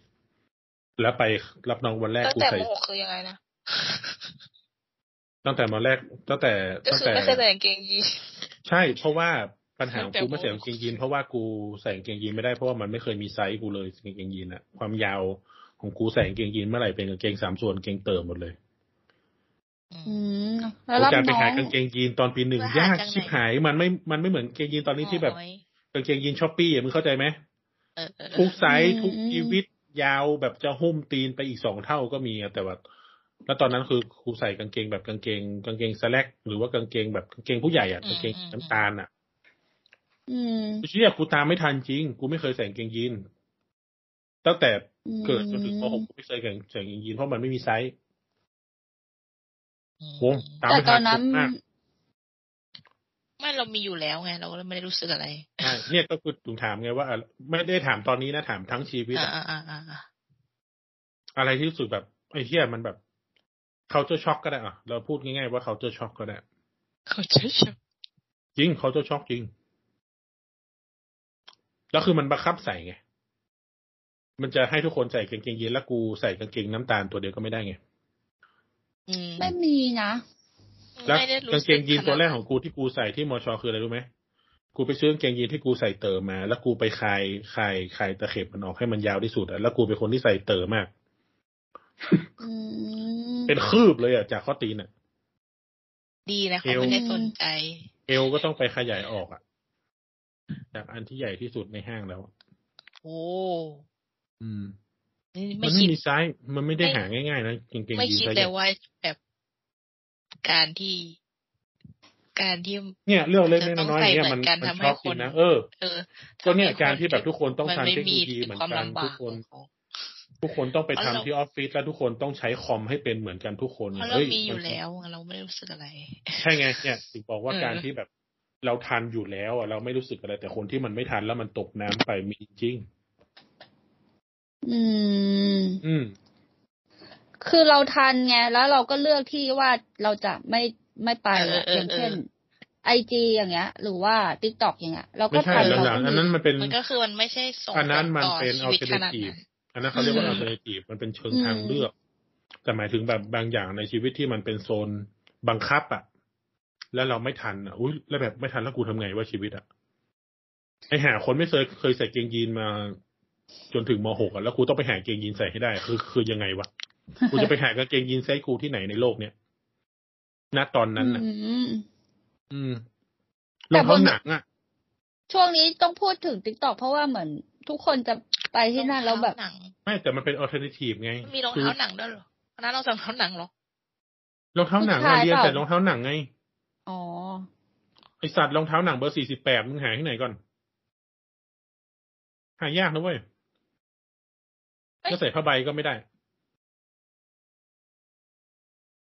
Speaker 3: แล้วไปรับน้องวันแรก
Speaker 4: ตั้ง
Speaker 3: กู
Speaker 4: แต่
Speaker 3: ใส่
Speaker 4: โมหกคือยังไงนะ
Speaker 3: ตั้งแต่มแรกตั้งแต่
Speaker 4: ก็
Speaker 3: ตั้ง
Speaker 4: คือ
Speaker 3: แต่
Speaker 4: ไม่ใช่แต่กางเกงยีน
Speaker 3: ใช่ เพราะว่าปัญหาของกู
Speaker 4: ตั้
Speaker 3: ไม่
Speaker 4: งแต่
Speaker 3: ใส่กางเกงยีนเพราะว่ากูใส่กางเกงยีนไม่ได้เพราะว่ามันไม่เคยมีไซส์กูเลยกางเกงยีนอะความยาวของกูใส่กางเกงยีนเมื่อไหร่เป็นกางเกงสามส่วนกางเกงเติมหมดเลย
Speaker 1: อืม แล้ว
Speaker 3: กู
Speaker 1: รับ
Speaker 3: จะไป
Speaker 1: น้อ
Speaker 3: หาง กางเกงยีนตอนปีหนึ่ง
Speaker 4: แล้ว
Speaker 3: ยา
Speaker 4: หาย
Speaker 3: ก
Speaker 4: จากไหน
Speaker 3: ชิบหายมันไม่มันไม่เหมือนกางเกงยีนตอนนี้ที่แบบกางเกงยีนช้อปปี้อะมึงเข้าใจไหม
Speaker 4: เออเออเอ
Speaker 3: ทุ
Speaker 4: อก
Speaker 3: ไซส์ทุกชีวิตยาวแบบจะหุ้มตีนไปอีกสองเท่าก็มีอะแต่ว่าแล้วตอนนั้นคือกูใส่กางเกงแบบกางเกงกางเกงสแลกหรือว่ากางเกงแบบกางเกงผู้ใหญ่อะกางเกงน้ำตาลอะ
Speaker 1: อืม
Speaker 3: กูเชื่อกูตามไม่ทันจริง กูไม่เคยใส่กางเกงยีนตั้งแต่เกิดจนถึงม .6 กูไม่เคยใส่กางเกงยีนเพราะมันไม่มีไซส์โว้ยตาม
Speaker 1: แต่ต
Speaker 3: ไม่ทั
Speaker 1: อน นนั้น
Speaker 3: มาก
Speaker 4: ไม่เรามีอยู่แล้วไง เราก็เลยไม่ได้รู้สึกอะไร
Speaker 3: ใช่เนี่ยก็คือถึงถามไงว่าอ่ะไม่ได้ถามตอนนี้นะถามทั้งชีวิตอะ
Speaker 4: อ่าอ่าอ่าอ่า
Speaker 3: อะไรที่รู้สึกแบบไอ้เหี้ยมันแบบเขาจะช็อกก็ได้อะเราพูดง่ายๆว่าเขาจะช็อกก็ได้
Speaker 4: เขาเชื่อฉัน
Speaker 3: จริงเขาจะช็อกจริง แล้วคือมันบังคับใส่ไง มันจะให้ทุกคนใส่กางเกงยีนแล้วกูใส่กางเกงน้ำตาลตัวเดียวก็ไม่ได้ไง
Speaker 4: อืม
Speaker 1: ไม่มีนะ
Speaker 3: แล้ว
Speaker 4: ไม่ได้รู้
Speaker 3: กาง
Speaker 4: สึ
Speaker 3: เกงยีนตัวแรก
Speaker 4: ขาด
Speaker 3: ของกูที่กูใส่ที่มอชอคืออะไรรู้ไหม กูไปซื้อกางเกงยีนที่กูใส่เต๋อมา แล้วกูไปคลายคลายคลายตะเข็บมันออกให้มันยาวที่สุดอะแล้วกูเป็นคนที่ใส่เต๋อมาก
Speaker 1: อืม
Speaker 3: เป็นคืบเลยอะจากข้อตีนอะ
Speaker 4: ดีนะ
Speaker 3: เอว
Speaker 4: เขาไม่ได้สนใจ
Speaker 3: เอวก็ต้องไปขยายออกอะจากอันที่ใหญ่ที่สุดในห้างแล้วอะ
Speaker 4: โอ้
Speaker 3: อืม
Speaker 4: นี่
Speaker 3: มั
Speaker 4: ไม่
Speaker 3: นไม่
Speaker 4: คิด
Speaker 3: มีไซส์มันไม่ได้หาง่ายๆนะกางเกง
Speaker 4: ไม่
Speaker 3: ยีน
Speaker 4: คิด
Speaker 3: ไซส์ให
Speaker 4: เล
Speaker 3: ญ่
Speaker 4: ยว่าแบบการที่ การที่
Speaker 3: เนี่ยเรื่องเล็กๆน้อยๆอย่างเนี่ยมัน
Speaker 4: จะต้องใส่เหมือนกัน
Speaker 3: มัน
Speaker 4: ทำให้
Speaker 3: ช็อกจริ
Speaker 4: คน
Speaker 3: งนะเออ
Speaker 4: เออ
Speaker 3: ก็เนี่ย
Speaker 4: ทำให้
Speaker 3: การที่แบบทุกคนต้อง
Speaker 4: มั
Speaker 3: ทาน
Speaker 4: ไม่
Speaker 3: เทคโน
Speaker 4: มี
Speaker 3: โลยีเหมือน
Speaker 4: ความ
Speaker 3: กัน
Speaker 4: ลำบา
Speaker 3: ทุก
Speaker 4: ก
Speaker 3: คน
Speaker 4: ของ
Speaker 3: ทุกคนต้องไป
Speaker 4: เพราะ
Speaker 3: ทำ
Speaker 4: เรา
Speaker 3: ที่ออฟฟิศแล้วทุกคนต้องใช้คอมให้เป็นเหมือนกันทุกคน
Speaker 4: เพราะเรา
Speaker 3: เฮ้ย
Speaker 4: มีอยู่
Speaker 3: น
Speaker 4: แล้วเราไม่ได้รู้สึกอะไร
Speaker 3: ใช่ไงเนี่ยถึงบอกว่า
Speaker 4: เออ
Speaker 3: การที่แบบเราทันอยู่แล้วอ่ะเราไม่รู้สึกอะไร แต่คนที่มันไม่ทันแล้วมันตกน้ำไปมีจริง
Speaker 1: อืม
Speaker 3: อืม
Speaker 1: คือเราทันไง แล้วเราก็เลือกที่ว่าเราจะไม่ไม่ไปอะ
Speaker 4: เออเออ
Speaker 1: อย่าง
Speaker 4: เอออ
Speaker 1: เช่นไอจีอย่างเงี้ย หรือว่าติ๊กต็อกอย่างเงี้ยเราก็
Speaker 3: ไม่ใช่
Speaker 1: ทัน
Speaker 3: แล้ว
Speaker 1: เรา
Speaker 3: นะ
Speaker 1: ก็
Speaker 3: อัน
Speaker 1: มี
Speaker 3: นั้นมันเป็น
Speaker 4: มันก็คือมันไม่ใช่ส่ง
Speaker 3: อันนั้นมัน
Speaker 4: ต่อ
Speaker 3: เป็น
Speaker 4: ชี
Speaker 3: อัล
Speaker 4: วิต
Speaker 3: เทอร์
Speaker 4: ข
Speaker 3: เน
Speaker 4: นาด
Speaker 3: ทีฟ
Speaker 4: นั้น
Speaker 3: อันนั้นเขาเรียกว่า
Speaker 4: อืม
Speaker 3: อัลเทอร์เนทีฟมันเป็นเชิงทางเลือก แต่หมายถึงแบบบางอย่างในชีวิตที่มันเป็นโซนบังคับอ่ะแล้วเราไม่ทันอ่ะอุ้ยแล้วแบบไม่ทันแล้วกูทำไงว่าชีวิตอ่ะไอหาคนไม่เคยเคยใส่เกงยีนมา จนถึงมหกอ่ะแล้วกูต้องไปหาเกงยีนใส่ให้ได้ คือคือยังไงวะกูจะไปหากางเกงยีนไซส์กูที่ไหนในโลกเนี้ยณตอนนั้นอ่ะ
Speaker 1: อืม
Speaker 3: อืม
Speaker 1: แต่
Speaker 3: รอง
Speaker 1: บ
Speaker 3: เท้าน หนังอ่ะ
Speaker 1: ช่วงนี้ต้องพูดถึงติ๊กต็อกเพราะว่าเหมือนทุกคนจะไปที่นั่นแล้วแบบ
Speaker 4: รองเท้าหนัง
Speaker 3: ไม่แต่มันเป็นอัลเทอร์เนทีฟไง
Speaker 4: มีรอง
Speaker 3: คือ
Speaker 4: เท้าหนังด้วยเหรออันนั้นเราใส่รองเท้าหนังเหรอ
Speaker 3: รองเท้าหนัง
Speaker 1: ผู้
Speaker 3: อะ
Speaker 1: ชาย
Speaker 3: เรียน
Speaker 1: เปล่า
Speaker 3: แต่รองเท้าหนังไง
Speaker 1: อ๋อ
Speaker 3: ไอสัตว์รองเท้าหนังเบอร์สี่สิบแปดมึงหาที่ไหนก่อน หายากนะเว้ย
Speaker 4: เอ้ย
Speaker 3: ก็ใส่ผ้าใบก็ไม่ได้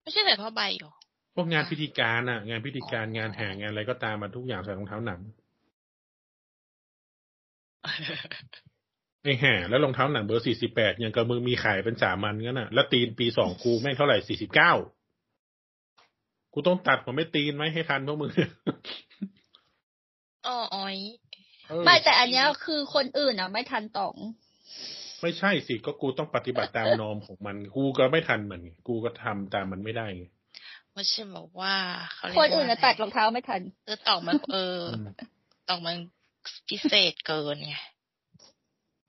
Speaker 4: ไม่ใช่ใส่ผ้าใบ เหรอ
Speaker 3: พวกงานพิธีการอะงานพิธีการงานแห่งานอะไรก็ตามมาทุกอย่างใส่รองเท้าหนังไอแห่แล้วรองเท้าหนังเบอร์สี่สิบแปดยังกับมึงมีขายเป็นสามันงั้นน่ะ แล้วตีนปีสองกูแม่งเท่าไหร่สี่สิบเก้ากูต้องตัดผมไม่ตีนไหมให้ทันพวกมึง
Speaker 4: อ๋ออ้อย
Speaker 3: เออ
Speaker 1: ไม่แต่อันเนี้ยคือคนอื่นอ่ะ ไม่ทันต๋อง
Speaker 3: ไม่ใช่สิก็กูต้องปฏิบัติตามนอมของมัน กูก็ไม่ทันมันไงกูก็ทำตามมันไม่ได้ไง
Speaker 4: ไม่ใช่บอกว่าเขาเรียก
Speaker 1: ค
Speaker 4: ว่าน
Speaker 1: อื่นอะตัดรองเท้าไม่ทัน
Speaker 4: เออตอกมันเออ
Speaker 3: ม
Speaker 4: ตอกมันพิเศษเกินไง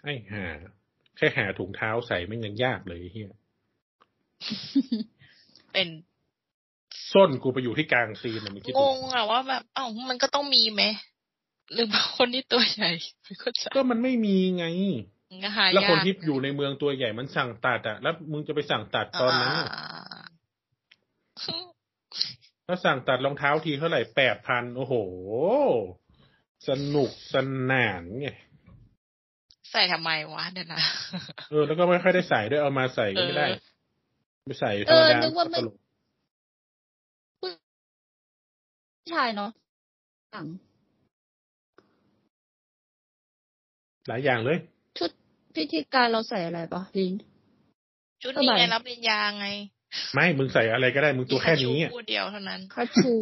Speaker 3: ไอ้ห่าแค่หาถุงเท้าใส่ไม่งยังยากเลยไอ้เฮีย
Speaker 4: เป็น
Speaker 3: ส้นกูไปอยู่ที่กลางซีนอะมันคิด
Speaker 4: ง
Speaker 3: ดู
Speaker 4: งอะว่าแบบเอ้ามันก็ต้องมีไหมหรือบางคนที่ตัวใหญ่ไม่เข้าใจ
Speaker 3: ก็มันไม่มีไง
Speaker 4: ก็หา
Speaker 3: แล้วคน
Speaker 4: ยาก
Speaker 3: ที่อยู่ในเมืองตัวใหญ่มันสั่งตัดอะแล้วมึงจะไปสั่งตัดตอนนั้นอะ
Speaker 4: า
Speaker 3: ถ้าสั่งตัดรองเท้าทีเท่าไหร่แปดพันโอ้โห สนุกสนานไง
Speaker 4: ใส่ทำไมวะเนี่ยนะ
Speaker 3: เออ แล้วก็ไม่ค่อยได้ใส่ด้วยเอามาใส่ก็ไม่ได้
Speaker 4: เออ
Speaker 3: ไม่ใส่ธร
Speaker 1: เอ
Speaker 3: ร
Speaker 1: อ
Speaker 3: มดา
Speaker 1: นึกว่าไม่
Speaker 3: ตลก
Speaker 1: ผู้ชายเนาะหนัง
Speaker 3: หลายอย่างเลย
Speaker 1: ชุดพิธีการเราใส่อะไรปะลิน
Speaker 4: ชุดนี้ไง
Speaker 1: ทำไม
Speaker 4: รับปริญญาไง
Speaker 3: ไม่มึงใส่อะไรก็ได้มึงตัวแค่นี้
Speaker 4: มี
Speaker 3: อะ
Speaker 4: คู่เดียวเท่านั้น
Speaker 1: คัชชู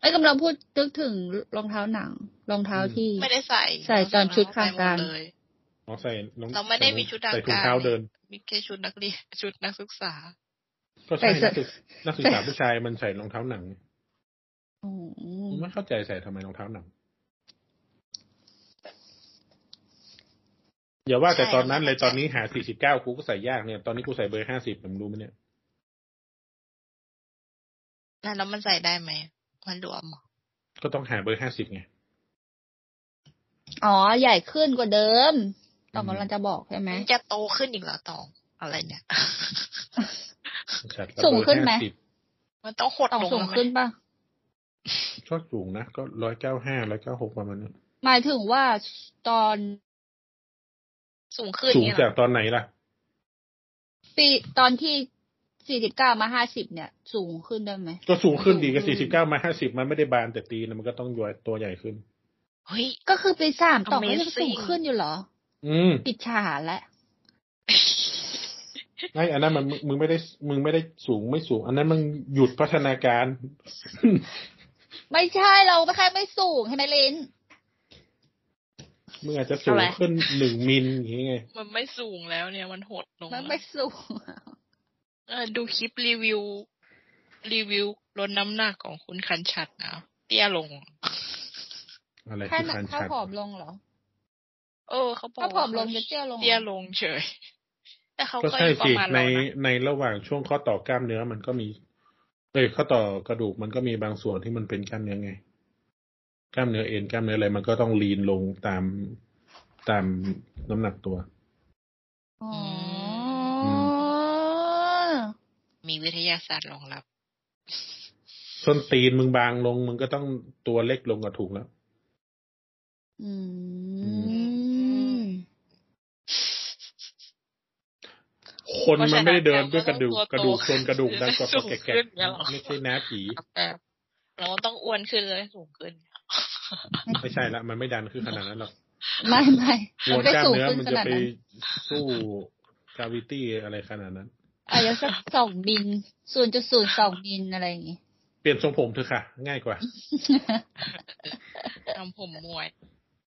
Speaker 1: ไอ้กำลังพูดนึกถึงรองเท้าหนัง รองเท้า
Speaker 3: อืม
Speaker 1: ที่
Speaker 4: ไม่ได้ใส่
Speaker 1: ใส่ตอนชุดทางการ
Speaker 4: เใส่หมดเลย
Speaker 3: อ๋อใส่รอง
Speaker 4: เราไม่ได้มีชุดทางการ
Speaker 3: ใส่ถุงเท้าเดิน
Speaker 4: มีแค่ชุดนักเรียนชุดนักศึกษา
Speaker 3: ก็ใช่
Speaker 1: ใส่
Speaker 3: นัก
Speaker 1: เสื้อ
Speaker 3: ศึกนักศึกษาผู้ชายมันใส่รองเท้าหนัง
Speaker 1: อืม
Speaker 3: ไม่เข้าใจใส่ทำไมรองเท้าหนัง อย่าว่าแต่
Speaker 4: ใช่
Speaker 3: ตอนนั้นเลยตอนนี้หา 49 กูก็ใส่ยากเนี่ย ตอนนี้กูใส่เบอร์ 50ผมรู้ไหมเนี่ย
Speaker 4: นั่นแล้วมันใส่ได้ไหมมันหลวมเหรอ
Speaker 3: ก็ต้องหาเบอร์ 50 ไง
Speaker 1: อ๋อ ใหญ่ขึ้นกว่าเดิมตอง
Speaker 3: อืม
Speaker 1: กำลังจะบอกใช่ไหม
Speaker 4: มันจะโตขึ้นอีกเหรอตองอะไรเนี่ย
Speaker 3: จัดระเบิด
Speaker 1: สูงขึ้นไหม
Speaker 3: 50
Speaker 4: มันต้องหด
Speaker 1: ตอง
Speaker 4: ลง
Speaker 1: สูง
Speaker 4: แล้วไหม
Speaker 1: ขึ้นปะ
Speaker 3: ชอบสูงนะ ก็ 195 196 ประมาณนั้น
Speaker 1: หมายถึงว่าตอน
Speaker 4: สูงขึ้น
Speaker 3: สูง
Speaker 4: เนี่ย
Speaker 3: จากตอนไหนล่ะ
Speaker 1: ปีตอนที่สี่สิบเก้ามาห้าสิบเนี่ย สูงขึ้นได้ไหม
Speaker 3: ก็สูงขึ้นดีกับ
Speaker 1: สูง
Speaker 3: 49
Speaker 1: ขึ้น
Speaker 3: มา 50 มันไม่ได้บานแต่ตีนะมันก็ต้องย้อยตัวใหญ่ขึ้น
Speaker 4: เฮ้ย
Speaker 1: ก็คือปีสามตองก็ยัง
Speaker 4: Amazing
Speaker 1: สูงขึ้นอยู่เหรอ
Speaker 3: อืม
Speaker 1: ปิดฉาแล้ว
Speaker 3: ไม่อันนั้นมันมึงมึงไม่ได้มึงไม่ได้สูงไม่สูง อันนั้นมึงหยุดพัฒนาการ
Speaker 1: ไม่ใช่เราแค่ไม่สูงใช่ไหมลิน
Speaker 3: มึงอาจจะสู
Speaker 1: เท่า
Speaker 3: ง
Speaker 1: ไหร่
Speaker 3: ขึ้นหนึ่งมิลอย่างงี้ไง
Speaker 4: มันไม่สูงแล้วเนี่ย มันหดลง
Speaker 1: มัน
Speaker 4: แล้ว
Speaker 1: ไม่สูง
Speaker 4: เออดูคลิปรีวิว รีวิวลดน้ำหนักของคุณคันชัดนะเตี้ยลง
Speaker 3: อะไร
Speaker 1: แค่
Speaker 3: คือ
Speaker 1: นั้น
Speaker 3: การ
Speaker 1: ถ้า
Speaker 3: ชัด
Speaker 1: ผอมลงเหรอ
Speaker 4: เออเขาบอก
Speaker 1: ถ้าผอมลงจะ
Speaker 4: ว่า
Speaker 1: เตี้ยลงเหรอ
Speaker 4: เตี้ยลงเฉย แต่เขา
Speaker 3: ก็
Speaker 4: ก็
Speaker 3: ใช่
Speaker 4: อยู่ประ
Speaker 3: สิ
Speaker 4: มาณ
Speaker 3: ใน
Speaker 4: เรานะ
Speaker 3: ในระหว่างช่วงข้อต่อกล้ามเนื้อมันก็มีเอ้ยข้อต่อกระดูกมันก็มีบางส่วนที่มันเป็นกล้ามเนื้อไง กล้ามเนื้อเอ็นกล้ามเนื้ออะไรมันก็ต้องลีนลงตามตามน้ำหนักตัว
Speaker 1: อ๋ออ
Speaker 4: มีวิทยาศาสตร์รองรับ
Speaker 3: ส้นตีนมึงบางลง มึงก็ต้องตัวเล็กลงกว่าถูกแล้ว
Speaker 1: อืม
Speaker 3: คนมันไม่ได้เดิน
Speaker 4: เพ
Speaker 3: ด้วยก
Speaker 4: ราะฉะนั้
Speaker 3: ระ
Speaker 4: น
Speaker 3: ดูกกระดูกชนกระดูก
Speaker 4: เรา
Speaker 3: ดันกว่าก
Speaker 4: ต้องตั
Speaker 3: ระ
Speaker 4: วโต
Speaker 3: แก
Speaker 4: ขึ้
Speaker 3: ะ
Speaker 4: นเนี่ยหรอ
Speaker 3: ไม่ใช่น้าผี
Speaker 4: แต่เราต้องอ้วนขึ้นเลยสูงขึ้น
Speaker 3: ไม่ใช่ละมันไม่ดันคือขนาดนั้นหรอก
Speaker 1: ไม่ไม่
Speaker 3: มวล
Speaker 1: ไม่
Speaker 3: กล้าม
Speaker 1: สูง
Speaker 3: เนื้อ
Speaker 1: ขึ้น
Speaker 3: มัน
Speaker 1: ข
Speaker 3: จะ
Speaker 1: นาด
Speaker 3: ไป
Speaker 1: นั้น
Speaker 3: สู้กาวิตี้อะไรขนาดนั้น
Speaker 1: อาจจะสักสองมิลศูนย์จุดศูนย์สองมิลอะไรอย่างงี้
Speaker 3: เปลี่ยนทรงผมเถอะค่ะ ง่ายกว่า
Speaker 4: ทำผมมวย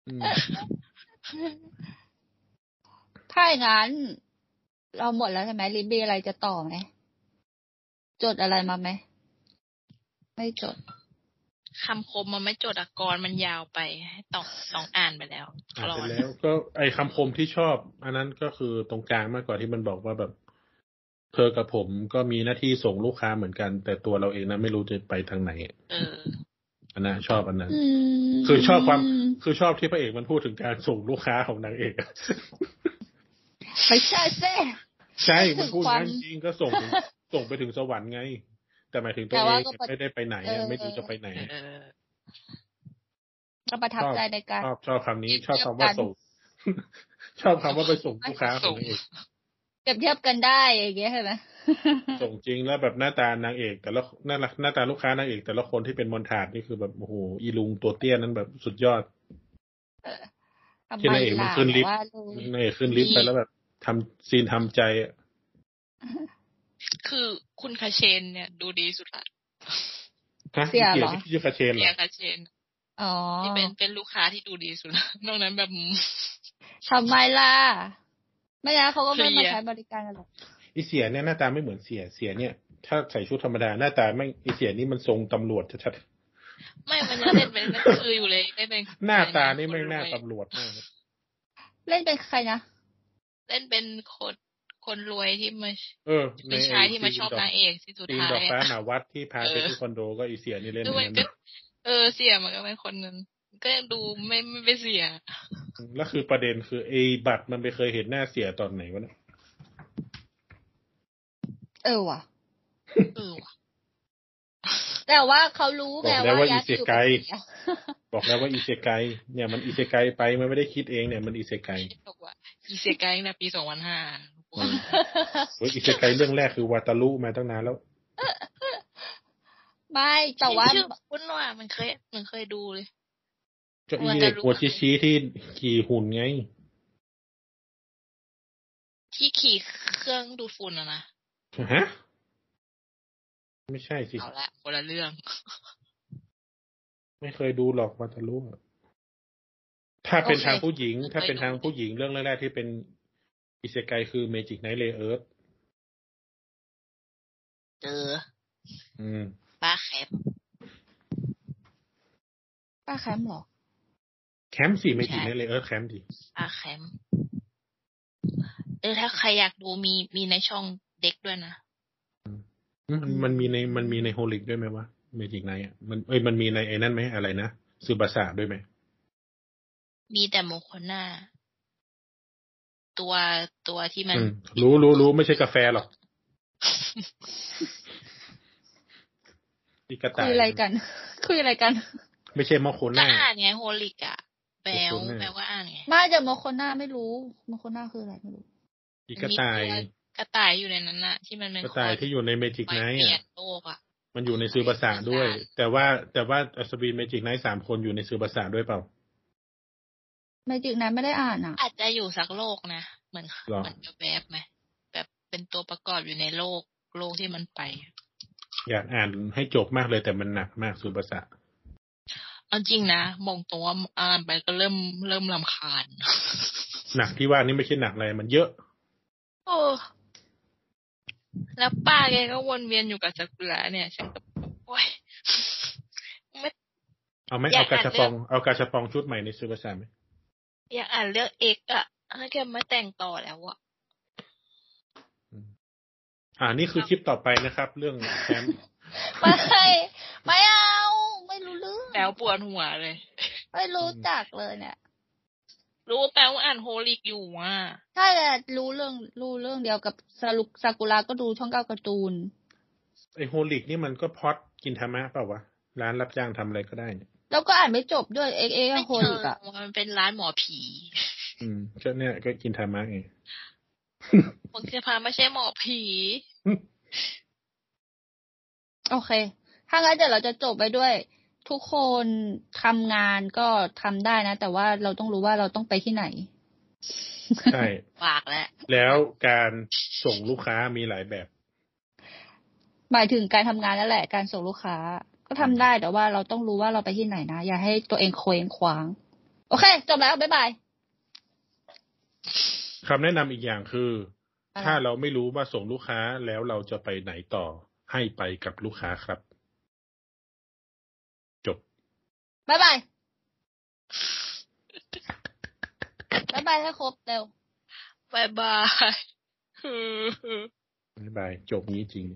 Speaker 3: อืม
Speaker 1: ถ้าอย่างนั้น เราหมดแล้วใช่ไหมลินบีอะไรจะต่อไหมจดอะไรมาไหม ไม่จด
Speaker 4: คำคมมันไม่จดอะกรมันยาวไปให้ตองตองอ่านไปแล้ว
Speaker 3: อ่าน
Speaker 4: กร
Speaker 3: ไป
Speaker 4: อน
Speaker 3: แล้วก็ไอคำคมที่ชอบ อันนั้นก็คือตรงกลางมากกว่าที่มันบอกว่าแบบ เธอกับผมก็มีหน้าที่ส่งลูกค้าเหมือนกัน แต่ตัวเราเองนะไม่รู้จะไปทางไหน
Speaker 4: เออ
Speaker 3: อันนั้นชอบอันนั้น
Speaker 1: อืม
Speaker 3: คือชอบความ คือชอบที่พระเอกมันพูดถึงการส่งลูกค้าของนางเอก
Speaker 1: ไม่ใช่เซ่
Speaker 3: ใช่
Speaker 1: ถึ
Speaker 3: มัน
Speaker 1: ง
Speaker 3: พูด
Speaker 1: ความ
Speaker 3: งั้นจริงก็ส่งถึงส่งไปถึงสวรรค์ไง แต่หมายถึงตัว
Speaker 1: แต่
Speaker 3: เอ
Speaker 1: ว่าง ก็
Speaker 3: ไม่ได้ไปไหน
Speaker 1: เอ
Speaker 3: อะ
Speaker 1: อ
Speaker 3: ไม่รู้จะไปไหน
Speaker 4: เออ
Speaker 1: ก็ประทับใจในการ
Speaker 3: ชอบชอบคำนี้
Speaker 1: เปรียบ
Speaker 3: ชอบคำว่า
Speaker 1: เทียบกัน
Speaker 3: ส่ง ชอบคำว่าไปส่งลูก ค้าข
Speaker 4: ส่
Speaker 3: อง
Speaker 4: ง
Speaker 3: นางเอก
Speaker 1: เปรียบเทียบกันได้อย่างเงี้ยใช่ ไหม
Speaker 3: ส่งจริงแล้วแบบหน้าตานางเอก แต่ละหน้าหน้าตาลูกค้านางเอก แต่ละคนที่เป็นมนทาดนี่คือแบบโอ้โหอีลุงตัวเตี้ยนั้นแบบสุดยอด
Speaker 1: ทำ
Speaker 3: ที่
Speaker 1: ไม
Speaker 3: นางเอกมัน
Speaker 1: ล่ะ
Speaker 3: ขึ้นลิฟต์
Speaker 1: ว่ารู้
Speaker 3: นางเอกขึ้นลิฟต์ไปแล้วแบบทำซีนทำใจอะ
Speaker 4: คือคุณคาเชนเนี่ย ดูดีสุดละ
Speaker 3: ฮะเกลียดที่ชื่อคาเชนเหร
Speaker 4: เนี
Speaker 3: อย
Speaker 4: คาเชน
Speaker 1: อ๋อ
Speaker 4: ที่เป็นเป็นลูกค้าที่ดูดีสุดละ นอกนั้นแบบ
Speaker 1: ทำไมล่ะ ไม่งั้นเขาก็ไม่
Speaker 4: เค
Speaker 1: มา
Speaker 4: ลี
Speaker 1: ย
Speaker 4: ร์
Speaker 1: ใช้บริการกันหรอก
Speaker 3: อีเสียเนี่ยหน้าตาไม่เหมือนเสียเสียเนี่ย ถ้าใส่ชุดธรรมดาหน้าตาไม่งอีเสียนี่มันทรงตำรวจชัด
Speaker 4: ไม่มันยังเล่นเป็นนั่นคืออยู่เลยได้เป็น
Speaker 3: ๆหน้าตานี่ไม่งหน้าตำรวจมาก
Speaker 1: เล่นเป็นใครนะ
Speaker 4: เล่นเป็นคน คนรวยที่มา
Speaker 3: เออ
Speaker 4: เป็นชายที่มาชอบนางเอกที่สุด
Speaker 3: ตีน
Speaker 4: ท้า
Speaker 3: ดอก
Speaker 4: ย
Speaker 3: ฟ้า
Speaker 4: อะ
Speaker 3: หมาวัดที่พาไป
Speaker 4: เออ
Speaker 3: ที่คอนโดก็อีเสียนี่เล่น
Speaker 4: ดู
Speaker 3: เหมือ
Speaker 4: มั
Speaker 3: น น
Speaker 4: ก็
Speaker 3: กัน
Speaker 4: เออเสียมันก็เป็นคนนั้นก็ยังดูไม่ไม่ไปเสีย
Speaker 3: แล้วคือประเด็นคือไอ้บัตรมันไปเคยเห็นหน้าเสียตอนไหนวะเนี่ย
Speaker 1: เออว่ะ
Speaker 4: เออว่ะ
Speaker 1: แต่ว่าเขารู้
Speaker 3: บ
Speaker 1: ไง
Speaker 3: อกแล้ว
Speaker 1: ว่า
Speaker 3: ว่าอี
Speaker 1: ยักษ์
Speaker 3: เซ
Speaker 1: อยู่
Speaker 3: ไก
Speaker 1: กับ
Speaker 3: ย
Speaker 1: เสีย
Speaker 3: บอกแล้วว่าอิเซไกเนี่ยมันอิเซไกไปมันไม่ได้คิดเองเนี่ยมันอิเซไก
Speaker 4: คิดบอกว่าอีเสียไกลนะปีสองพันห้า
Speaker 3: เฮ้ยอิเซไกเรื่องแรกคือวาตาลุมาตั้งนานแล้ว
Speaker 1: ไม่แต่ว่า
Speaker 4: ชื่อคุ้นว่ามันเคยมันเคยดูเลย
Speaker 3: เจ้าอีเด็กหัวชี้ชี้ที่ขี่หุ่นไง
Speaker 4: ที่ขี่เครื่องดูดฝุ่นอะนะ
Speaker 3: ฮะ ไม่ใช่สิ
Speaker 4: เอาละคนละเรื่อง
Speaker 3: ไม่เคยดูหรอกวาตาลุอะถ้าเป็น
Speaker 4: โอเค
Speaker 3: ทางผู้หญิง ถ้าเป็น
Speaker 4: ไม่เคยดู
Speaker 3: ทางผู้หญิงเรื่องแรกๆที่เป็นอิเซไกคือเมจิกไนท์เลเยอร์
Speaker 4: เจอ
Speaker 3: อืม
Speaker 4: ป้าแคม
Speaker 1: ป้าแคมป์เหรอ
Speaker 3: แคมป์สิเมจิกไนท์เลเยอร์แคมป์ดิ
Speaker 4: ป้าแคมเออถ้าใครอยากดูมีมีในช่องเด็กด้วยนะ
Speaker 3: อืมมันมีในมันมีในโฮลิกด้วยไหมวะเมจิกไนท์อ่ะมันเอ้ยมันมีในไอ้นั่นไหมอะไรนะซูบาสะด้วยไหม
Speaker 4: มีแต่มงคลหน้า ตัวตัวที่มัน
Speaker 3: อืมรู้รู้รู้ไม่ใช่กาแฟหรอก อีกระต่า
Speaker 1: คุ
Speaker 3: ย
Speaker 1: ยอะไรกัน คุยอะไรกัน
Speaker 3: ไม่ใช่มอโค
Speaker 4: ก็
Speaker 3: น่า
Speaker 4: อ่านไงโฮลิกอะแปลว
Speaker 3: โฮลิก
Speaker 4: แปลว่าอ่านไง
Speaker 1: ไม่แต่โมโคน่าไม่รู้โมโคน่าคืออะไรไม่รู้
Speaker 3: อีกระต่าย
Speaker 4: มีวกระต่ายอยู่ในนั้นน่ะ ที่มันเป็น
Speaker 3: กระต่ายที่อยู่ในเมจิก
Speaker 4: ไว้
Speaker 3: ไนท์
Speaker 4: เปลี่ย
Speaker 3: อ่ะ
Speaker 4: นโลกอะ
Speaker 3: มันอยู่ในซื้อบาสาด้วย แต่ว่าแต่ว่าอัศวินเมจิกไนท์สามคนอยู่ในซื้อบาสาด้วยเปล่า
Speaker 1: เมจิกนั้นไม่ได้อ่านอ่ะ
Speaker 4: อาจจะอยู่สักโลกนะเหมือน
Speaker 3: หรอ
Speaker 4: เหมือนจะแวบไหมแบบเป็นตัวประกอบอยู่ในโลกโลกที่มันไปอะ
Speaker 3: อยากอ่านให้จบมากเลยแต่มันหนักมากซื้อบาสา
Speaker 4: เอาจริงนะมองตัวว่าอ่านไปก็เริ่มเริ่มลำคาญ
Speaker 3: หนักที่ว่านี่ไม่ใช่หนักอะไรมันเยอะ
Speaker 4: โอ้แล้วป้าแกก็วนเวียนอยู่กับซากุระเนี่ยฉันก็โอ้ยไม่
Speaker 3: เอาไหม
Speaker 4: อยา
Speaker 3: เอา
Speaker 4: ก
Speaker 3: กา
Speaker 4: อ่าน
Speaker 3: ชาปองเอากาชาปองชุดใหม่ในซื้อบาสาไหม
Speaker 4: อยากอ่านเรื่องเอกอะให้แกมาแต่งต่อแล้วอะ
Speaker 3: อ่านี่คือคลิปต่อไปนะครับ เรื่องแคมป์
Speaker 1: ไม่ ไม่เอา ไม่รู้เรื่อง
Speaker 4: แปลวปวดหัวเลย
Speaker 1: ไม่รู้จักเลยเนี่ย
Speaker 4: รู้ว่าแปลว่าอ่านโฮลิกอยู่ว่า
Speaker 1: ถ้าจะรู้เรื่องรู้เรื่องเดียวกับสรุปซากุระก็ดูช่องเก้าการ์ตูน
Speaker 3: ไอโฮลิกนี่มันก็พล็อดกินธรรมะเปล่าวะ ร้านรับจ้างทำอะไรก็ได้เนี่ย
Speaker 1: แล้วก็อ่านไม่จบด้วยเอ็กเอ็ก
Speaker 4: ไม่
Speaker 1: โค
Speaker 4: เจ
Speaker 1: ลิ
Speaker 4: อก
Speaker 1: อ่ะ
Speaker 4: มันเป็นร้านหมอผี
Speaker 3: อืมก็เนี่ยก็กินธรรมะไง
Speaker 4: มึงจะพาไม่ใช่หมอผี
Speaker 1: โอเค ถ้างั้นเดี๋ยวเราจะจบไปด้วย ทุกคนทำงานก็ทำได้นะ แต่ว่าเราต้องรู้ว่าเราต้องไปที่ไหน
Speaker 3: ใช่
Speaker 4: ปากแล้ว
Speaker 3: แล้วการส่งลูกค้ามีหลายแบบ
Speaker 1: หมายถึงการทำงานนั่นแหละ การส่งลูกค้า ก็ทำได้แต่ว่าเราต้องรู้ว่าเราไปที่ไหนนะ อย่าให้ตัวเองโคยงขวาง โอเค จบแล้วบ๊ายบาย
Speaker 3: คำแนะนำอีกอย่างคือ
Speaker 1: อะไร
Speaker 3: ถ้าเราไม่รู้ว่าส่งลูกค้าแล้วเราจะไปไหนต่อ ให้ไปกับลูกค้าครับ จบ
Speaker 1: บ๊ายบายบ๊ายบายให้ครบเร็ว
Speaker 4: บายบายฮือ
Speaker 3: บ๊ายบาย จบงี้จริง